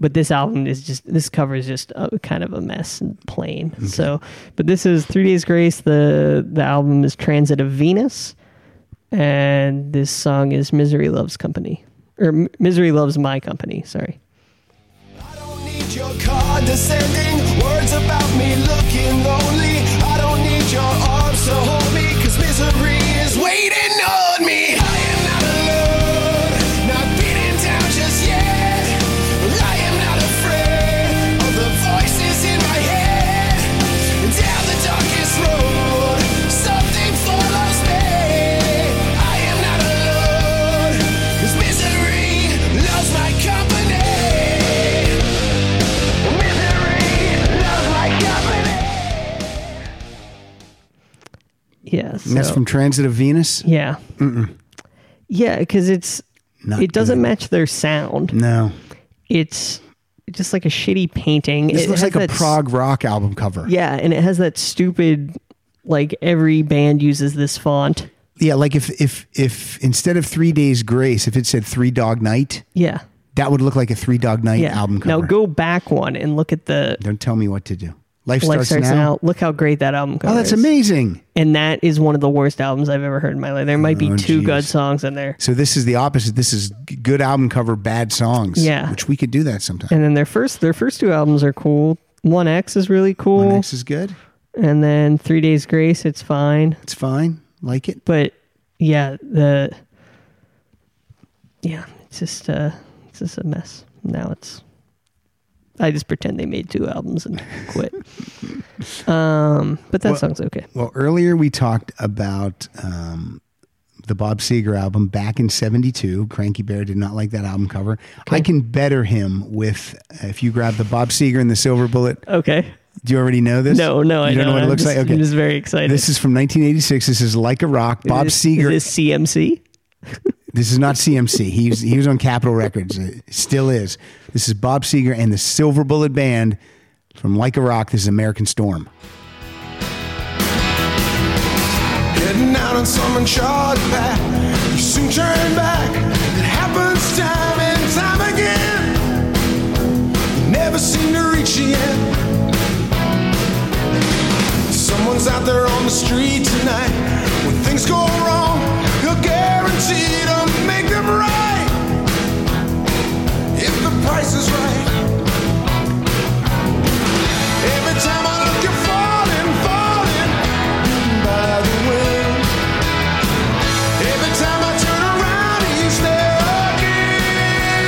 B: but this album is just this cover is just uh kind of a mess and plain.
A: Mm-hmm.
B: So, but this is Three Days Grace. The the album is Transit of Venus, and this song is Misery Loves Company or M- Misery Loves My Company. Sorry.
D: I don't need your condescending words about me looking lonely. I don't need your arms to hold me, cause misery is waiting on me. I am not alone, not beaten down just yet. I am not afraid of the voices in my head. Down the darkest road, something follows me. I am not alone, cause misery loves my company.
B: Yes.
A: And that's from Transit of Venus?
B: yeah. Yeah, because it's
A: Not
B: it doesn't
A: good.
B: match their sound.
A: No.
B: It's just like a shitty painting.
A: This
B: it
A: looks
B: has
A: like a
B: that s-
A: prog rock album cover.
B: Yeah, and it has that stupid like every band uses this font.
A: Yeah, like if if if instead of Three Days Grace, if it said Three Dog Night,
B: Yeah.
A: that would look like a Three Dog Night
B: Yeah.
A: album
B: Now
A: cover.
B: go back one and look at the
A: Don't tell me what to do. Life,
B: Life
A: starts,
B: Starts
A: now.
B: Now. Look how great that album cover
A: Oh, that's
B: is.
A: amazing.
B: And that is one of the worst albums I've ever heard in my life. There might be
A: Oh,
B: two
A: geez.
B: good songs in there.
A: So this is the opposite. This is g- good album cover, bad songs.
B: Yeah.
A: which we could do that sometime.
B: And then their first their first two albums are cool. One X is really cool.
A: Next is good.
B: and then Three Days Grace, it's fine.
A: It's fine. Like it.
B: But yeah, the yeah, it's just uh, it's just a mess. Now it's I just pretend they made two albums and <laughs> quit. um, but that sounds okay.
A: Well, earlier we talked about um, the Bob Seger album back in '72. Cranky Bear did not like that album cover. I can better him with if you grab the Bob Seger and the Silver Bullet.
B: Okay.
A: Do you already know this?
B: No, no,
A: you
B: I
A: don't know what
B: I'm
A: it looks
B: just-
A: like. Okay,
B: I'm just very excited.
A: this is from 1986. This is like a rock. Bob
B: Is this-
A: Seger.
B: <laughs> Is this CMC?
A: This is not CMC. He was, he was on Capitol Records. It still is. This is Bob Seger and the Silver Bullet Band from Like a Rock. This is American Storm.
G: Heading out on some uncharted path. You soon turn back. It happens time and time again. You never seem to reach the end. Someone's out there on the street tonight. When things go wrong, you're guaranteed to make them right. If the price is right. Every time I look, you're falling, falling by the wind. Every time I turn around, he's there again.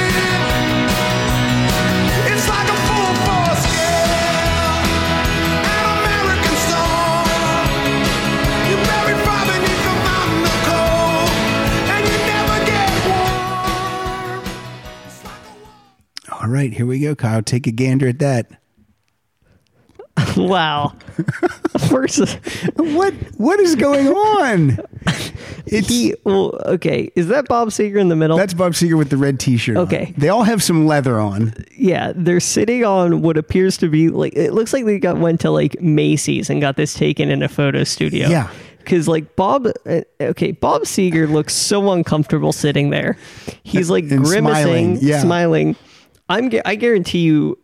G: It's like a full force scale, an American storm. You bury far beneath the mountain of cold, and you never get warm. It's like a wa-
A: All right, here we go, Kyle. Take a gander at that. <laughs>
B: Wow. First,
A: What what is going
B: <laughs>
A: on? It's
B: he, well, okay. Is that Bob Seger in the middle?
A: that's Bob Seger with the red T-shirt. on.
B: Okay.
A: they all have some leather on.
B: yeah, they're sitting on what appears to be like it looks like they got went to like Macy's and got this taken in a photo studio.
A: Yeah.
B: Cause like Bob, uh, okay, Bob Seger looks so uncomfortable sitting there. He's like
A: And
B: grimacing,
A: smiling, yeah.
B: smiling. I'm gu- I guarantee you,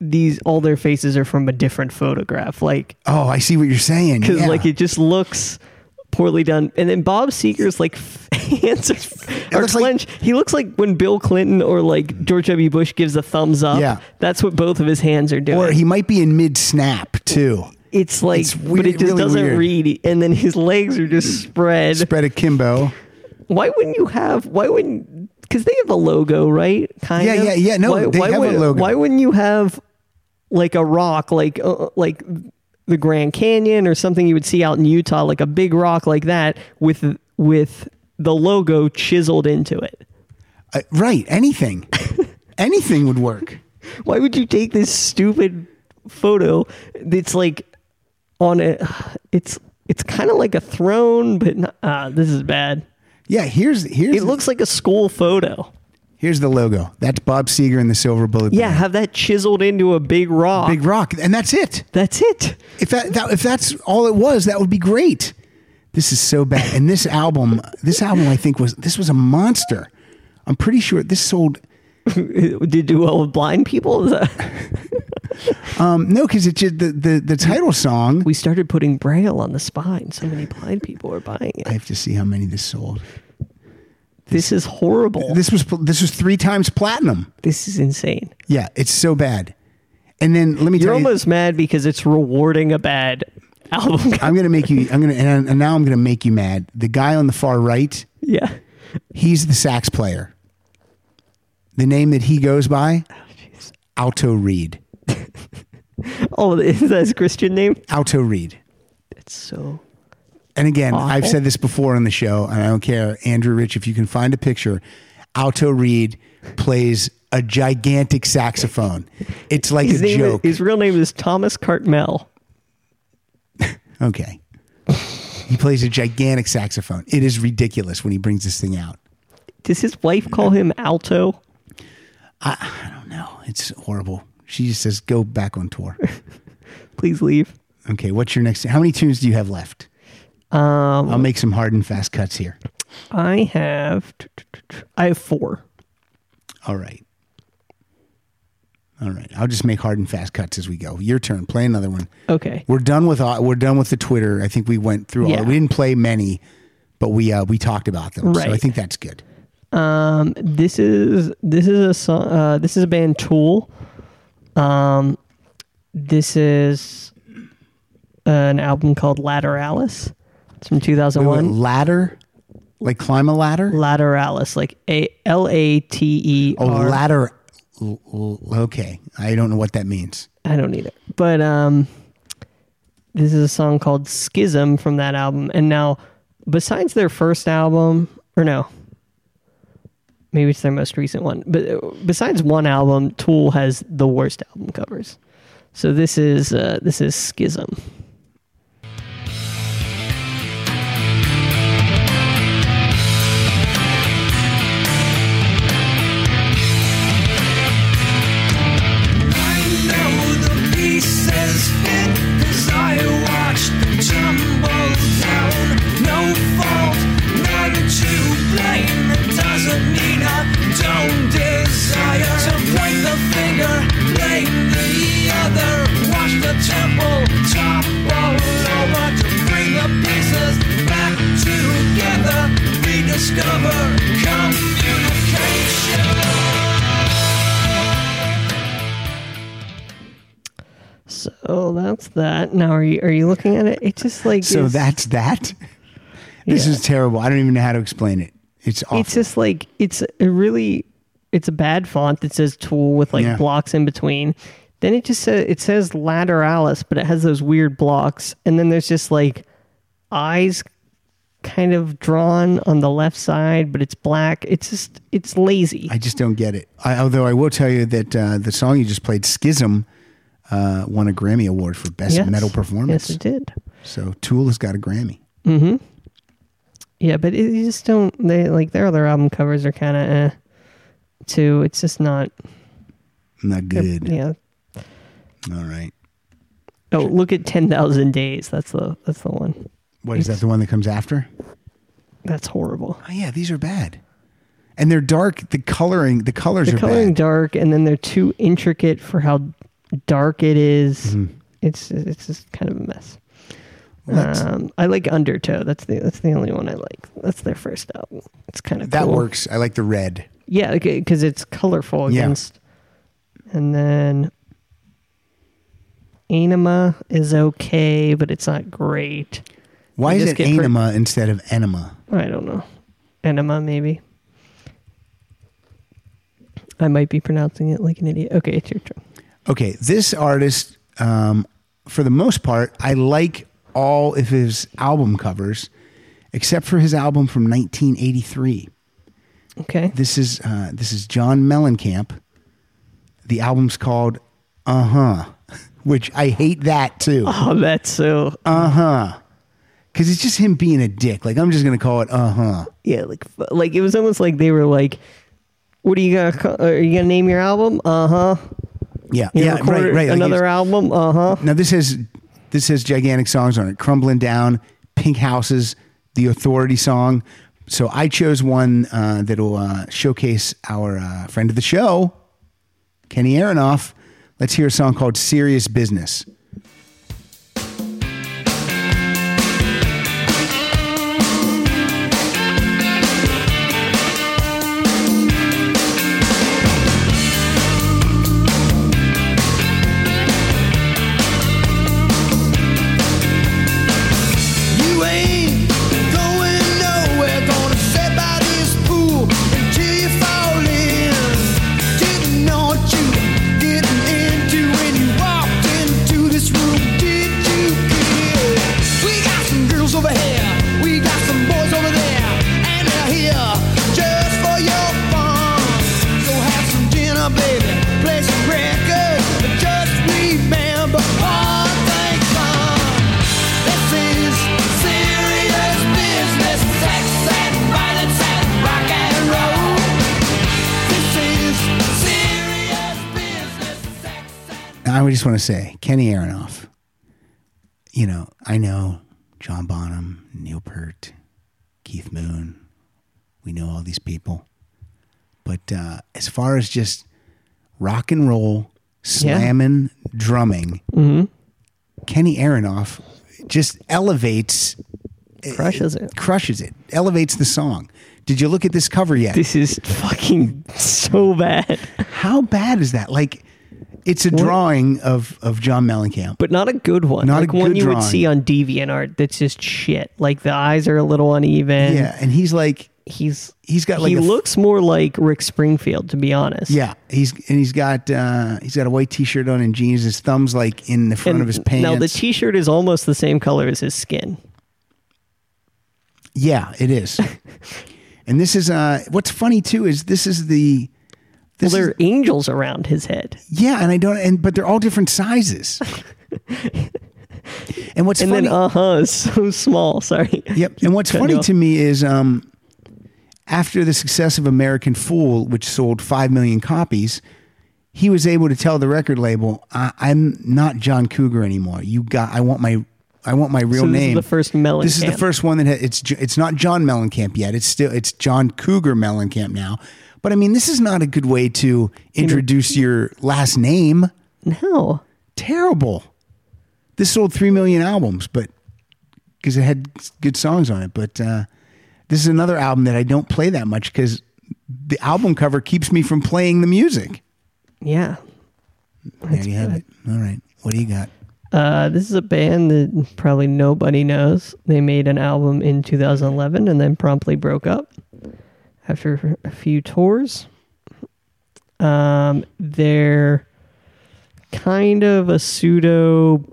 B: these all their faces are from a different photograph. Like
A: Oh, I see what you're saying.
B: because
A: Yeah.
B: like it just looks poorly done. And then Bob Seger's like <laughs> f- hands are, are
A: looks like-
B: clenched. he looks like when Bill Clinton or like George W. Bush gives a thumbs up.
A: Yeah.
B: that's what both of his hands are doing.
A: or he might be in mid snap too.
B: it's like,
A: it's weird-
B: but it just
A: really
B: doesn't
A: weird.
B: read. And then his legs are just spread.
A: Spread akimbo.
B: why wouldn't you have? Why wouldn't? Because they have a logo, right? Kind
A: Yeah,
B: of.
A: yeah, yeah. No, they have a
B: would,
A: logo.
B: Why wouldn't you have like a rock, like uh, like the Grand Canyon or something you would see out in Utah, like a big rock like that with with the logo chiseled into it?
A: Uh, right,
B: <laughs>
A: anything, anything would work.
B: Why would you take this stupid photo that's like on a? It's it's kind of like a throne, but not, ah, this is bad.
A: Yeah, here's here's
B: It looks like a school photo.
A: Here's the logo. That's Bob Seger and the Silver Bullet.
B: Yeah,
A: Band.
B: have that chiseled into a big rock.
A: Big Rock, and that's it.
B: That's it.
A: If that, that if that's all it was, that would be great. This is so bad. And this album, this album, I think was this was a monster. I'm pretty sure this sold
B: Did you do well with blind people?
A: um, no because it just the, the the title song.
B: we started putting braille on the spine. So many blind people are buying
A: I
B: it.
A: have to see how many this sold.
B: This is horrible. This,
A: This was pl- this was three times platinum.
B: is insane.
A: Yeah, it's so bad. And then let me
B: You're
A: tell you,
B: almost mad because it's rewarding a bad
A: <laughs>
B: album.
A: I'm gonna make you. I'm gonna and, and now I'm gonna make you mad. The guy on the far right,
B: yeah.
A: he's the sax player. The name that he goes by, Alto Reed.
B: Oh, is that his Christian name?
A: Alto Reed.
B: It's so.
A: And again, I've
B: Awful.
A: said this before on the show, and I don't care, Andrew Rich, if you can find a picture, Alto Reed plays a gigantic saxophone. It's like
B: His
A: a
B: name.
A: joke.
B: His real name is Thomas Cartmel.
A: okay. He plays a gigantic saxophone. It is ridiculous when he brings this thing out.
B: Does his wife call him Alto?
A: No, it's horrible. She just says, go back on tour.
B: Please leave.
A: Okay, what's your next? How many tunes do you have left? Um, I'll make some hard and fast cuts here.
B: I have I have four.
A: All right. All right. I'll just make hard and fast cuts as we go. Your turn. Play another one.
B: Okay.
A: We're done with all, we're done with the Twitter. I think we went through
B: Yeah.
A: all. We didn't play many, but we uh, we talked about them. So I
B: Right.
A: think that's good.
B: Um, this is this is a song. Uh, this is a band Tool. Um, this is an album called Lateralis. It's from two thousand
A: What,
B: one.
A: ladder, like climb a ladder.
B: Lateralis, like A L A T E
A: oh,
B: R.
A: ladder. l- l- Okay, I don't know what that means.
B: I don't either. But um, this is a song called Schism from that album. And now, besides their first album, or no, maybe it's their most recent one, but uh, besides one album, Tool has the worst album covers. So this is uh, this is Schism.
E: Discover communication.
B: So that's that. Now are you are you looking at it? It's just like
A: So
B: it's,
A: that's that. <laughs> This
B: Yeah.
A: is terrible. I don't even know how to explain it. It's awful.
B: it's just like it's a really it's a bad font that says tool with like
A: Yeah.
B: blocks in between then it just says it says lateralis but it has those weird blocks and then there's just like eyes kind of drawn on the left side but it's black it's just it's lazy
A: I just don't get it. I, although I will tell you that uh, the song you just played, Schism, uh, won a Grammy Award for Best
B: Yes.
A: Metal Performance.
B: yes it did
A: So Tool has got a Grammy.
B: yeah but it, you just don't they like their other album covers are kind of eh, too it's just not
A: Not good.
B: yeah
A: All right.
B: oh look at 10000 days that's the that's the one
A: What is that? The one that comes after?
B: that's horrible
A: Oh yeah, these are bad. And they're dark. The coloring, the colors
B: the
A: are
B: coloring
A: bad.
B: dark and then they're too intricate for how dark it is.
A: Mm-hmm.
B: It's it's just kind of a mess.
A: That's-
B: Um, I like Undertow. That's the that's the only one I like. That's their first album. It's kind of
A: that
B: cool.
A: works. I like the red.
B: Yeah, because it's colorful
A: Yeah.
B: against. And then Anima is okay, but it's not great.
A: Why
B: You
A: is
B: just
A: it
B: get pre-
A: anima instead of enema?
B: I don't know. Enema, maybe. I might be pronouncing it like an idiot. Okay, it's your turn.
A: Okay, this artist, um, for the most part, I like all of his album covers, except for his album from 1983.
B: Okay.
A: This is uh, this is John Mellencamp. The album's called Uh Huh, <laughs> which I hate that too.
B: Oh, that's so.
A: Because it's just him being a dick. Like, I'm just going to call it Uh Huh.
B: yeah, like f- like it was almost like they were like, "What are you gonna call, are you gonna name your album? Uh huh.
A: Yeah.
B: You
A: yeah.
B: record
A: Right. Right. Like,
B: Another
A: it's-
B: album? Uh huh.
A: Now this has this has gigantic songs on it. Crumbling Down, Pink Houses, the Authority song. So I chose one uh, that'll uh, showcase our uh, friend of the show, Kenny Aronoff. Let's hear a song called "Serious Business."
E: You ain't going nowhere. Gonna sit by this pool until you fall in. Didn't know what you were getting into when you walked into this room. Did you feel? We got some girls over here. We got some boys over there, and they're here just for your fun. So have some dinner, baby. Play some records, but just remember one thing, fun. This is serious business, sex and violence and rock and roll. This is serious business, sex and
A: Now, I just want to say, Kenny Aronoff, you know, I know John Bonham, Neil Peart, Keith Moon. We know all these people. But uh, as far as just rock and roll, slamming, drumming, Kenny Aronoff just elevates,
B: Crushes it.
A: crushes it, elevates the song. Did you look at this cover yet?
B: This is fucking so bad.
A: How bad is that? Like, it's a drawing of, of John Mellencamp.
B: But not a good one.
A: Not a
B: like one
A: good
B: you would
A: drawing.
B: see on DeviantArt that's just shit. Like the eyes are a little uneven.
A: yeah, and he's like,
B: He's
A: He's got like
B: he
A: a f-
B: looks more like Rick Springfield, to be honest.
A: Yeah, he's and he's got uh, he's got a white T-shirt on and jeans. His thumbs like in the front
B: And
A: of his pants.
B: Now the T-shirt is almost the same color as his skin.
A: yeah, it
B: <laughs>
A: is. and this is uh, what's funny too is this is the
B: Well,
A: this
B: there
A: is,
B: are angels around his head,
A: yeah, and I don't and but they're all different
B: <laughs>
A: sizes. and what's
B: and
A: funny,
B: then uh huh is <laughs> so small. Sorry.
A: Yep. <laughs> And what's
B: Cut
A: funny
B: you off.
A: to me is um, after the success of American Fool, which sold 5 million copies, he was able to tell the record label, I- I'm not John Cougar anymore. You got, I want my. I want my real
B: So this is
A: name.
B: the first
A: This is the
B: Mellencamp.
A: first one that ha- it's J- it's not John Mellencamp yet. It's still it's John Cougar Mellencamp now. But I mean, this is not a good way to introduce your last name.
B: No.
A: Terrible. This sold three million albums, but because it had good songs on it. But uh, this is another album that I don't play that much because the album cover keeps me from playing the music.
B: Yeah.
A: there you have it. All right, what do you got?
B: Uh, this is a band that probably nobody knows. They made an album in 2011 and then promptly broke up after a few tours. Um, they're kind of a pseudo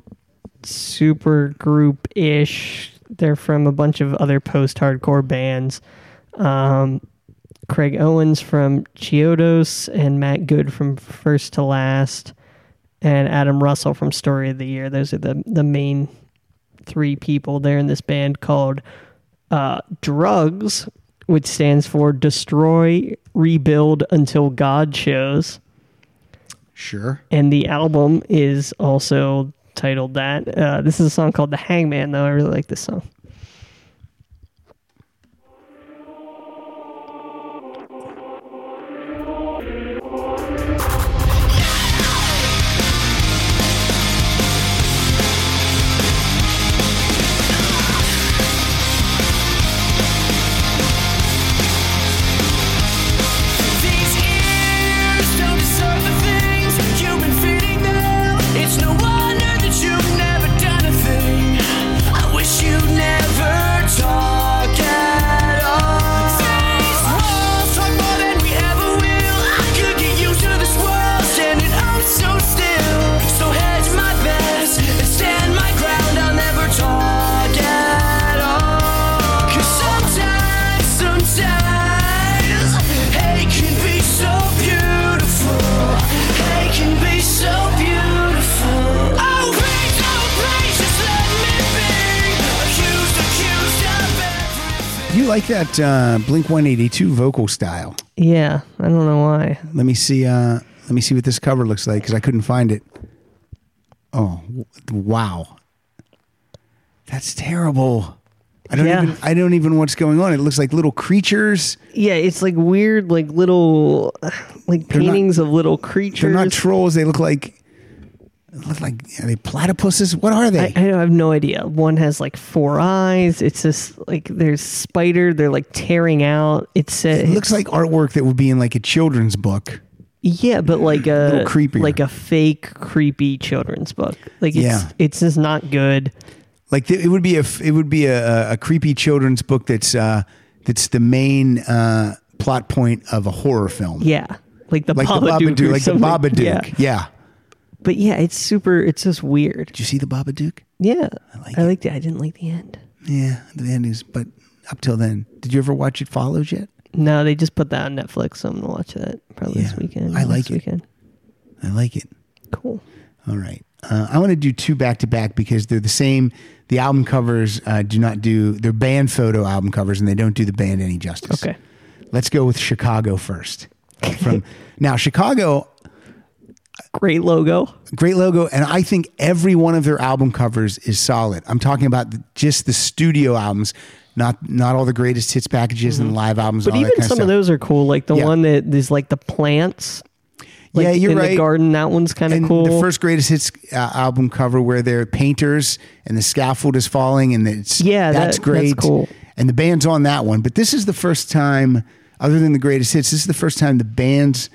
B: super group ish. They're from a bunch of other post hardcore bands. Um, Craig Owens from Chiodos and Matt Good from First to Last and Adam Russell from Story of the Year. Those are the the main three people there in this band called uh, Drugs, which stands for Destroy, Rebuild Until God Shows,
A: Sure.
B: and the album is also titled that. Uh, this is a song called The Hangman, though. I really like this song.
E: These ears don't deserve the things you've been feeding them. It's no wonder that you've never done a thing. I wish you'd never talk at all. Face walls talk more than we ever will. I could get used to this world standing up so still. So hedge my bets and stand my ground. I'll never talk at all. 'Cause sometimes, sometimes, hate can be so beautiful. Hate can be so beautiful. Oh, please, oh, please, just let me be. Accused, accused of everything.
A: You like that uh, Blink One Eighty Two vocal style?
B: Yeah, I don't know why.
A: Let me see. Uh, let me see what this cover looks like because I couldn't find it. Oh w- wow, that's terrible. I don't
B: Yeah.
A: even. I don't even know what's going on. It looks like little creatures.
B: Yeah, it's like weird, like little, like
A: not-
B: paintings of little creatures.
A: They're not trolls. They look like look like are they platypuses? What are
B: I,
A: they?
B: I have no idea. One has like four eyes. It's just like there's spider. They're like tearing out. It's a,
A: it looks like artwork that would be in like a children's book.
B: yeah, but like a,
A: little creepier.
B: like a fake creepy children's book. Like it's
A: Yeah.
B: it's just not good.
A: Like th- it would be a f- it would be a, a- a creepy children's book that's uh, that's the main uh, plot point of a horror film.
B: Yeah, like the
A: Like the
B: Babadook,
A: Babadook,
B: or
A: like
B: something.
A: the Babadook.
B: Yeah.
A: Yeah.
B: But yeah, it's super. It's just weird.
A: Did you see the Babadook?
B: Yeah, I
A: like
B: like. I
A: it.
B: liked it. I didn't like the end.
A: Yeah, the endings. But up till then, did you ever watch It Follows yet?
B: No, they just put that on Netflix. So I'm gonna watch that probably
A: Yeah,
B: this weekend.
A: I
B: or
A: like
B: next
A: it.
B: Weekend.
A: I like it.
B: Cool.
A: All right. Uh, I want to do two back to back because they're the same. The album covers uh, do not do, they're band photo album covers and they don't do the band any justice.
B: Okay.
A: <laughs> Let's go with Chicago first. From Now, Chicago,
B: Great logo.
A: Great logo, and I think every one of their album covers is solid. I'm talking about the, just the studio albums, not not all the greatest hits packages and live albums.
B: Mm-hmm.
A: and
B: But
A: all
B: even
A: that kind
B: some
A: of,
B: of
A: stuff.
B: those are cool. Like the
A: Yeah.
B: one that is like the plants. Like
A: Yeah, you're
B: in The
A: right.
B: garden. That one's kind
A: and
B: of cool.
A: the first greatest hits uh, album cover where they're painters and the scaffold is falling and it's
B: Yeah, that-
A: that's
B: that's
A: great
B: cool.
A: and the band's on that one but this is the first time other than the greatest hits this is the first time the band's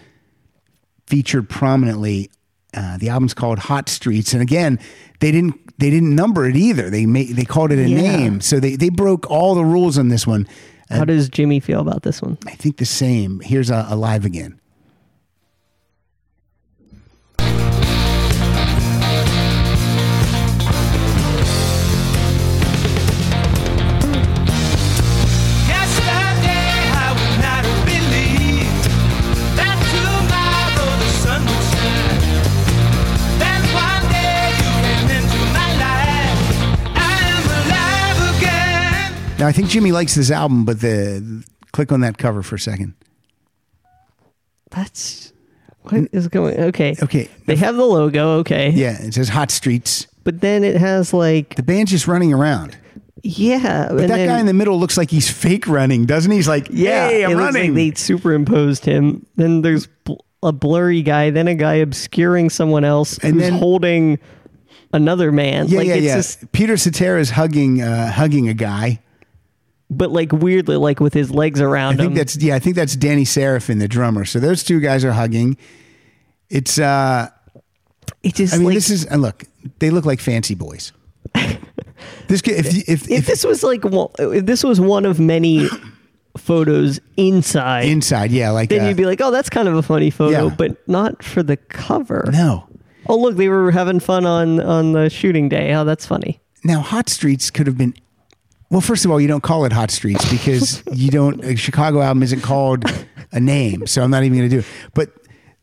A: featured prominently uh, the album's called hot streets and again they didn't they didn't number it either they made they called it a
B: Yeah.
A: name so they, they broke all the rules on this one
B: How does Jimmy feel about this one?
A: i think the same here's uh, alive again
E: Yesterday I would not have believed that tomorrow the sun would shine. That one day you came into my life. I am alive again.
A: now i think jimmy likes this album but the click on that cover for a second
B: That's what is going. Okay.
A: Okay.
B: They have the logo. Okay.
A: Yeah, it says Hot Streets.
B: But then it has like
A: The band's just running around.
B: yeah.
A: But that guy in the middle looks like he's fake running, doesn't he? He's like,
B: yeah.
A: yeah, hey,
B: it
A: I'm
B: looks
A: running.
B: Like they superimposed him. Then there's bl- a blurry guy. Then a guy obscuring someone else
A: And
B: who's
A: then-
B: holding another man.
A: yeah,
B: like
A: yeah,
B: it's
A: yeah.
B: just
A: Peter Cetera's hugging, uh, hugging a guy.
B: but like weirdly like with his legs
A: I
B: around
A: think
B: him.
A: that's yeah. I think that's Danny Seraphin, the drummer. So those two guys are hugging. It's. uh
B: it just
A: I mean,
B: like
A: this is and look. They look like fancy
B: <laughs>
A: boys. this could, if you- if,
B: if
A: if
B: this was like one, if this was one of
A: <clears throat>
B: many photos inside
A: inside, yeah, like
B: then
A: uh,
B: you'd be like, oh, that's kind of a funny photo,
A: Yeah.
B: but not for the cover.
A: no.
B: Oh, look, they were having fun on on the shooting day. Oh, that's funny.
A: Now, Hot Streets could have been. Well, first of all, you don't call it Hot Streets because you don't. A Chicago album isn't called a name, so I'm not even going to do it. But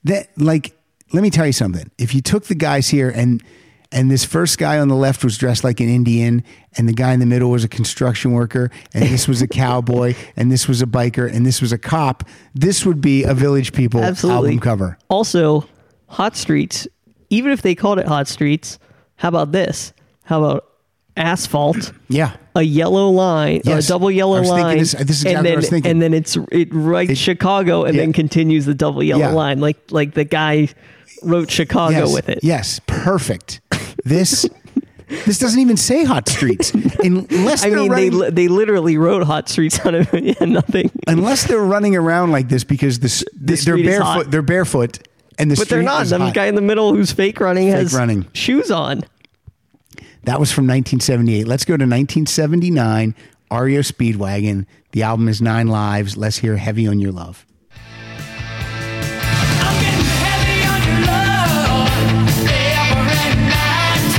A: that, like, let me tell you something. If you took the guys here and and this first guy on the left was dressed like an Indian, and the guy in the middle was a construction worker, and this was a cowboy, and this was a biker, and this was a cop. This would be a Village People
B: Absolutely.
A: album cover.
B: Also, Hot Streets. Even if they called it Hot Streets, how about this? How about asphalt?
A: Yeah,
B: A yellow line,
A: Yes.
B: a double yellow
A: I was thinking
B: line,
A: this- this is exactly
B: and
A: what I
B: then
A: was thinking.
B: and then it's it writes Chicago, and
A: yeah.
B: then continues the double yellow
A: Yeah.
B: line, like like the guy wrote Chicago
A: yes,
B: with it.
A: Yes, perfect.
B: <laughs>
A: This this doesn't even say hot streets unless
B: I
A: they're
B: mean they
A: running,
B: li- they literally wrote Hot Streets on it, <laughs> yeah, nothing.
A: unless they're running around like this because this they're
B: street is hot.
A: barefoot. They're barefoot, and the
B: But they're
A: street
B: not.
A: is
B: The
A: hot.
B: guy in the middle who's fake running has
A: running.
B: shoes on.
A: That was from 1978. Let's go to 1979. Ario E Speedwagon. The album is Nine Lives. Let's hear "Heavy on Your Love."
E: I'm getting heavy on your love, day and night.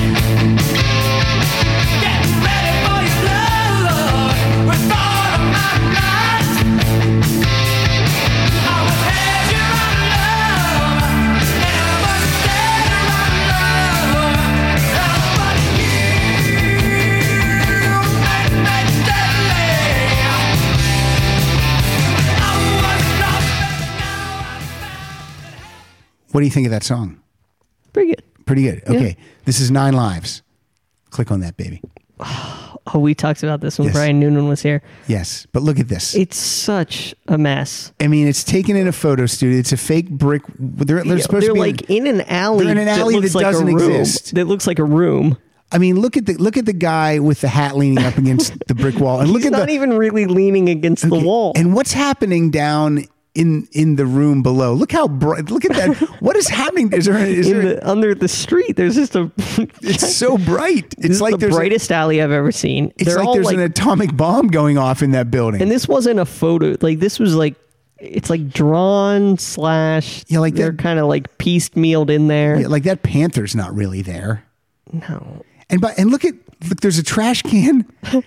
E: Getting ready for your love, with all of my might. I will have you on love, never stand on love. How about you, make me deadly? I was lost, but now I'm found.
A: What do you think of that song?
B: Pretty good.
A: Pretty good. Okay, this is Nine Lives. Click on that, baby.
B: Oh, we talked about this when
A: Yes.
B: Brian Noonan was here.
A: Yes, but look at this.
B: It's such a mess.
A: I mean, it's taken in a photo studio. It's a fake brick. They're, they're supposed to
B: they're
A: be in-
B: like in, an alley.
A: They're in an alley
B: that, looks
A: that
B: like a
A: doesn't
B: room.
A: exist.
B: That looks like a room.
A: I mean, look at the look at the guy with the hat leaning up against the brick wall, and look
B: <laughs> He's
A: at
B: not
A: the
B: even really leaning against the wall.
A: and what's happening down in in the room below. Look how bright. Look at
B: <laughs>
A: that. what is happening? Is there? Is
B: in
A: there?
B: the, under the street, there's just a. <laughs>
A: it's so bright. It's
B: this
A: like
B: is the
A: there's a-
B: brightest alley I've ever seen.
A: it's
B: They're
A: like
B: all
A: there's
B: like,
A: an atomic bomb going off in that building.
B: and this wasn't a photo. Like this was like, it's like drawn slash.
A: Yeah, like
B: they're
A: that-
B: kind of like piecemealed in there.
A: Yeah, like that panther's not really there.
B: no,
A: And but and look at look. There's a trash can.
B: <laughs>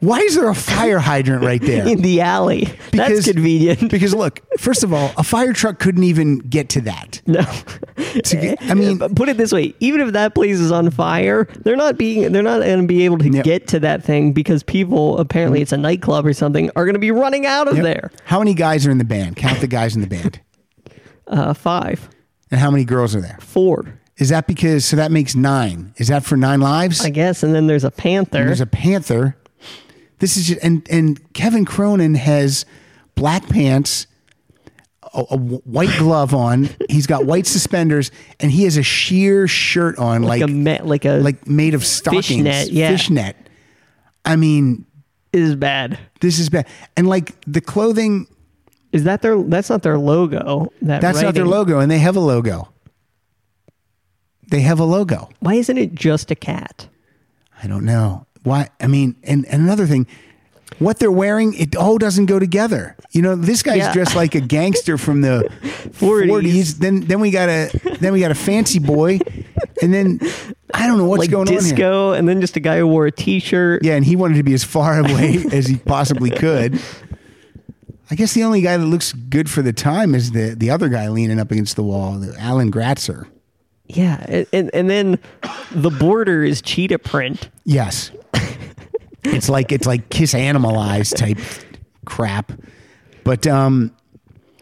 A: Why is there a fire hydrant right there?
B: in the alley. <laughs> That's convenient. <laughs>
A: Because look, first of all, a fire truck couldn't even get to that.
B: No.
A: To get- I mean,
B: But put it this way: even if that place is on fire, they're not being they're not going to be able to
A: Yep.
B: get to that thing because people apparently it's a nightclub or something are going to be running out of
A: Mm. Yep.
B: there. <laughs>
A: How many guys are in the band? Count the guys in the band.
B: Uh, five.
A: And how many girls are there?
B: Four,
A: Is that because, so that makes nine. Is that for nine lives?
B: I guess. And then there's a panther.
A: There's a panther. This is just, and and Kevin Cronin has black pants, a, a w- white glove on. He's got
B: <laughs>
A: white suspenders, and he has a sheer shirt on, like
B: like, a ma- like a
A: like made of stockings,
B: Fishnet, yeah.
A: Fishnet. I mean,
B: is bad.
A: this is bad. And like the clothing,
B: Is that their? That's not their logo. That
A: that's not their
B: writing.
A: logo, and they have a logo. They have a logo.
B: Why isn't it just a cat?
A: I don't know why. I mean, and, and another thing, what they're wearing, it all doesn't go together. You know, this guy's
B: Yeah.
A: dressed like a gangster from
B: <laughs>
A: the
B: 40s.
A: forties. Then then we got a then we got a fancy boy, and then I don't know what's
B: like
A: going on here.
B: disco, and then just a guy who wore a T-shirt.
A: Yeah, and he wanted to be as far <laughs> away as he possibly could. I guess the only guy that looks good for the time is the the other guy leaning up against the wall, the Alan Gratzer.
B: Yeah, and, and, and then the border is cheetah print.
A: Yes. it's like it's like kiss animalized type crap. But um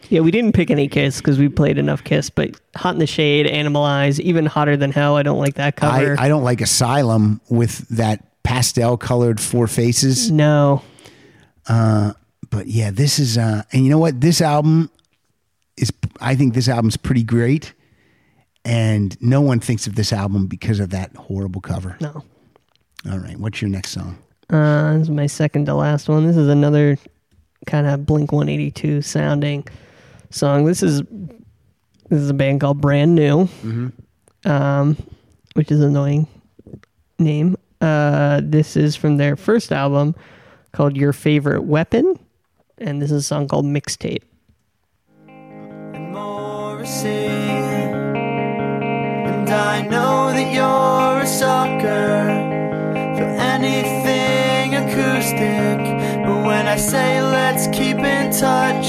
B: Yeah, we didn't pick any Kiss because we played enough Kiss, but Hot in the Shade, Animal Eyes, even Hotter Than Hell. I don't like that cover.
A: I, I don't like Asylum with that pastel colored four faces.
B: no,
A: But yeah, this is uh and you know what? This album is I think this album's pretty great. And no one thinks of this album because of that horrible cover.
B: no.
A: All right, what's your next song?
B: Uh, this is my second to last one. This is another kind of Blink 182 sounding song. This is this is a band called Brand New, um, which is an annoying name. Uh, this is from their first album called Your Favorite Weapon, and this is a song called Mixtape.
C: and Morrissey. And I know that you're a sucker for anything acoustic. But when I say let's keep in touch,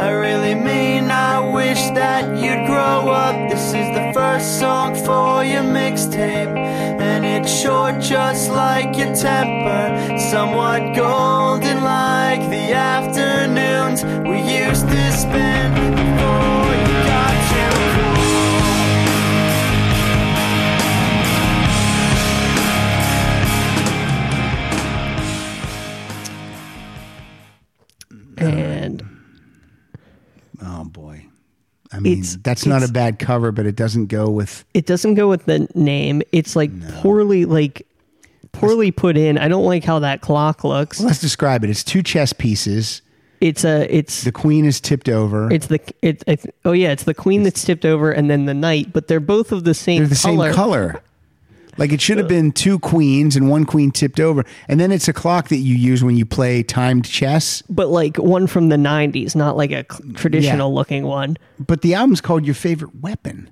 C: I really mean I wish that you'd grow up. This is the first song for your mixtape, and it's short just like your temper, somewhat golden like the afternoons we used to spend. before you got too cool.
B: And
A: Oh boy. I mean,
B: It's-
A: that's not
B: it's-
A: a bad cover, but it doesn't go with
B: it doesn't go with the name. It's like poorly like poorly put in. I don't like how that clock looks.
A: Let's describe it. It's two chess pieces.
B: It's a it's
A: The queen is tipped over.
B: It's the it, it oh yeah, it's the queen that's tipped over and then the knight, but they're both of the same
A: They're the same color. Like it should have been two queens and one queen tipped over. And then it's a clock that you use when you play timed chess.
B: But like one from the 90s, not like a cl- traditional looking one.
A: But the album's called Your Favorite Weapon.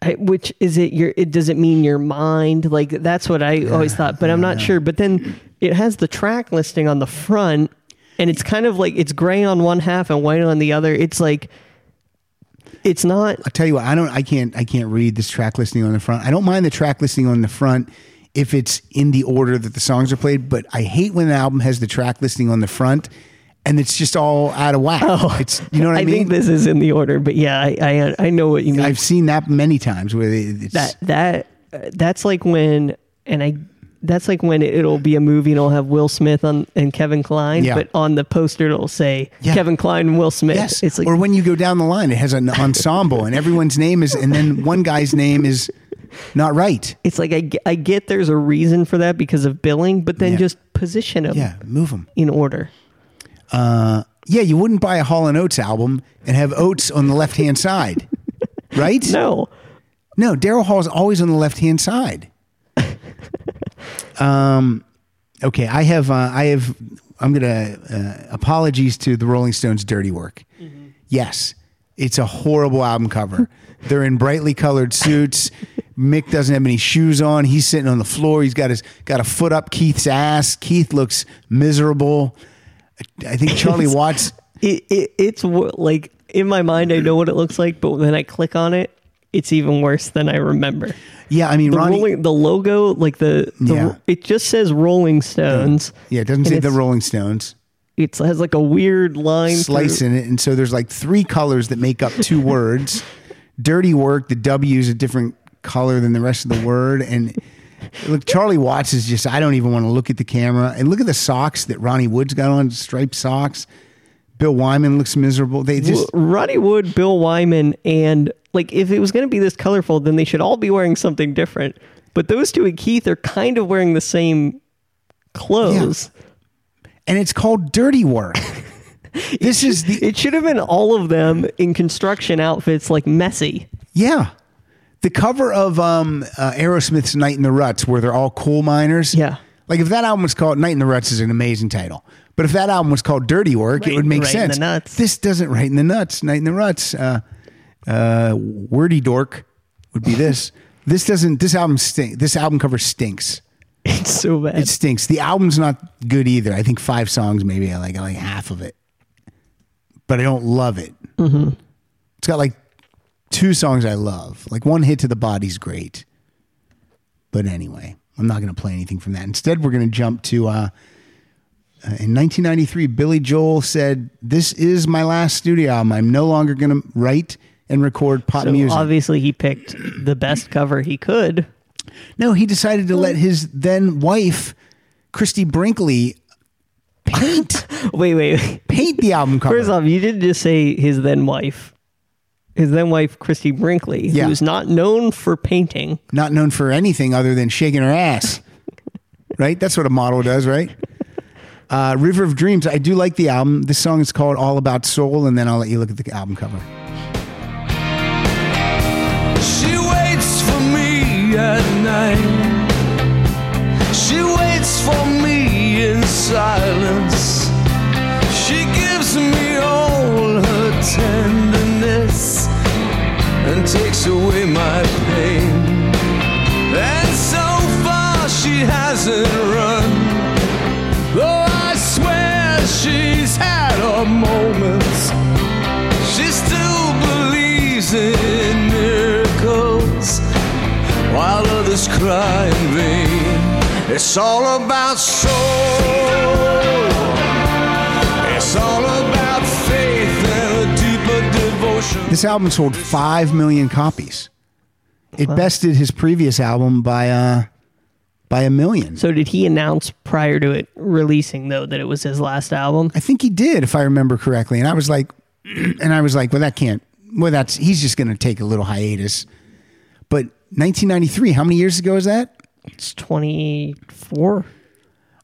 B: I, which is it your it does it mean your mind? Like that's what I always thought, but I'm not sure. But then it has the track listing on the front and it's kind of like it's gray on one half and white on the other. It's like it's not
A: I'll tell you what, I don't I can't I can't read this track listing on the front. I don't mind the track listing on the front if it's in the order that the songs are played, but I hate when an album has the track listing on the front and it's just all out of whack. It's you know what I,
B: Oh. I
A: mean?
B: think this is in the order, but yeah, I I, I know what you mean.
A: I've seen that many times where they- it's
B: that that uh, that's like when and I that's like when it'll be a movie and it'll have Will Smith on and Kevin Klein,
A: Yeah.
B: but on the poster it'll say
A: Yeah.
B: Kevin Klein and Will Smith.
A: Yes.
B: It's like
A: or when you go down the line, it has
B: <laughs>
A: an ensemble and everyone's name is, and then one guy's name is not right.
B: it's like I, ge- I get there's a reason for that because of billing, but then
A: Yeah.
B: just position them
A: Yeah, move them.
B: in order.
A: Yeah, you wouldn't buy a Hall and Oates album and have Oates on the left hand side, right?
B: <laughs> No,
A: No, Daryl Hall's always on the left hand
B: <laughs>
A: side. um, okay, I have, uh, I have, I'm gonna uh, apologies to the Rolling Stones' "Dirty Work."
B: Mm-hmm.
A: Yes, it's a horrible album cover. They're in brightly colored suits. Mick doesn't have any shoes on. He's sitting on the floor. He's got his got a foot up Keith's ass. Keith looks miserable. I
B: <laughs>
A: think Charlie Watts.
B: it, it it's wo- like in my mind I know what it looks like, but when I click on it, it's even worse than I remember.
A: Yeah, I mean,
B: The
A: Ronnie.
B: rolling, the logo, like the, the
A: Yeah.
B: it just says Rolling Stones.
A: yeah, it doesn't
B: and
A: say the
B: it's-
A: Rolling Stones.
B: It's has like a weird line.
A: slice
B: through-
A: in it. And so there's like three colors that make up two words. Dirty work, the W is a different color than the rest of the word. And look, Charlie Watts is just, I don't even want to look at the camera. And look at the socks that Ronnie Wood's got on, striped socks. Bill Wyman looks miserable. They just,
B: Well, Ronnie Wood, Bill Wyman, and like if it was going to be this colorful, then they should all be wearing something different. But those two and Keith are kind of wearing the same clothes.
A: and it's called dirty work. this is the
B: It should have been all of them in construction outfits, like messy.
A: Yeah. The cover of um, uh, Aerosmith's Night in the Ruts, where they're all coal miners.
B: Yeah.
A: Like if that album was called Night in the Ruts is an amazing title. But if that album was called Dirty Work,
B: Right-
A: it would make
B: right in
A: sense.
B: the nuts.
A: This doesn't right in the nuts. Night in the Ruts. Uh, uh, wordy dork would be
B: <laughs>
A: this. this doesn't. This album stink. This album cover stinks.
B: <laughs> It's so bad.
A: It stinks. The album's not good either. I think five songs maybe. I like I like half of it, but I don't love it. Mm-hmm. It's got like two songs I love. Like one hit to the body's great, but anyway, I'm not going to play anything from that. Instead, we're going to jump to. Uh, uh, in 1993, Billy Joel said, "This is my last studio album. I'm no longer going to write and record pop
B: so
A: music."
B: obviously, he picked the best cover he could.
A: No, he decided to let his then wife, Christy Brinkley, paint
B: <laughs> Wait, wait. wait.
A: paint the album cover.
B: First off, you did just say his then wife, his then wife Christy Brinkley,
A: Yeah.
B: who's not known for painting.
A: Not known for anything other than shaking her ass. right? That's what a model does, right? Uh, River of Dreams. I do like the album. This song is called All About Soul, and then I'll let you look at the album cover.
C: She waits for me at night. She waits for me in silence. She gives me all her tenderness and takes away my pain. And so far she hasn't run. Though I swear she's had her moments. She still believes in miracles while others cry in vain. It's all about soul. It's all about faith and a deeper devotion.
A: This album sold five million copies. It bested his previous album by uh, by a million.
B: So did he announce prior to it releasing though that it was his last album?
A: I think he did, if I remember correctly. And I was like, <clears throat> and I was like, well, that can't. Well, that's he's just going to take a little hiatus. But 1993, how many years ago is that?
B: It's 24.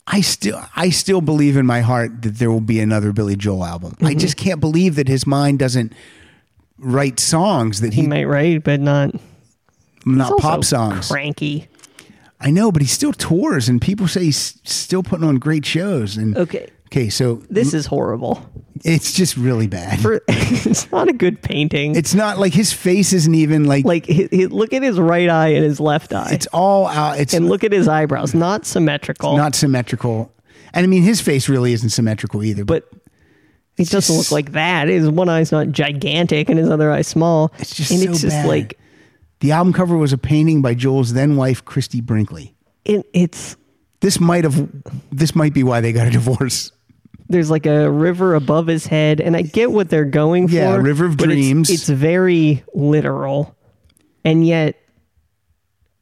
A: I still, I still believe in my heart that there will be another Billy Joel album.
B: Mm-hmm.
A: I just can't believe that his mind doesn't write songs that he,
B: He might write, but not
A: not
B: It's also
A: pop songs.
B: Cranky.
A: I know, but he still tours, and people say he's still putting on great shows. And
B: Okay.
A: okay, so
B: This is horrible.
A: it's just really bad.
B: For- <laughs> it's not a good painting.
A: it's not like his face isn't even like,
B: like hi hi- look at his right eye and his left eye,
A: it's all out. It's
B: and look at his eyebrows. Not symmetrical.
A: not symmetrical. And I mean, his face really isn't symmetrical either. But
B: but it doesn't
A: just-
B: look like that. His one eye's not gigantic and his other eye small.
A: It's just
B: and
A: so
B: it's just
A: bad.
B: like
A: the album cover was a painting by Joel's then wife, Christy Brinkley.
B: it, it's
A: This might have, this might be why they got a divorce.
B: there's like a river above his head, and I get what they're going for.
A: Yeah, River of
B: but it's-
A: Dreams.
B: It's, very literal, and yet,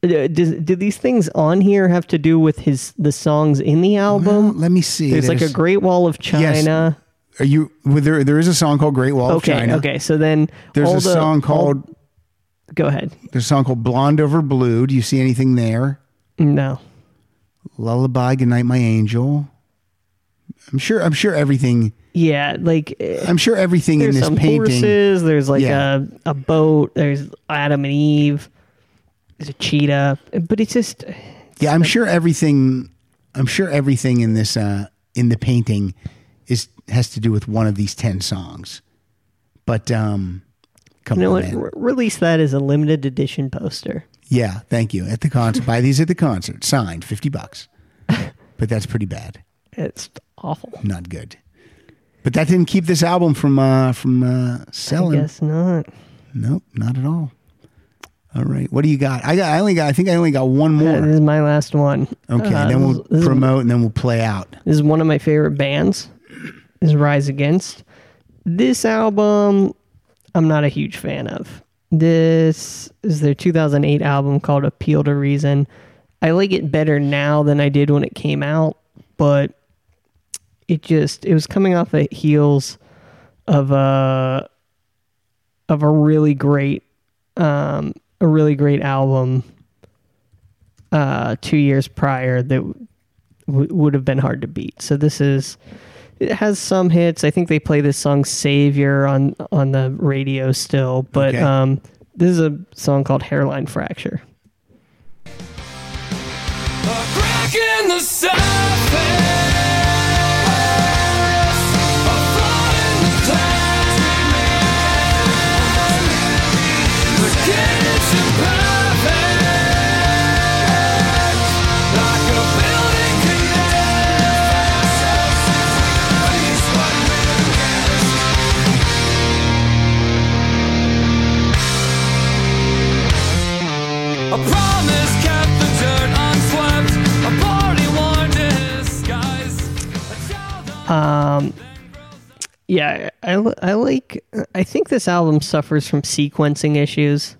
B: uh, does, do these things on here have to do with his the songs in the album?
A: Well, let me see.
B: there's, like a Great Wall of China.
A: Are you? Well, there, there is a song called Great Wall
B: okay,
A: of China.
B: okay. So then
A: There's
B: all
A: a
B: the-
A: song
B: all-
A: called
B: Go ahead.
A: There's a song called Blonde Over Blue. Do you see anything there?
B: No,
A: Lullaby, Goodnight, My Angel. I'm sure. I'm sure everything.
B: yeah, like. uh,
A: I'm sure everything in
B: There's
A: this
B: some
A: painting.
B: horses. There's like
A: Yeah.
B: a, a boat. There's Adam and Eve. There's a cheetah. But it's just
A: Yeah, I'm sure everything. I'm sure everything in this uh, in the painting is has to do with one of these ten songs. But um, come
B: You know
A: on,
B: what?
A: man.
B: Re- release that as a limited edition poster.
A: yeah, thank you. At the concert, buy these at the concert. Signed, fifty bucks. But that's pretty bad.
B: It's awful.
A: Not good. But that didn't keep this album from uh, from uh,
B: I
A: selling.
B: guess not.
A: Nope, not at all. All right, what do you got? I got. I only got. I think I only got one
B: Uh, this
A: more.
B: is my last one.
A: Okay,
B: Uh,
A: then
B: this
A: we'll
B: is- this, is,
A: promote and then we'll play out.
B: this is one of my favorite bands. is Rise Against. This album, I'm not a huge fan of. This is their 2008 album called Appeal to Reason. I like it better now than I did when it came out, but it just it was coming off the heels of a of a really great um, a really great album uh, two years prior that w- would have been hard to beat. So this is it has some hits. I think they play this song "Savior" on on the radio still, but
A: Okay.
B: um, this is a song called "Hairline Fracture."
E: crack in the surface. A flaw in the clouds remains. The kids imperfect. Like a building connected. A promise kept the dirt unswept. A party worn to his skies. A child
B: Um, Yeah, I, I, I like. I think this album suffers from sequencing issues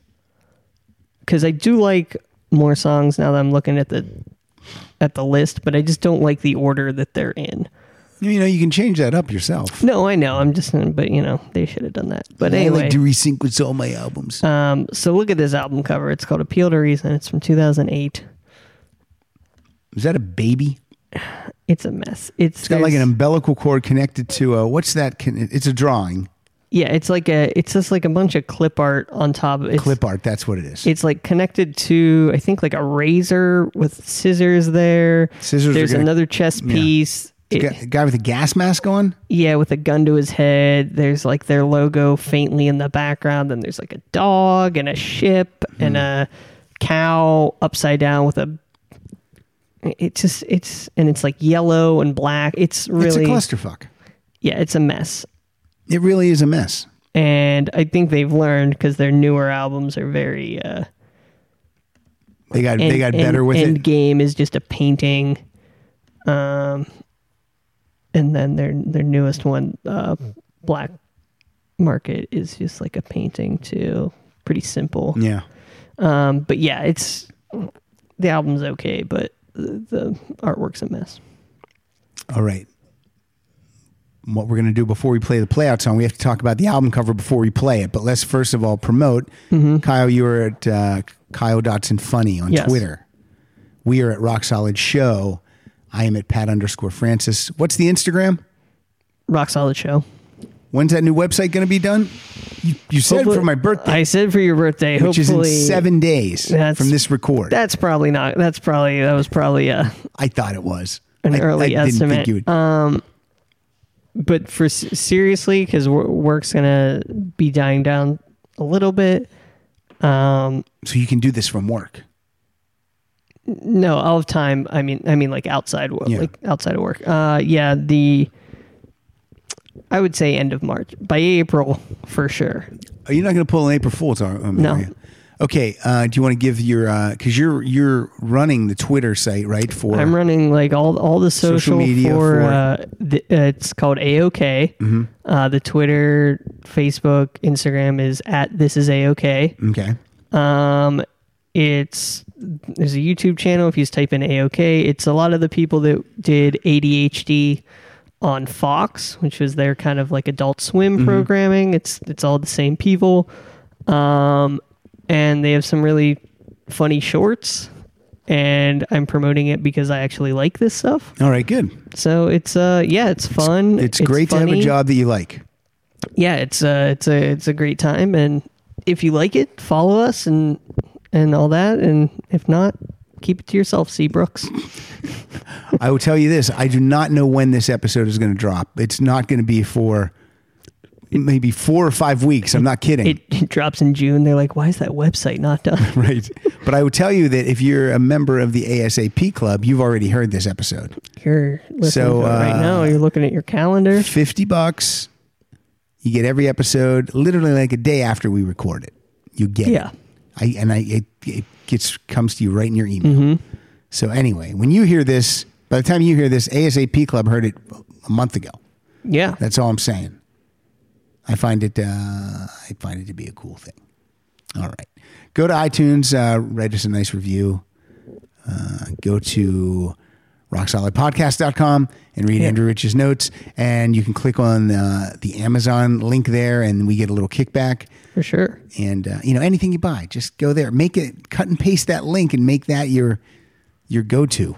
B: because I do like more songs now that I'm looking at the at the list, but I just don't like the order that they're in.
A: You know, you can change that up yourself.
B: No, I know. I'm just, but you know, they should have done that. But
A: I
B: anyway,
A: like to resequence all my albums.
B: Um, so look at this album cover. It's called Appeal to Reason. It's from 2008.
A: Is that a baby?
B: It's a mess. It's,
A: It's got like an
B: there's-
A: umbilical cord connected to a what's that? Con- it's a drawing,
B: yeah. It's like a it's just like a bunch of clip art on top. It's,
A: clip art. That's what it is.
B: It's like connected to I think like a razor with scissors there.
A: Scissors are
B: There's
A: gonna-
B: another chess
A: yeah.
B: piece. It-
A: Guy- guy with a gas mask on.
B: yeah, with a gun to his head. There's like their logo faintly in the background. Then there's like a dog and a ship and
A: Hmm.
B: a cow upside down with a. It just it's and it's like yellow and black. It's really
A: It's a clusterfuck.
B: yeah, it's a mess.
A: It really is a mess.
B: And I think they've learned because their newer albums are very. Uh,
A: They got
B: end-
A: they got
B: end-
A: better with
B: end
A: it.
B: game is just a painting. Um, and then their their newest one, uh, Black Market, is just like a painting too. Pretty simple.
A: Yeah.
B: Um, but yeah, it's the album's okay, but the, the artwork's a mess.
A: All right. What we're going to do before we play the playout song, we have to talk about the album cover before we play it. But let's first of all promote Kyle. You are at uh, Kyle Dotson Funny on
B: Mm-hmm. Yes.
A: Twitter. We are at Rock Solid Show. I am at Pat underscore Francis. What's the Instagram?
B: Rock solid show.
A: When's that new website going to be done? You, you said
B: Hopefully-
A: for my birthday,
B: I said for your birthday.
A: which is in
B: hopefully
A: seven days
B: That's-
A: from this record.
B: That's probably not. That's probably that was probably uh
A: I thought it was
B: An
A: I,
B: early
A: I didn't
B: estimate. Uh,
A: Think you would,
B: but for s- seriously, because work's gonna be dying down a little bit. Um,
A: so you can do this from work.
B: no, I'll have time. I mean, I mean, like outside, work,
A: Yeah.
B: like outside of work. Uh, yeah, the I would say end of March by April for sure.
A: Are you Oh, not going to pull an April Fool's? Are, um,
B: No.
A: are you? Okay. Uh, do you want to give your because you're you're running the Twitter site right for
B: I'm running like all all the social,
A: media
B: for,
A: for-
B: uh, the, uh, it's called AOK. Uh, the Twitter, Facebook, Instagram is at this is AOK.
A: okay
B: Um, it's there's a YouTube channel. If you just type in AOK, it's a lot of the people that did ADHD on Fox, which was their kind of like Adult Swim
A: Mm-hmm.
B: programming. It's it's all the same people, um, and they have some really funny shorts. And I'm promoting it because I actually like this stuff.
A: all right good
B: So it's uh yeah, it's fun.
A: it's, great to have a
B: funny
A: job that you like
B: yeah, it's a it's a it's a great time, and if you like it, follow us and and all that, and if not, keep it to yourself, Seabrooks.
A: I will tell you this I do not know when this episode is going to drop it's not going to be for maybe four or five weeks I'm not kidding
B: It, it drops in June. They're like, why is that website not done?
A: <laughs>
B: <laughs>
A: right but I will tell you that if you're a member of the ASAP club you've already heard this episode
B: You're listening
A: So,
B: to it right
A: uh,
B: now. You're looking at your calendar.
A: 50 bucks you get every episode literally like a day after we record it you get it.
B: Yeah.
A: I and I it, it gets comes to you right in your email. So anyway, when you hear this, by the time you hear this, ASAP Club heard it a month ago.
B: Yeah.
A: That's all I'm saying. I find it uh, I find it to be a cool thing. All right, go to iTunes, uh, write us a nice review. Uh, go to rocksolidpodcast.com and read
B: Yeah.
A: Andrew Rich's notes, and you can click on uh, the Amazon link there, and we get a little kickback.
B: For sure.
A: And uh, you know anything you buy, just go there, make it, cut and paste that link, and make that your your go to.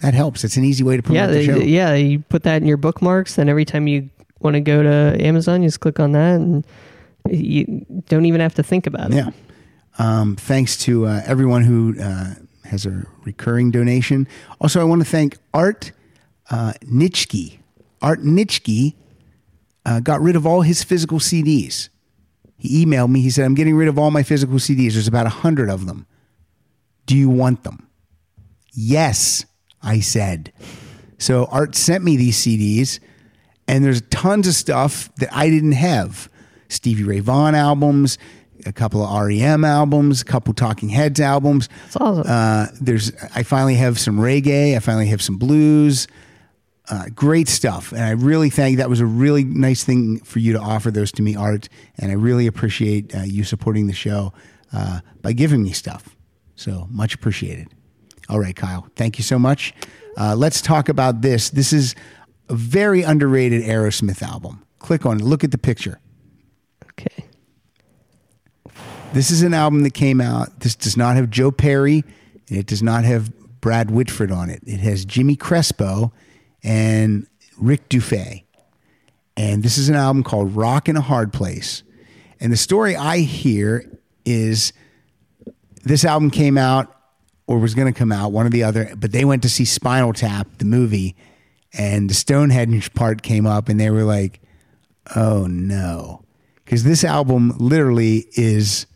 A: That helps. It's an easy way to promote
B: Yeah,
A: the
B: they,
A: show.
B: yeah. You put that in your bookmarks, then every time you want to go to Amazon, you just click on that, and you don't even have to think about it.
A: Yeah. Um, thanks to uh, everyone who uh, has a recurring donation. Also, I want to thank Art uh, Nitschke. Art Nitschke uh, got rid of all his physical CDs. He emailed me. He said, I'm getting rid of all my physical CDs. There's about a 100 of them. Do you want them? Yes, I said. So Art sent me these CDs, and there's tons of stuff that I didn't have Stevie Ray Vaughan albums, a couple of REM albums, a couple Talking Heads albums.
B: It's awesome.
A: Uh, there's I finally have some reggae. I finally have some blues. Uh, great stuff, and I really thank. That was a really nice thing for you to offer those to me, Art, and I really appreciate uh, you supporting the show uh, by giving me stuff. So much appreciated. All right, Kyle, thank you so much. Uh, let's talk about this. This is a very underrated Aerosmith album. Click on, it, look at the picture.
B: Okay.
A: This is an album that came out. This does not have Joe Perry, and it does not have Brad Whitford on it. It has Jimmy Crespo and Rick Dufay. And this is an album called Rock in a Hard Place. And the story I hear is this album came out or was going to come out, one or the other, but they went to see Spinal Tap, the movie, and the Stonehenge part came up, and they were like, oh no. Because this album literally is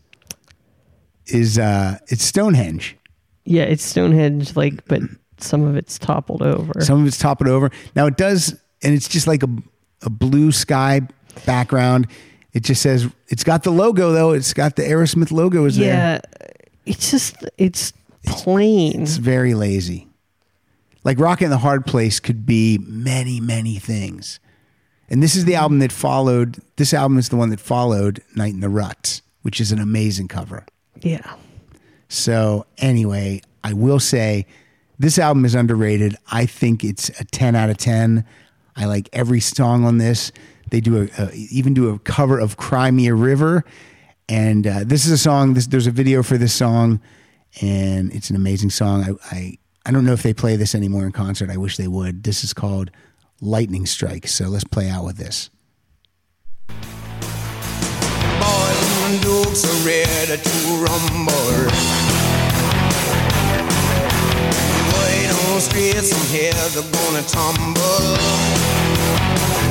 A: is uh it's Stonehenge.
B: Yeah, it's Stonehenge, like, but some of it's toppled over.
A: Some of it's topping over. Now it does, and it's just like a, a blue sky background. It just says it's got the logo though. It's got the Aerosmith logo is there.
B: yeah, it's just it's plain.
A: It's very lazy. Like Rockin' the Hard Place could be many, many things. And this is the album that followed this album is the one that followed Night in the Rut, which is an amazing cover.
B: yeah,
A: So anyway, I will say this album is underrated. I think it's a 10 out of 10. I like every song on this. They do a, a even do a cover of "Cry Me a River," and uh, this is a song. This, there's a video for this song, and it's an amazing song. I, I I don't know if they play this anymore in concert. I wish they would. This is called "Lightning Strike." So let's play out with this.
D: boys and dukes are ready to rumble. Wait on streets and heads are gonna tumble.